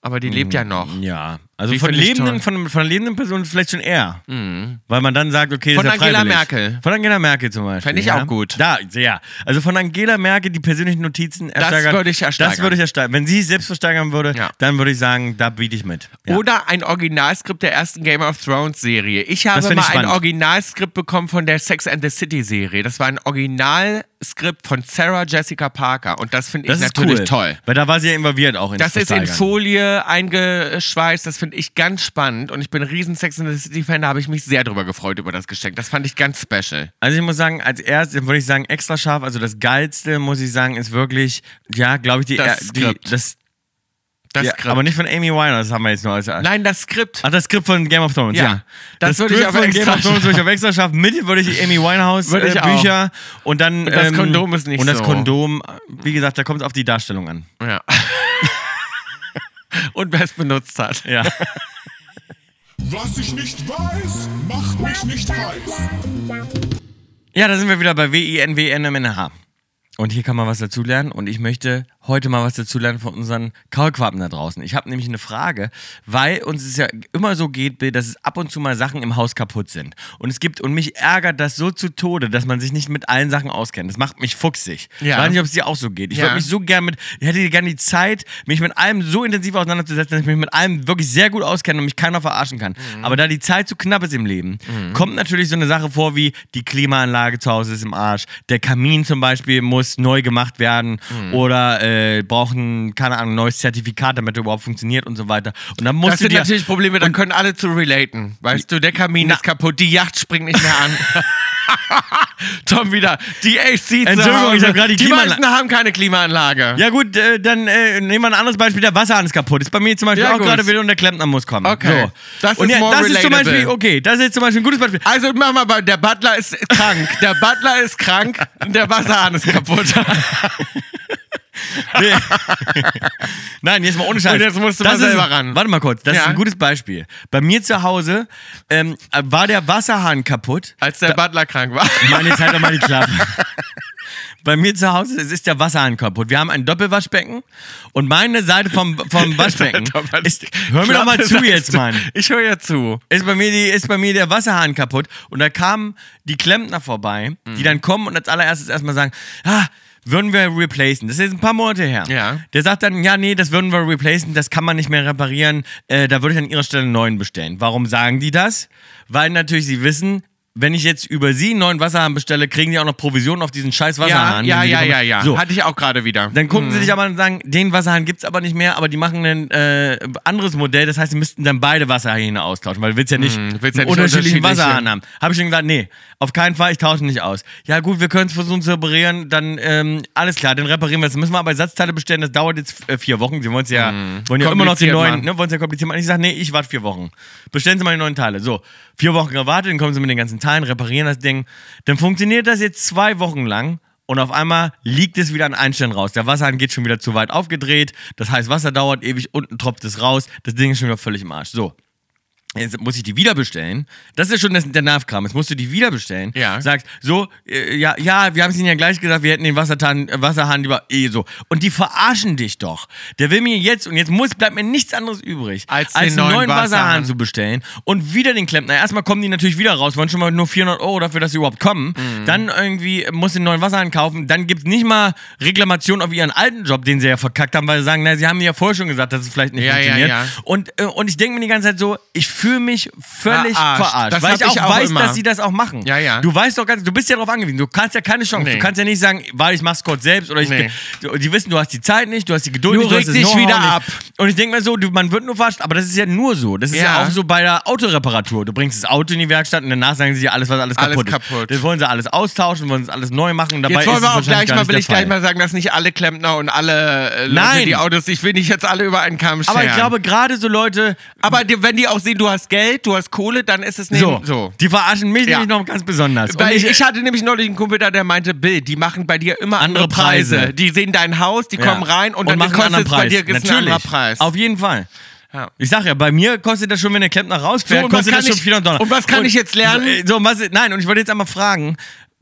[SPEAKER 2] Aber die lebt ja noch.
[SPEAKER 1] Ja, also
[SPEAKER 2] Die
[SPEAKER 1] von
[SPEAKER 2] find ich
[SPEAKER 1] lebenden,
[SPEAKER 2] toll. Mhm.
[SPEAKER 1] von, von einer lebenden Person vielleicht schon eher. Weil man dann sagt, okay,
[SPEAKER 2] Von
[SPEAKER 1] das ist ja
[SPEAKER 2] Angela
[SPEAKER 1] freiwillig.
[SPEAKER 2] Merkel.
[SPEAKER 1] Von Angela Merkel zum Beispiel.
[SPEAKER 2] Fänd ich
[SPEAKER 1] ja.
[SPEAKER 2] auch gut.
[SPEAKER 1] Da, ja. Also von Angela Merkel die persönlichen Notizen ersteigern.
[SPEAKER 2] würde ich ersteigern.
[SPEAKER 1] Das würde ich ersteigern. Wenn sie es selbst versteigern würde,
[SPEAKER 2] Ja.
[SPEAKER 1] dann würde ich sagen, da biete ich mit. Ja.
[SPEAKER 2] Oder ein Originalskript der ersten Game of Thrones Serie. Ich habe
[SPEAKER 1] find ich
[SPEAKER 2] mal ein
[SPEAKER 1] spannend.
[SPEAKER 2] Originalskript bekommen von der Sex and the City Serie. Das war ein Originalskript von Sarah Jessica Parker. Und das finde ich
[SPEAKER 1] das ist
[SPEAKER 2] natürlich
[SPEAKER 1] cool.
[SPEAKER 2] toll.
[SPEAKER 1] Weil da war sie ja involviert auch in
[SPEAKER 2] Das ist in
[SPEAKER 1] Versteigern.
[SPEAKER 2] Folie eingeschweißt. Das finde ich ganz spannend. Und ich bin ein riesen Sex and the City Fan. Da habe ich mich sehr drüber gefreut über das Geschenk. Das fand ich ganz special.
[SPEAKER 1] Also ich muss sagen, als erstes würde ich sagen, extra scharf, also das Geilste, muss ich sagen, ist wirklich, ja, glaube ich, die,
[SPEAKER 2] Das
[SPEAKER 1] die
[SPEAKER 2] Skript.
[SPEAKER 1] das,
[SPEAKER 2] Das
[SPEAKER 1] ja,
[SPEAKER 2] Skript.
[SPEAKER 1] aber nicht von Amy Winehouse, das haben wir jetzt nur als
[SPEAKER 2] Nein, das Skript.
[SPEAKER 1] Ach, das Skript von Game of Thrones, ja.
[SPEAKER 2] Ja. Das würde ich
[SPEAKER 1] Skript
[SPEAKER 2] aber
[SPEAKER 1] von
[SPEAKER 2] extra
[SPEAKER 1] Game of Thrones würde ich auf extra schaffen. Mit würde ich Amy Winehouse
[SPEAKER 2] Würde ich
[SPEAKER 1] äh,
[SPEAKER 2] auch.
[SPEAKER 1] Bücher und dann. ähm,
[SPEAKER 2] das Kondom ist nicht
[SPEAKER 1] Und das
[SPEAKER 2] so.
[SPEAKER 1] Kondom, wie gesagt, da kommt es auf die Darstellung an.
[SPEAKER 2] Ja. [LAUGHS] Und wer es benutzt hat.
[SPEAKER 1] [LAUGHS] Ja.
[SPEAKER 3] Was ich nicht weiß, macht mich nicht heiß.
[SPEAKER 1] ja, da sind wir wieder bei W-I-N-W-N-M-N-H. Und hier kann man was dazu lernen und ich möchte heute mal was dazu lernen von unseren Kaulquappen da draußen. Ich habe nämlich eine Frage, weil uns es ja immer so geht, Bill, dass es ab und zu mal Sachen im Haus kaputt sind. Und es gibt, und mich ärgert das so zu Tode, dass man sich nicht mit allen Sachen auskennt. Das macht mich fuchsig.
[SPEAKER 2] Ja.
[SPEAKER 1] Ich weiß nicht, ob es dir auch so geht. Ich
[SPEAKER 2] Ja.
[SPEAKER 1] würde mich so gern mit, ich hätte gerne die Zeit, mich mit allem so intensiv auseinanderzusetzen, dass ich mich mit allem wirklich sehr gut auskenne und mich keiner verarschen kann.
[SPEAKER 2] Mhm.
[SPEAKER 1] Aber da die Zeit zu knapp ist im Leben, kommt natürlich so eine Sache vor wie die Klimaanlage zu Hause ist im Arsch, der Kamin zum Beispiel muss neu gemacht werden
[SPEAKER 2] Mhm.
[SPEAKER 1] oder äh, brauchen, keine Ahnung, ein neues Zertifikat, damit er überhaupt funktioniert und so weiter. Und dann musst
[SPEAKER 2] Das
[SPEAKER 1] du
[SPEAKER 2] sind
[SPEAKER 1] dir
[SPEAKER 2] natürlich Probleme, da können alle zu relaten. Weißt du, der Kamin
[SPEAKER 1] Na-
[SPEAKER 2] ist kaputt, die Yacht springt nicht mehr
[SPEAKER 1] [LAUGHS]
[SPEAKER 2] an. Tom wieder, die AC zu
[SPEAKER 1] Entschuldigung,
[SPEAKER 2] Hause.
[SPEAKER 1] ich hab gerade die
[SPEAKER 2] Die
[SPEAKER 1] Klimaanla-
[SPEAKER 2] meisten haben keine Klimaanlage.
[SPEAKER 1] Ja gut, äh, dann äh, nehmen wir ein anderes Beispiel. Der Wasserhahn ist kaputt. Ist bei mir zum Beispiel
[SPEAKER 2] Ja,
[SPEAKER 1] auch
[SPEAKER 2] gut.
[SPEAKER 1] gerade wieder und der Klempner muss kommen.
[SPEAKER 2] Okay.
[SPEAKER 1] So.
[SPEAKER 2] Das
[SPEAKER 1] und
[SPEAKER 2] ist
[SPEAKER 1] ja,
[SPEAKER 2] more
[SPEAKER 1] das ist zum
[SPEAKER 2] relatable.
[SPEAKER 1] Beispiel, okay, das ist jetzt zum Beispiel ein gutes
[SPEAKER 2] [LAUGHS]
[SPEAKER 1] Beispiel.
[SPEAKER 2] Also mach mal, bei- der Butler ist krank. Der Butler ist krank und der Wasserhahn
[SPEAKER 1] [LAUGHS]
[SPEAKER 2] ist kaputt.
[SPEAKER 1] Nee. [LAUGHS] Nein, jetzt mal ohne Scheiß.
[SPEAKER 2] Und jetzt musst du
[SPEAKER 1] das
[SPEAKER 2] mal selber
[SPEAKER 1] ist,
[SPEAKER 2] ran.
[SPEAKER 1] Warte mal kurz, das ist
[SPEAKER 2] Ja.
[SPEAKER 1] ein gutes Beispiel. Bei mir zu Hause ähm, war der Wasserhahn kaputt.
[SPEAKER 2] Als der Butler krank war.
[SPEAKER 1] Meine Zeit doch mal die
[SPEAKER 2] [LAUGHS]
[SPEAKER 1] Klappe. Bei mir zu Hause es ist der Wasserhahn kaputt. Wir haben ein Doppelwaschbecken und meine Seite vom,
[SPEAKER 2] [LAUGHS]
[SPEAKER 1] vom Waschbecken ist. Hör mir doch mal zu
[SPEAKER 2] Klappe
[SPEAKER 1] jetzt,
[SPEAKER 2] sagst du.
[SPEAKER 1] Mann.
[SPEAKER 2] Ich höre ja zu.
[SPEAKER 1] ist bei mir, die, ist bei mir der Wasserhahn kaputt. Und da kamen die Klempner vorbei,
[SPEAKER 2] Mhm.
[SPEAKER 1] die dann kommen und als allererstes erstmal sagen, ah, würden wir replacen. Das ist jetzt ein paar Monate her.
[SPEAKER 2] Ja.
[SPEAKER 1] Der sagt dann, ja, nee, das würden wir replacen, das kann man nicht mehr reparieren, äh, da würde ich an ihrer Stelle einen neuen bestellen. Warum sagen die das? Weil natürlich sie wissen, wenn ich jetzt über sie einen neuen Wasserhahn bestelle, kriegen die auch noch Provisionen auf diesen scheiß
[SPEAKER 2] Ja,
[SPEAKER 1] Wasserhahn.
[SPEAKER 2] ja,
[SPEAKER 1] wenn sie
[SPEAKER 2] ja,
[SPEAKER 1] die-
[SPEAKER 2] ja, ja.
[SPEAKER 1] So.
[SPEAKER 2] Hatte ich auch gerade wieder.
[SPEAKER 1] Dann gucken sie dich aber an und sagen, den Wasserhahn gibt's aber nicht mehr, aber die machen ein äh, anderes Modell. Das heißt, sie müssten dann beide Wasserhähne austauschen, weil du willst ja nicht
[SPEAKER 2] Hm, willst ja
[SPEAKER 1] einen
[SPEAKER 2] nicht
[SPEAKER 1] unterschiedlichen
[SPEAKER 2] unterschiedliche.
[SPEAKER 1] Wasserhahn haben. Habe ich schon gesagt, nee, auf keinen Fall, ich tausche nicht aus. Ja gut, wir können es versuchen zu reparieren, dann ähm, alles klar, dann reparieren wir es. Müssen wir aber Ersatzteile bestellen, das dauert jetzt äh, vier Wochen. Sie wollen's ja, wollen ja immer noch die
[SPEAKER 2] Mhm. Kompliziert
[SPEAKER 1] neuen,
[SPEAKER 2] machen.
[SPEAKER 1] ne, wollen's ja kompliziert machen. Ich sage, nee, ich warte vier Wochen. Bestellen Sie mal die neuen Teile. So, vier Wochen gewartet, dann kommen Sie mit den ganzen Teilen, reparieren das Ding. Dann funktioniert das jetzt zwei Wochen lang und auf einmal liegt es wieder an Einstellen raus. Der Wasserhahn geht schon wieder zu weit aufgedreht, das heißt, Wasser dauert ewig, unten tropft es raus, das Ding ist schon wieder völlig im Arsch. So. Jetzt muss ich die wieder bestellen. Das ist schon das, der Nervkram. Jetzt musst du die wieder bestellen.
[SPEAKER 2] Ja.
[SPEAKER 1] Sagst, so, äh, ja, ja, wir haben es ihnen ja gleich gesagt, wir hätten den Wassertan, äh, Wasserhahn lieber eh so. Und die verarschen dich doch. Der will mir jetzt, und jetzt muss, bleibt mir nichts anderes übrig,
[SPEAKER 2] Als den
[SPEAKER 1] einen
[SPEAKER 2] neuen
[SPEAKER 1] neuen Wasserhahn
[SPEAKER 2] Wasserhahn.
[SPEAKER 1] zu bestellen und wieder den Klempner. Erstmal kommen die natürlich wieder raus, wollen schon mal nur 400 Euro dafür, dass sie überhaupt kommen.
[SPEAKER 2] Mhm.
[SPEAKER 1] Dann irgendwie muss den neuen Wasserhahn kaufen. Dann gibt es nicht mal Reklamation auf ihren alten Job, den sie ja verkackt haben, weil sie sagen, na, sie haben mir ja vorher schon gesagt, dass es vielleicht nicht
[SPEAKER 2] Ja, ja,
[SPEAKER 1] funktioniert.
[SPEAKER 2] ja.
[SPEAKER 1] Und, äh, und ich denke mir die ganze Zeit so, ich fühle mich völlig
[SPEAKER 2] Verarscht.
[SPEAKER 1] verarscht.
[SPEAKER 2] Das
[SPEAKER 1] weil
[SPEAKER 2] hab
[SPEAKER 1] ich auch,
[SPEAKER 2] ich auch
[SPEAKER 1] weiß,
[SPEAKER 2] immer.
[SPEAKER 1] dass sie das auch machen.
[SPEAKER 2] Ja, ja.
[SPEAKER 1] Du weißt doch ganz, du bist ja darauf angewiesen. Du kannst ja keine Chance.
[SPEAKER 2] Nee.
[SPEAKER 1] Du kannst ja nicht sagen, weil ich mach's kurz selbst oder ich.
[SPEAKER 2] Nee.
[SPEAKER 1] Du- Die wissen, du hast die Zeit nicht, du hast die Geduld
[SPEAKER 2] Du
[SPEAKER 1] nicht, du
[SPEAKER 2] regst
[SPEAKER 1] hast das
[SPEAKER 2] dich
[SPEAKER 1] Know-how
[SPEAKER 2] wieder
[SPEAKER 1] nicht.
[SPEAKER 2] ab.
[SPEAKER 1] Und ich denke mir so, du, man wird nur verarscht, aber das ist ja nur so. Das ist ja.
[SPEAKER 2] Ja.
[SPEAKER 1] auch so bei der Autoreparatur. Du bringst das Auto in die Werkstatt und danach sagen sie dir alles, was alles
[SPEAKER 2] Alles
[SPEAKER 1] kaputt,
[SPEAKER 2] kaputt.
[SPEAKER 1] ist. Das wollen sie alles austauschen, wollen es alles neu machen. Dabei
[SPEAKER 2] Jetzt wollen
[SPEAKER 1] ist es
[SPEAKER 2] wir auch
[SPEAKER 1] wahrscheinlich
[SPEAKER 2] gleich
[SPEAKER 1] gar
[SPEAKER 2] mal,
[SPEAKER 1] nicht
[SPEAKER 2] will
[SPEAKER 1] der
[SPEAKER 2] ich gleich
[SPEAKER 1] Fall.
[SPEAKER 2] mal sagen, dass nicht alle Klempner und alle äh, Leute,
[SPEAKER 1] Nein.
[SPEAKER 2] die Autos, ich will nicht jetzt alle über einen Kamm scheren.
[SPEAKER 1] Aber ich glaube, gerade so Leute,
[SPEAKER 2] aber die, wenn die auch sehen, du hast Geld, du hast Kohle, dann ist es nicht
[SPEAKER 1] so,
[SPEAKER 2] so.
[SPEAKER 1] die verarschen mich
[SPEAKER 2] Ja.
[SPEAKER 1] nämlich noch ganz besonders. Und
[SPEAKER 2] Weil ich, ich hatte nämlich neulich einen Kumpel da, der meinte, Bill, die machen bei dir immer andere,
[SPEAKER 1] Andere
[SPEAKER 2] Preise.
[SPEAKER 1] Preise.
[SPEAKER 2] Die sehen dein Haus, die
[SPEAKER 1] Ja.
[SPEAKER 2] kommen rein und, dann
[SPEAKER 1] machen einen
[SPEAKER 2] kostet es
[SPEAKER 1] anderen
[SPEAKER 2] bei dir ist
[SPEAKER 1] Preis.
[SPEAKER 2] ein
[SPEAKER 1] Natürlich.
[SPEAKER 2] anderer Preis.
[SPEAKER 1] Auf jeden Fall.
[SPEAKER 2] Ja.
[SPEAKER 1] Ich sag ja, bei mir kostet das schon, wenn der Klempner rausfährt,
[SPEAKER 2] So, und was
[SPEAKER 1] kostet das
[SPEAKER 2] kann
[SPEAKER 1] schon
[SPEAKER 2] ich-
[SPEAKER 1] 400 Dollar.
[SPEAKER 2] und was kann ich jetzt lernen?
[SPEAKER 1] So, äh, so, was, nein, und ich wollte jetzt einmal fragen,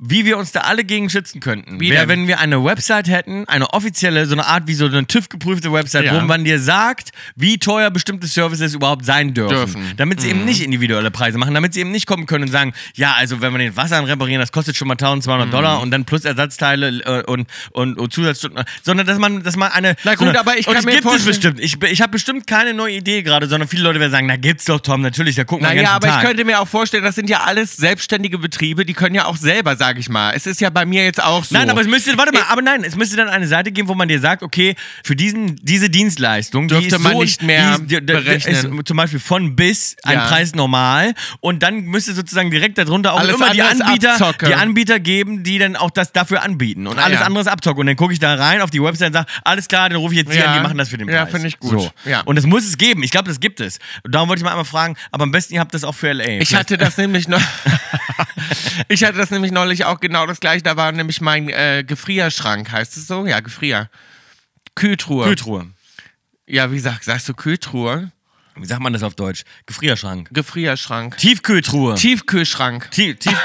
[SPEAKER 1] wie wir uns da alle gegen schützen könnten.
[SPEAKER 2] Wie
[SPEAKER 1] Wäre,
[SPEAKER 2] denn?
[SPEAKER 1] wenn wir eine Website hätten, eine offizielle, so eine Art wie so eine TÜV-geprüfte Website,
[SPEAKER 2] Ja.
[SPEAKER 1] wo man dir sagt, wie teuer bestimmte Services überhaupt sein dürfen.
[SPEAKER 2] Dürfen. Mhm.
[SPEAKER 1] Damit sie eben nicht individuelle Preise machen, damit sie eben nicht kommen können und sagen, ja, also wenn wir den Wassern reparieren, das kostet schon mal
[SPEAKER 2] Mhm.
[SPEAKER 1] 1200 Dollar und dann plus Ersatzteile äh, und, und, und Zusatzstunden, sondern dass man, dass man eine
[SPEAKER 2] Na gut,
[SPEAKER 1] so eine-
[SPEAKER 2] aber ich
[SPEAKER 1] und
[SPEAKER 2] kann
[SPEAKER 1] es
[SPEAKER 2] mir
[SPEAKER 1] gibt es
[SPEAKER 2] vorstellen-
[SPEAKER 1] bestimmt. Ich, ich habe bestimmt keine neue Idee gerade, sondern viele Leute werden sagen, na gibt's doch, Tom, natürlich, da gucken wir den
[SPEAKER 2] Naja,
[SPEAKER 1] ganzen
[SPEAKER 2] aber
[SPEAKER 1] Tag.
[SPEAKER 2] ich könnte mir auch vorstellen, das sind ja alles selbstständige Betriebe, die können ja auch selber, sag ich mal. Es ist ja bei mir jetzt auch so.
[SPEAKER 1] Nein, aber es müsste, warte mal, aber nein, es müsste dann eine Seite geben, wo man dir sagt, okay, für diesen, diese Dienstleistung die
[SPEAKER 2] Dürfte
[SPEAKER 1] ist
[SPEAKER 2] man
[SPEAKER 1] so,
[SPEAKER 2] nicht mehr
[SPEAKER 1] die ist, die, die,
[SPEAKER 2] berechnen.
[SPEAKER 1] Ist zum Beispiel von bis ein
[SPEAKER 2] Ja.
[SPEAKER 1] Preis normal und dann müsste sozusagen direkt darunter auch
[SPEAKER 2] Alles
[SPEAKER 1] immer die
[SPEAKER 2] andere ist
[SPEAKER 1] Anbieter,
[SPEAKER 2] Abzocke.
[SPEAKER 1] die Anbieter geben, die dann auch das dafür anbieten und
[SPEAKER 2] Ah,
[SPEAKER 1] alles
[SPEAKER 2] ja.
[SPEAKER 1] andere ist Abzock und dann gucke ich da rein auf die Website und sage, alles klar, dann rufe ich jetzt hier
[SPEAKER 2] Ja.
[SPEAKER 1] an, die machen das für den Preis.
[SPEAKER 2] Ja, finde ich gut.
[SPEAKER 1] So.
[SPEAKER 2] Ja.
[SPEAKER 1] Und das muss es geben, ich glaube, das gibt es. Und darum wollte ich mal einmal fragen, aber am besten ihr habt das auch für LA.
[SPEAKER 2] Ich hatte das
[SPEAKER 1] [LAUGHS]
[SPEAKER 2] nämlich noch. ich hatte das nämlich neulich auch genau das gleiche. Da war nämlich mein äh, Gefrierschrank, heißt es so? Ja, Gefrier. Kühltruhe.
[SPEAKER 1] Kühltruhe.
[SPEAKER 2] ja, wie sag, sagst du Kühltruhe?
[SPEAKER 1] Wie sagt man das auf Deutsch? Gefrierschrank.
[SPEAKER 2] Gefrierschrank.
[SPEAKER 1] Tiefkühltruhe.
[SPEAKER 2] Tiefkühlschrank.
[SPEAKER 1] Tief, tief.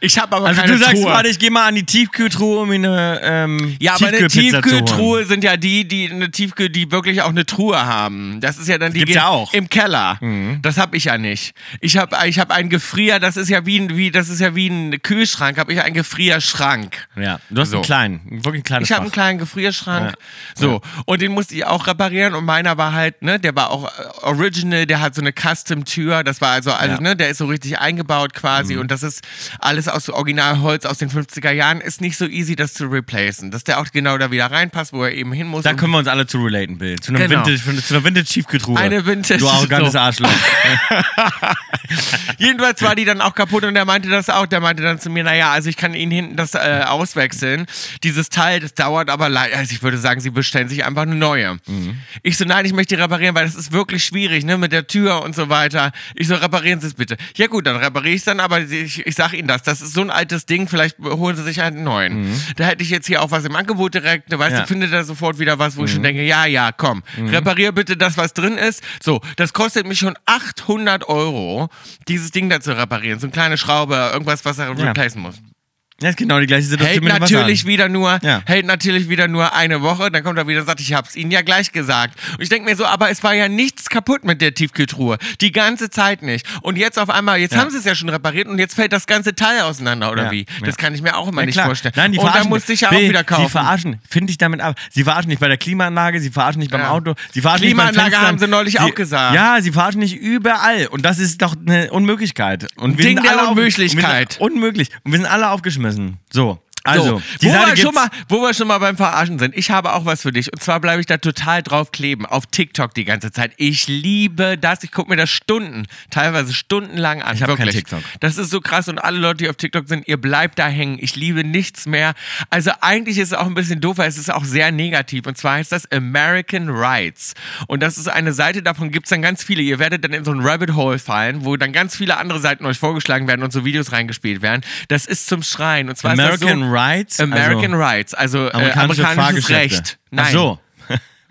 [SPEAKER 2] Ich habe aber
[SPEAKER 1] Also
[SPEAKER 2] keine
[SPEAKER 1] du sagst
[SPEAKER 2] Truhe.
[SPEAKER 1] gerade, ich gehe mal an die Tiefkühltruhe, um mir eine ähm,
[SPEAKER 2] ja, aber eine
[SPEAKER 1] Tiefkühlpizza zu holen.
[SPEAKER 2] Tiefkühltruhe sind ja die, die eine Tiefkühl, die wirklich auch eine Truhe haben. Das ist ja dann die
[SPEAKER 1] Gibt's
[SPEAKER 2] gehen
[SPEAKER 1] ja auch. Mhm.
[SPEAKER 2] im Keller. Das habe ich ja nicht. Ich habe ich habe einen Gefrier, das ist ja wie ein wie das ist ja wie ein Kühlschrank, habe ich einen Gefrierschrank.
[SPEAKER 1] Ja, du hast einen
[SPEAKER 2] So.
[SPEAKER 1] kleinen, wirklich ein kleines
[SPEAKER 2] Ich habe einen
[SPEAKER 1] Fach.
[SPEAKER 2] kleinen Gefrierschrank. So, und den musste ich auch reparieren und meiner war halt, ne, der war auch äh, original, der hat so eine Custom Tür, das war also also,
[SPEAKER 1] Ja. Mhm.
[SPEAKER 2] ne, der ist so richtig eingebaut quasi und das ist alles aus Originalholz aus den 50er Jahren ist nicht so easy das zu replacen, dass der auch genau da wieder reinpasst, wo er eben hin muss.
[SPEAKER 1] Da
[SPEAKER 2] und-
[SPEAKER 1] können wir uns alle zu relaten, Bill. Zu, einem
[SPEAKER 2] Genau.
[SPEAKER 1] Vintage, zu einer Vintage-Tiefkühltruhe.
[SPEAKER 2] Eine Vintage-
[SPEAKER 1] Du arrogantes
[SPEAKER 2] so.
[SPEAKER 1] Arschloch.
[SPEAKER 2] Jedenfalls war die dann auch kaputt und der meinte das auch. Der meinte dann zu mir, naja, also ich kann Ihnen hinten das äh, auswechseln. Dieses Teil, das dauert aber leider. Also ich würde sagen, Sie bestellen sich einfach eine neue. Ich so, nein, ich möchte die reparieren, weil das ist wirklich schwierig, ne, mit der Tür und so weiter. Ich so, reparieren Sie es bitte. Ja gut, dann repariere ich es dann, aber ich, ich sag Ihnen das. Das ist so ein altes Ding, vielleicht holen Sie sich halt einen neuen. Da hätte ich jetzt hier auch was im Angebot direkt, ne, weißt
[SPEAKER 1] Ja.
[SPEAKER 2] du, findet da sofort wieder was, wo ich
[SPEAKER 1] Mhm.
[SPEAKER 2] schon denke, ja, ja, komm, reparier bitte das, was drin ist. So, das kostet mich schon 800 Euro, dieses Ding da zu reparieren. So eine kleine Schraube, irgendwas, was er
[SPEAKER 1] Ja.
[SPEAKER 2] replacen muss.
[SPEAKER 1] Das ist genau die gleiche Situation
[SPEAKER 2] Hält
[SPEAKER 1] mit dem
[SPEAKER 2] natürlich
[SPEAKER 1] Wasser.
[SPEAKER 2] wieder nur,
[SPEAKER 1] Ja.
[SPEAKER 2] hält natürlich wieder nur eine Woche, dann kommt er wieder und sagt, ich hab's Ihnen ja gleich gesagt. Und ich denke mir so, aber es war ja nichts kaputt mit der Tiefkühltruhe. Die ganze Zeit nicht. Und jetzt auf einmal, jetzt
[SPEAKER 1] Ja.
[SPEAKER 2] haben sie es ja schon repariert und jetzt fällt das ganze Teil auseinander, oder
[SPEAKER 1] Ja,
[SPEAKER 2] wie?
[SPEAKER 1] ja.
[SPEAKER 2] Das kann ich mir auch immer
[SPEAKER 1] Ja,
[SPEAKER 2] nicht
[SPEAKER 1] klar.
[SPEAKER 2] vorstellen.
[SPEAKER 1] Nein, die
[SPEAKER 2] und dann
[SPEAKER 1] verarschen
[SPEAKER 2] musste ich ja
[SPEAKER 1] Bill,
[SPEAKER 2] auch wieder
[SPEAKER 1] Sie
[SPEAKER 2] kaufen.
[SPEAKER 1] verarschen. Finde ich damit ab. Sie verarschen nicht bei der Klimaanlage, sie verarschen nicht beim
[SPEAKER 2] Ja.
[SPEAKER 1] Auto, sie verarschen nicht beim
[SPEAKER 2] Klimaanlage
[SPEAKER 1] Fenstern.
[SPEAKER 2] haben sie neulich
[SPEAKER 1] sie,
[SPEAKER 2] auch gesagt.
[SPEAKER 1] Ja, sie verarschen nicht überall. Und das ist doch eine Unmöglichkeit. Und wir
[SPEAKER 2] Ding
[SPEAKER 1] sind
[SPEAKER 2] der
[SPEAKER 1] alle auf-
[SPEAKER 2] Unmöglichkeit.
[SPEAKER 1] und wir sind unmöglich. Und wir sind alle aufgeschmissen. So. Also,
[SPEAKER 2] So,
[SPEAKER 1] die
[SPEAKER 2] wo,
[SPEAKER 1] Seite
[SPEAKER 2] wir
[SPEAKER 1] gibt's.
[SPEAKER 2] schon mal, wo wir schon mal beim Verarschen sind, ich habe auch was für dich. Und zwar bleibe ich da total drauf kleben, auf TikTok die ganze Zeit. Ich liebe das. Ich gucke mir das Stunden, teilweise stundenlang an.
[SPEAKER 1] Ich habe kein
[SPEAKER 2] Wirklich.
[SPEAKER 1] TikTok.
[SPEAKER 2] Das ist so krass und alle Leute, die auf TikTok sind, ihr bleibt da hängen. Ich liebe nichts mehr. Also eigentlich ist es auch ein bisschen doof, weil es ist auch sehr negativ. Und zwar heißt das American Rights. Und das ist eine Seite, davon gibt es dann ganz viele. Ihr werdet dann in so ein Rabbit Hole fallen, wo dann ganz viele andere Seiten euch vorgeschlagen werden und so Videos reingespielt werden. Das ist zum Schreien. Und zwar ist das so,
[SPEAKER 1] American Rights.
[SPEAKER 2] American Rights, also äh,
[SPEAKER 1] amerikanische
[SPEAKER 2] amerikanisches
[SPEAKER 1] Fahrgeschäfte.
[SPEAKER 2] Recht.
[SPEAKER 1] Ach so.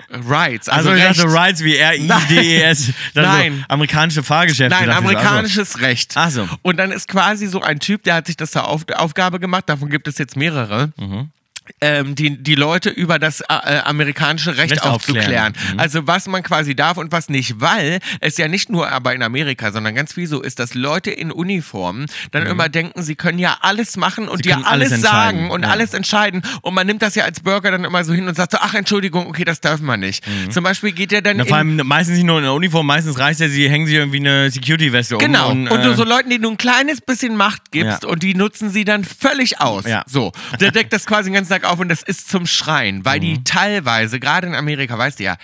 [SPEAKER 2] Rights, also,
[SPEAKER 1] Also, ich
[SPEAKER 2] Recht.
[SPEAKER 1] dachte Rights wie R-I-D-E-S. E Das ist
[SPEAKER 2] [LAUGHS] Nein.
[SPEAKER 1] So amerikanische Fahrgeschäfte.
[SPEAKER 2] Nein,
[SPEAKER 1] dachte ich so. Also
[SPEAKER 2] amerikanisches Recht.
[SPEAKER 1] Ach so.
[SPEAKER 2] Und dann ist quasi so ein Typ, der hat sich das zur auf Aufgabe gemacht, davon gibt es jetzt mehrere.
[SPEAKER 1] Mhm.
[SPEAKER 2] Ähm, die, die Leute über das äh, äh, amerikanische Recht,
[SPEAKER 1] Recht aufklären. Mhm.
[SPEAKER 2] aufzuklären. Also was man quasi darf und was nicht, weil es ja nicht nur aber in Amerika, sondern ganz viel so ist, dass Leute in Uniformen dann immer denken, sie können ja alles machen
[SPEAKER 1] Mhm.
[SPEAKER 2] und
[SPEAKER 1] Sie
[SPEAKER 2] dir
[SPEAKER 1] können alles
[SPEAKER 2] alles, sagen
[SPEAKER 1] entscheiden.
[SPEAKER 2] und
[SPEAKER 1] Ja.
[SPEAKER 2] alles alles entscheiden und man nimmt das ja als Bürger dann immer so hin und sagt so, ach Entschuldigung, okay, das darf man nicht. Zum Beispiel geht er
[SPEAKER 1] Mhm.
[SPEAKER 2] dann
[SPEAKER 1] Na, vor
[SPEAKER 2] in,
[SPEAKER 1] allem meistens nicht nur in der Uniform, meistens reißt er sie, hängen sie irgendwie eine Security-Weste um.
[SPEAKER 2] Genau. Und,
[SPEAKER 1] Und,
[SPEAKER 2] du
[SPEAKER 1] äh,
[SPEAKER 2] so Leuten, denen du ein kleines bisschen Macht gibst
[SPEAKER 1] Ja.
[SPEAKER 2] und die nutzen sie dann völlig aus.
[SPEAKER 1] Ja.
[SPEAKER 2] So. Der deckt das quasi den ganzen Tag auf und das ist zum Schreien, weil die teilweise, gerade in Amerika, weißt du ja,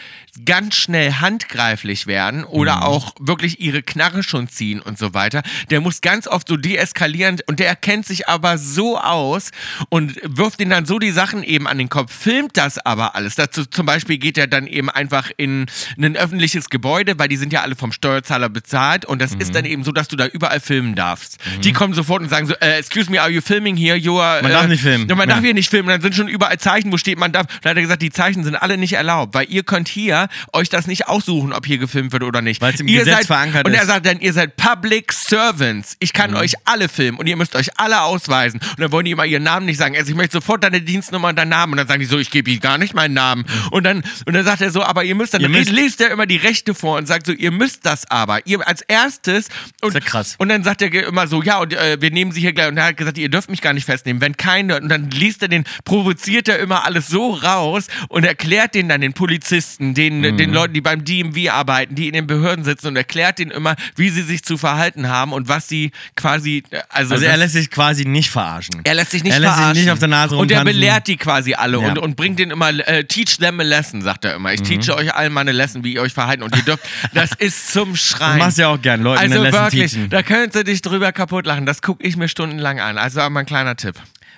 [SPEAKER 2] ganz schnell handgreiflich werden oder auch wirklich ihre Knarre schon ziehen und so weiter. Der muss ganz oft so deeskalierend und der kennt sich aber so aus und wirft ihnen dann so die Sachen eben an den Kopf, filmt das aber alles. Dazu zum Beispiel geht er dann eben einfach in ein öffentliches Gebäude, weil die sind ja alle vom Steuerzahler bezahlt und das ist dann eben so, dass du da überall filmen darfst. Die kommen sofort und sagen so, äh, excuse me, are you filming here? You are,
[SPEAKER 1] Man
[SPEAKER 2] äh,
[SPEAKER 1] darf nicht filmen.
[SPEAKER 2] Ja, man
[SPEAKER 1] Ja.
[SPEAKER 2] darf hier nicht filmen, dann sind schon überall Zeichen, wo steht man darf. Da hat er gesagt, die Zeichen sind alle nicht erlaubt, weil ihr könnt hier euch das nicht aussuchen, ob hier gefilmt wird oder nicht.
[SPEAKER 1] Weil es im
[SPEAKER 2] ihr
[SPEAKER 1] Gesetz
[SPEAKER 2] seid,
[SPEAKER 1] verankert
[SPEAKER 2] Und er
[SPEAKER 1] ist. Mhm.
[SPEAKER 2] sagt dann, ihr seid Public Servants. Ich kann euch alle filmen und ihr müsst euch alle ausweisen. Und dann wollen die immer ihren Namen nicht sagen. Also ich möchte sofort deine Dienstnummer und deinen Namen. Und dann sagen die so, ich gebe ihnen gar nicht meinen Namen. Und dann, und dann sagt er so, aber ihr müsst dann,
[SPEAKER 1] Ihr
[SPEAKER 2] ihr
[SPEAKER 1] müsst-
[SPEAKER 2] lest er immer die Rechte vor und sagt so, ihr müsst das aber. Ihr als erstes. Und,
[SPEAKER 1] Ist ja krass.
[SPEAKER 2] und dann sagt er immer so, ja, und äh, wir nehmen sie hier gleich. Und er hat gesagt, ihr dürft mich gar nicht festnehmen, wenn keine. Und dann liest er den, provoziert er immer alles so raus und erklärt den dann den Polizisten, den,
[SPEAKER 1] Mhm.
[SPEAKER 2] den Leuten, die beim DMV arbeiten, die in den Behörden sitzen und erklärt denen immer, wie sie sich zu verhalten haben und was sie quasi, äh,
[SPEAKER 1] Also
[SPEAKER 2] also, das-
[SPEAKER 1] er lässt sich quasi nicht verarschen.
[SPEAKER 2] er lässt sich nicht
[SPEAKER 1] Er lässt sich
[SPEAKER 2] verarschen.
[SPEAKER 1] nicht auf der Nase
[SPEAKER 2] Und er
[SPEAKER 1] rumtanzen.
[SPEAKER 2] belehrt die quasi alle
[SPEAKER 1] Ja. Mhm.
[SPEAKER 2] und, und bringt denen immer, äh, teach them a lesson, sagt er immer. Ich teache euch allen meine Lesson, wie ihr euch verhalten. Und ihr
[SPEAKER 1] [LAUGHS]
[SPEAKER 2] dürft, das ist zum Schreien.
[SPEAKER 1] Du machst ja auch gern Leuten
[SPEAKER 2] Also
[SPEAKER 1] eine Lesson
[SPEAKER 2] wirklich,
[SPEAKER 1] teachen.
[SPEAKER 2] da könntest du dich drüber kaputt lachen. Das gucke ich mir stundenlang an. Also aber ein kleiner Tipp.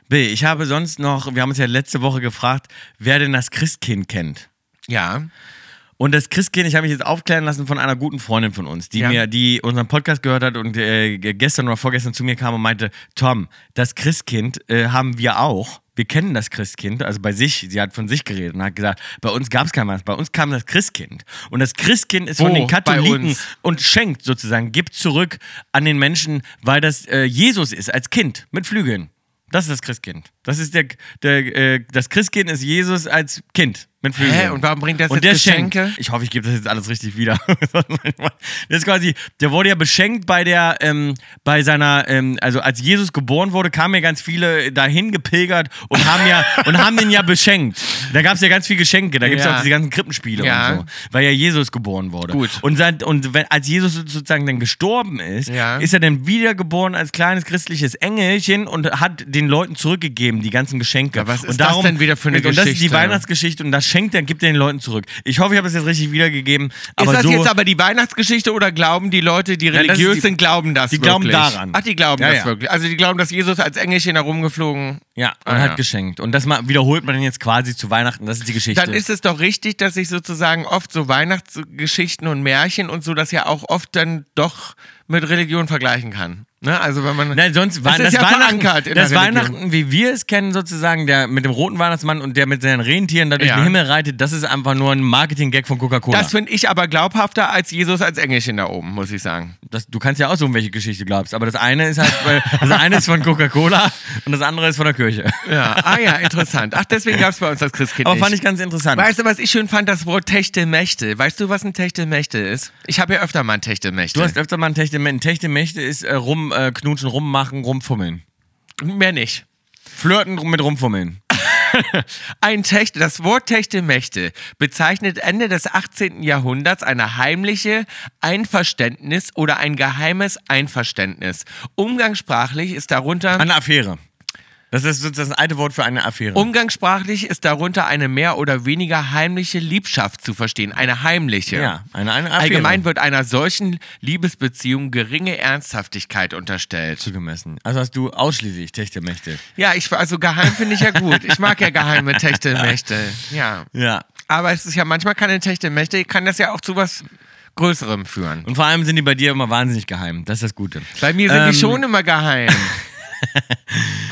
[SPEAKER 1] Bill, ich habe sonst noch, wir haben uns ja letzte Woche gefragt, wer denn das Christkind kennt.
[SPEAKER 2] Ja.
[SPEAKER 1] Und das Christkind, ich habe mich jetzt aufklären lassen von einer guten Freundin von uns, die
[SPEAKER 2] Ja.
[SPEAKER 1] mir, die unseren Podcast gehört hat und äh, gestern oder vorgestern zu mir kam und meinte, Tom, das Christkind äh, haben wir auch. Wir kennen das Christkind, also bei sich, sie hat von sich geredet und hat gesagt, bei uns gab es kein Weihnachten, bei uns kam das Christkind. Und das Christkind ist von
[SPEAKER 2] Wo?
[SPEAKER 1] den
[SPEAKER 2] Bei
[SPEAKER 1] Katholiken
[SPEAKER 2] uns?
[SPEAKER 1] und schenkt sozusagen, gibt zurück an den Menschen, weil das äh, Jesus ist, als Kind, mit Flügeln. Das ist das Christkind. Das ist der, der äh, das Christkind ist Jesus als Kind mit Flügeln.
[SPEAKER 2] Hä, und warum bringt das
[SPEAKER 1] und
[SPEAKER 2] jetzt
[SPEAKER 1] der
[SPEAKER 2] Geschenke?
[SPEAKER 1] Schenkt, ich hoffe, ich gebe das jetzt alles richtig wieder. [LAUGHS] das ist quasi, der wurde ja beschenkt bei der, ähm, bei seiner, ähm, also als Jesus geboren wurde, kamen ja ganz viele dahin gepilgert und haben
[SPEAKER 2] [LAUGHS]
[SPEAKER 1] ja und haben den ja beschenkt. Da gab es ja ganz viele Geschenke. Da gibt es
[SPEAKER 2] Ja.
[SPEAKER 1] auch diese ganzen Krippenspiele
[SPEAKER 2] Ja.
[SPEAKER 1] und so, weil ja Jesus geboren wurde.
[SPEAKER 2] Gut.
[SPEAKER 1] Und, seit, und wenn, als Jesus sozusagen dann gestorben ist,
[SPEAKER 2] Ja.
[SPEAKER 1] ist er dann wiedergeboren als kleines christliches Engelchen und hat den Leuten zurückgegeben, die ganzen Geschenke.
[SPEAKER 2] Ja, was ist
[SPEAKER 1] und
[SPEAKER 2] das denn wieder für eine
[SPEAKER 1] und das ist die
[SPEAKER 2] Geschichte?
[SPEAKER 1] Weihnachtsgeschichte und das schenkt er, gibt er den Leuten zurück. Ich hoffe, ich habe es jetzt richtig wiedergegeben. Aber
[SPEAKER 2] ist das
[SPEAKER 1] so,
[SPEAKER 2] jetzt aber die Weihnachtsgeschichte oder glauben die Leute, die
[SPEAKER 1] das ist
[SPEAKER 2] religiös
[SPEAKER 1] die-
[SPEAKER 2] sind, glauben das
[SPEAKER 1] die
[SPEAKER 2] wirklich?
[SPEAKER 1] glauben daran.
[SPEAKER 2] Ach, die glauben
[SPEAKER 1] Ja,
[SPEAKER 2] das
[SPEAKER 1] ja.
[SPEAKER 2] wirklich. Also die glauben, dass Jesus als Engelchen herumgeflogen.
[SPEAKER 1] ja, und
[SPEAKER 2] Ah,
[SPEAKER 1] hat
[SPEAKER 2] ja.
[SPEAKER 1] geschenkt. Und das mal, wiederholt man dann jetzt quasi zu Weihnachten. Das ist die Geschichte.
[SPEAKER 2] Dann ist es doch richtig, dass sich sozusagen oft so Weihnachtsgeschichten und Märchen und so das ja auch oft dann doch mit Religion vergleichen kann. Ne? Also wenn man
[SPEAKER 1] Nein, sonst war
[SPEAKER 2] das ist ja
[SPEAKER 1] Weihnachten,
[SPEAKER 2] verankert in
[SPEAKER 1] das
[SPEAKER 2] der Religion.
[SPEAKER 1] Weihnachten, wie wir es kennen, sozusagen, der mit dem roten Weihnachtsmann und der mit seinen Rentieren da durch
[SPEAKER 2] Ja.
[SPEAKER 1] den Himmel reitet, das ist einfach nur ein Marketing-Gag von Coca-Cola.
[SPEAKER 2] Das finde ich aber glaubhafter als Jesus als Engelchen da oben, muss ich sagen.
[SPEAKER 1] Das- Du kannst ja auch so um welche Geschichte glaubst, aber das eine ist halt, weil- das eine ist von Coca-Cola [LAUGHS] und das andere ist von der Kirche.
[SPEAKER 2] Ja. Ah ja, interessant. Ach, deswegen gab es bei uns das Christkind
[SPEAKER 1] Aber
[SPEAKER 2] nicht.
[SPEAKER 1] fand ich ganz interessant.
[SPEAKER 2] Weißt du, was ich schön fand? Das Wort Techtelmächte. Weißt du, was ein Techtelmächte ist? Ich habe ja öfter mal ein Techtelmächte.
[SPEAKER 1] Du hast öfter mal ein Techtemächte. Techtemächte ist äh, rum, äh, knutschen, rummachen, rumfummeln.
[SPEAKER 2] mehr nicht.
[SPEAKER 1] Flirten mit rumfummeln.
[SPEAKER 2] Ein Techt, das Wort Techtelmächte bezeichnet Ende des 18. Jahrhunderts eine heimliche Einverständnis oder ein geheimes Einverständnis. Umgangssprachlich ist darunter
[SPEAKER 1] Eine Affäre. Das ist sozusagen das alte Wort für eine Affäre.
[SPEAKER 2] Umgangssprachlich ist darunter eine mehr oder weniger heimliche Liebschaft zu verstehen, eine heimliche.
[SPEAKER 1] ja, eine, eine Affäre.
[SPEAKER 2] Allgemein wird einer solchen Liebesbeziehung geringe Ernsthaftigkeit unterstellt.
[SPEAKER 1] zugemessen. Also hast du ausschließlich Techtemächte.
[SPEAKER 2] Ja, ich also geheim finde ich ja gut. Ich mag ja geheime
[SPEAKER 1] [LAUGHS]
[SPEAKER 2] Techtelmächte. Ja.
[SPEAKER 1] Ja.
[SPEAKER 2] Aber es ist ja manchmal keine Techtelmächte, kann das ja auch zu was Größerem führen.
[SPEAKER 1] Und vor allem sind die bei dir immer wahnsinnig geheim. Das ist das Gute.
[SPEAKER 2] Bei mir sind
[SPEAKER 1] Ähm,
[SPEAKER 2] die schon
[SPEAKER 1] [LAUGHS]
[SPEAKER 2] immer geheim.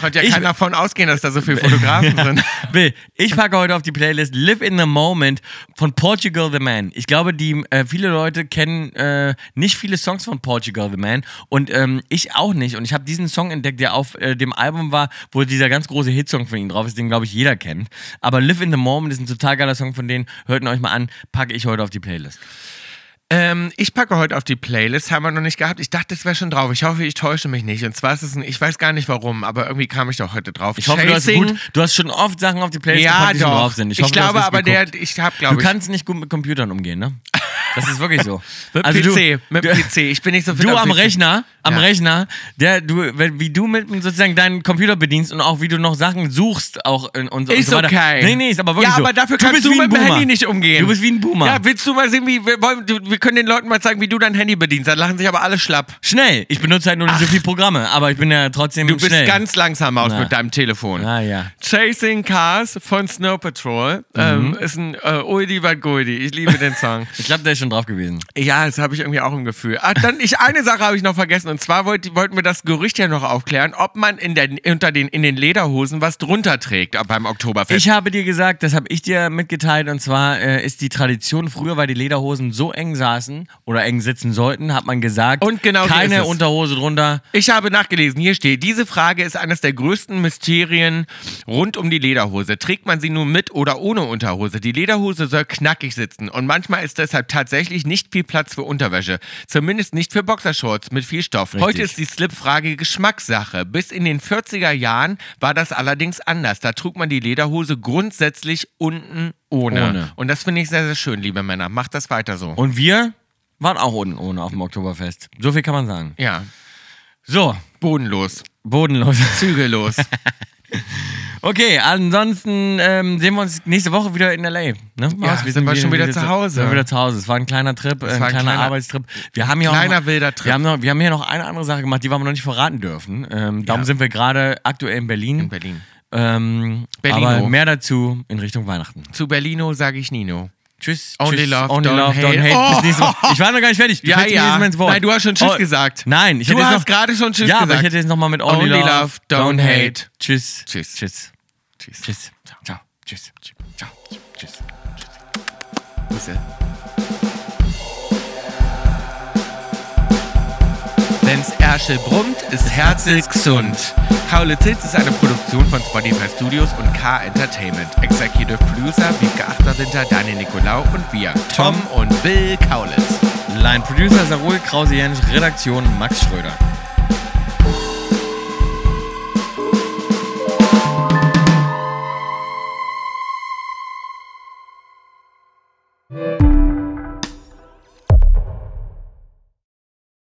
[SPEAKER 2] Konnte ja
[SPEAKER 1] Ich-
[SPEAKER 2] keiner davon ausgehen, dass da
[SPEAKER 1] [LAUGHS]
[SPEAKER 2] so viele Fotografen sind.
[SPEAKER 1] Bill, ich packe heute auf die Playlist Live in the Moment von Portugal the Man. Ich glaube, die äh, viele Leute kennen äh, nicht viele Songs von Portugal the Man und ähm, ich auch nicht. Und ich habe diesen Song entdeckt, der auf äh, dem Album war, wo dieser ganz große Hitsong von ihm drauf ist, den glaube ich jeder kennt. Aber Live in the Moment ist ein total geiler Song von denen. Hört ihn euch mal an, packe ich heute auf die Playlist.
[SPEAKER 2] Ähm, ich packe heute auf die Playlist, haben wir noch nicht gehabt. Ich dachte, es wäre schon drauf. Ich hoffe, ich täusche mich nicht. Und zwar ist es ein, ich weiß gar nicht warum, aber irgendwie kam ich doch heute drauf.
[SPEAKER 1] Ich hoffe, du hast, gut, du hast schon oft Sachen auf die Playlist
[SPEAKER 2] Ja,
[SPEAKER 1] gepackt, die schon
[SPEAKER 2] doch.
[SPEAKER 1] drauf sind.
[SPEAKER 2] Ich,
[SPEAKER 1] hoffe, du hast
[SPEAKER 2] glaube
[SPEAKER 1] es
[SPEAKER 2] aber,
[SPEAKER 1] geguckt.
[SPEAKER 2] der, ich habe,
[SPEAKER 1] Du
[SPEAKER 2] glaube ich,
[SPEAKER 1] kannst nicht gut mit Computern umgehen, ne? Das ist wirklich so.
[SPEAKER 2] [LAUGHS] mit
[SPEAKER 1] Also
[SPEAKER 2] PC,
[SPEAKER 1] du,
[SPEAKER 2] mit
[SPEAKER 1] du,
[SPEAKER 2] PC. Ich bin nicht so fit
[SPEAKER 1] Du
[SPEAKER 2] am
[SPEAKER 1] am
[SPEAKER 2] PC.
[SPEAKER 1] Rechner, am
[SPEAKER 2] Ja.
[SPEAKER 1] Rechner, der du, wenn- wie du mit sozusagen deinen Computer bedienst und auch wie du noch Sachen suchst, auch in, und, so-
[SPEAKER 2] Ist
[SPEAKER 1] und so weiter.
[SPEAKER 2] okay.
[SPEAKER 1] Nee, nee, ist aber wirklich
[SPEAKER 2] Ja,
[SPEAKER 1] so.
[SPEAKER 2] aber dafür
[SPEAKER 1] Du
[SPEAKER 2] kannst
[SPEAKER 1] bist
[SPEAKER 2] du
[SPEAKER 1] wie ein
[SPEAKER 2] mit dem
[SPEAKER 1] Boomer.
[SPEAKER 2] Handy nicht umgehen.
[SPEAKER 1] Du bist wie ein Boomer.
[SPEAKER 2] Ja, willst du mal sehen, wie wir, wollen, du, wir können den Leuten mal zeigen, wie du dein Handy bedienst. Dann lachen sich aber alle schlapp.
[SPEAKER 1] schnell. Ich benutze halt nur nicht so viele Programme, aber ich bin ja trotzdem
[SPEAKER 2] Du bist
[SPEAKER 1] schnell.
[SPEAKER 2] ganz langsam aus
[SPEAKER 1] Na.
[SPEAKER 2] mit deinem Telefon.
[SPEAKER 1] Ah, ja.
[SPEAKER 2] Chasing Cars von Snow Patrol
[SPEAKER 1] Mhm.
[SPEAKER 2] ähm, ist ein äh, Uldi Bad Guldi. Ich liebe den
[SPEAKER 1] [LAUGHS]
[SPEAKER 2] Song.
[SPEAKER 1] Ich glaube, der ist schon drauf gewesen.
[SPEAKER 2] ja, das habe ich irgendwie auch im Gefühl. Ach, dann ich eine Sache habe ich noch vergessen und zwar wollt, wollten wir das Gerücht ja noch aufklären, ob man in der, unter den in den Lederhosen was drunter trägt ab- beim Oktoberfest.
[SPEAKER 1] Ich habe dir gesagt, das habe ich dir mitgeteilt, und zwar äh, ist die Tradition früher, weil die Lederhosen so eng saßen oder eng sitzen sollten, hat man gesagt,
[SPEAKER 2] Und genau so
[SPEAKER 1] keine
[SPEAKER 2] ist es.
[SPEAKER 1] Unterhose drunter.
[SPEAKER 2] Ich habe nachgelesen, hier steht, diese Frage ist eines der größten Mysterien rund um die Lederhose. Trägt man sie nun mit oder ohne Unterhose? Die Lederhose soll knackig sitzen und manchmal ist deshalb tatsächlich nicht viel Platz für Unterwäsche. Zumindest nicht für Boxershorts mit viel Stoff. Heute ist die Slip-Frage Geschmackssache. Bis in den 40er Jahren war das allerdings anders. Da trug man die Lederhose grundsätzlich unten ohne.
[SPEAKER 1] Ohne.
[SPEAKER 2] Und das finde ich sehr, sehr schön, liebe Männer. Macht das weiter so.
[SPEAKER 1] Und wir waren auch unten ohne auf dem Oktoberfest. So viel kann man sagen.
[SPEAKER 2] ja,
[SPEAKER 1] So,
[SPEAKER 2] bodenlos,
[SPEAKER 1] bodenlos.
[SPEAKER 2] zügellos.
[SPEAKER 1] [LAUGHS] Okay, ansonsten ähm, sehen wir uns nächste Woche wieder in LA. Ne? Maus?
[SPEAKER 2] sind wir schon wieder zu Hause.
[SPEAKER 1] Sind wir wieder zu Hause. Es war ein kleiner Trip, äh, ein,
[SPEAKER 2] war ein
[SPEAKER 1] kleiner,
[SPEAKER 2] kleiner-
[SPEAKER 1] Arbeitstrip. Wir haben hier auch
[SPEAKER 2] kleiner
[SPEAKER 1] noch,
[SPEAKER 2] wilder Trip.
[SPEAKER 1] Wir haben, noch, wir haben hier noch eine andere Sache gemacht, die wir noch nicht verraten dürfen. Ähm, darum
[SPEAKER 2] Ja.
[SPEAKER 1] sind wir gerade aktuell in Berlin.
[SPEAKER 2] In Berlin.
[SPEAKER 1] Ähm,
[SPEAKER 2] Berlino.
[SPEAKER 1] aber mehr dazu in Richtung Weihnachten.
[SPEAKER 2] Zu Berlino sage ich Nino.
[SPEAKER 1] Tschüss.
[SPEAKER 2] Only
[SPEAKER 1] tschüss,
[SPEAKER 2] love,
[SPEAKER 1] only
[SPEAKER 2] don't
[SPEAKER 1] love, don't
[SPEAKER 2] hate.
[SPEAKER 1] hate.
[SPEAKER 2] Oh.
[SPEAKER 1] Bis nächstes Mal. Ich war noch gar nicht fertig. Du
[SPEAKER 2] Ja,
[SPEAKER 1] fällst mir
[SPEAKER 2] ja.
[SPEAKER 1] jedes Mal ins Wort. Oh,
[SPEAKER 2] Nein, du hast schon Tschüss gesagt.
[SPEAKER 1] Nein, ich
[SPEAKER 2] Du
[SPEAKER 1] hätte jetzt
[SPEAKER 2] hast
[SPEAKER 1] noch,
[SPEAKER 2] gerade schon Tschüss
[SPEAKER 1] ja, Ja, aber
[SPEAKER 2] gesagt.
[SPEAKER 1] ich hätte jetzt nochmal mit Only,
[SPEAKER 2] Only
[SPEAKER 1] love,
[SPEAKER 2] love, don't hate.
[SPEAKER 1] Tschüss.
[SPEAKER 2] Tschüss.
[SPEAKER 1] Tschüss.
[SPEAKER 2] Tschüss.
[SPEAKER 1] Tschüss. Ciao. Tschüss. Ciao. Tschüss.
[SPEAKER 2] Busse. Wenn's Ärsche brummt, ist Herzl gesund. Kaulitz ist eine Produktion von Spotify Studios und K Entertainment. Executive Producer Wiebke Achterwinter, Daniel Nicolau und wir, Tom und Bill Kaulitz.
[SPEAKER 1] Line Producer Sarul Krause-Jensch, Redaktion Max Schröder.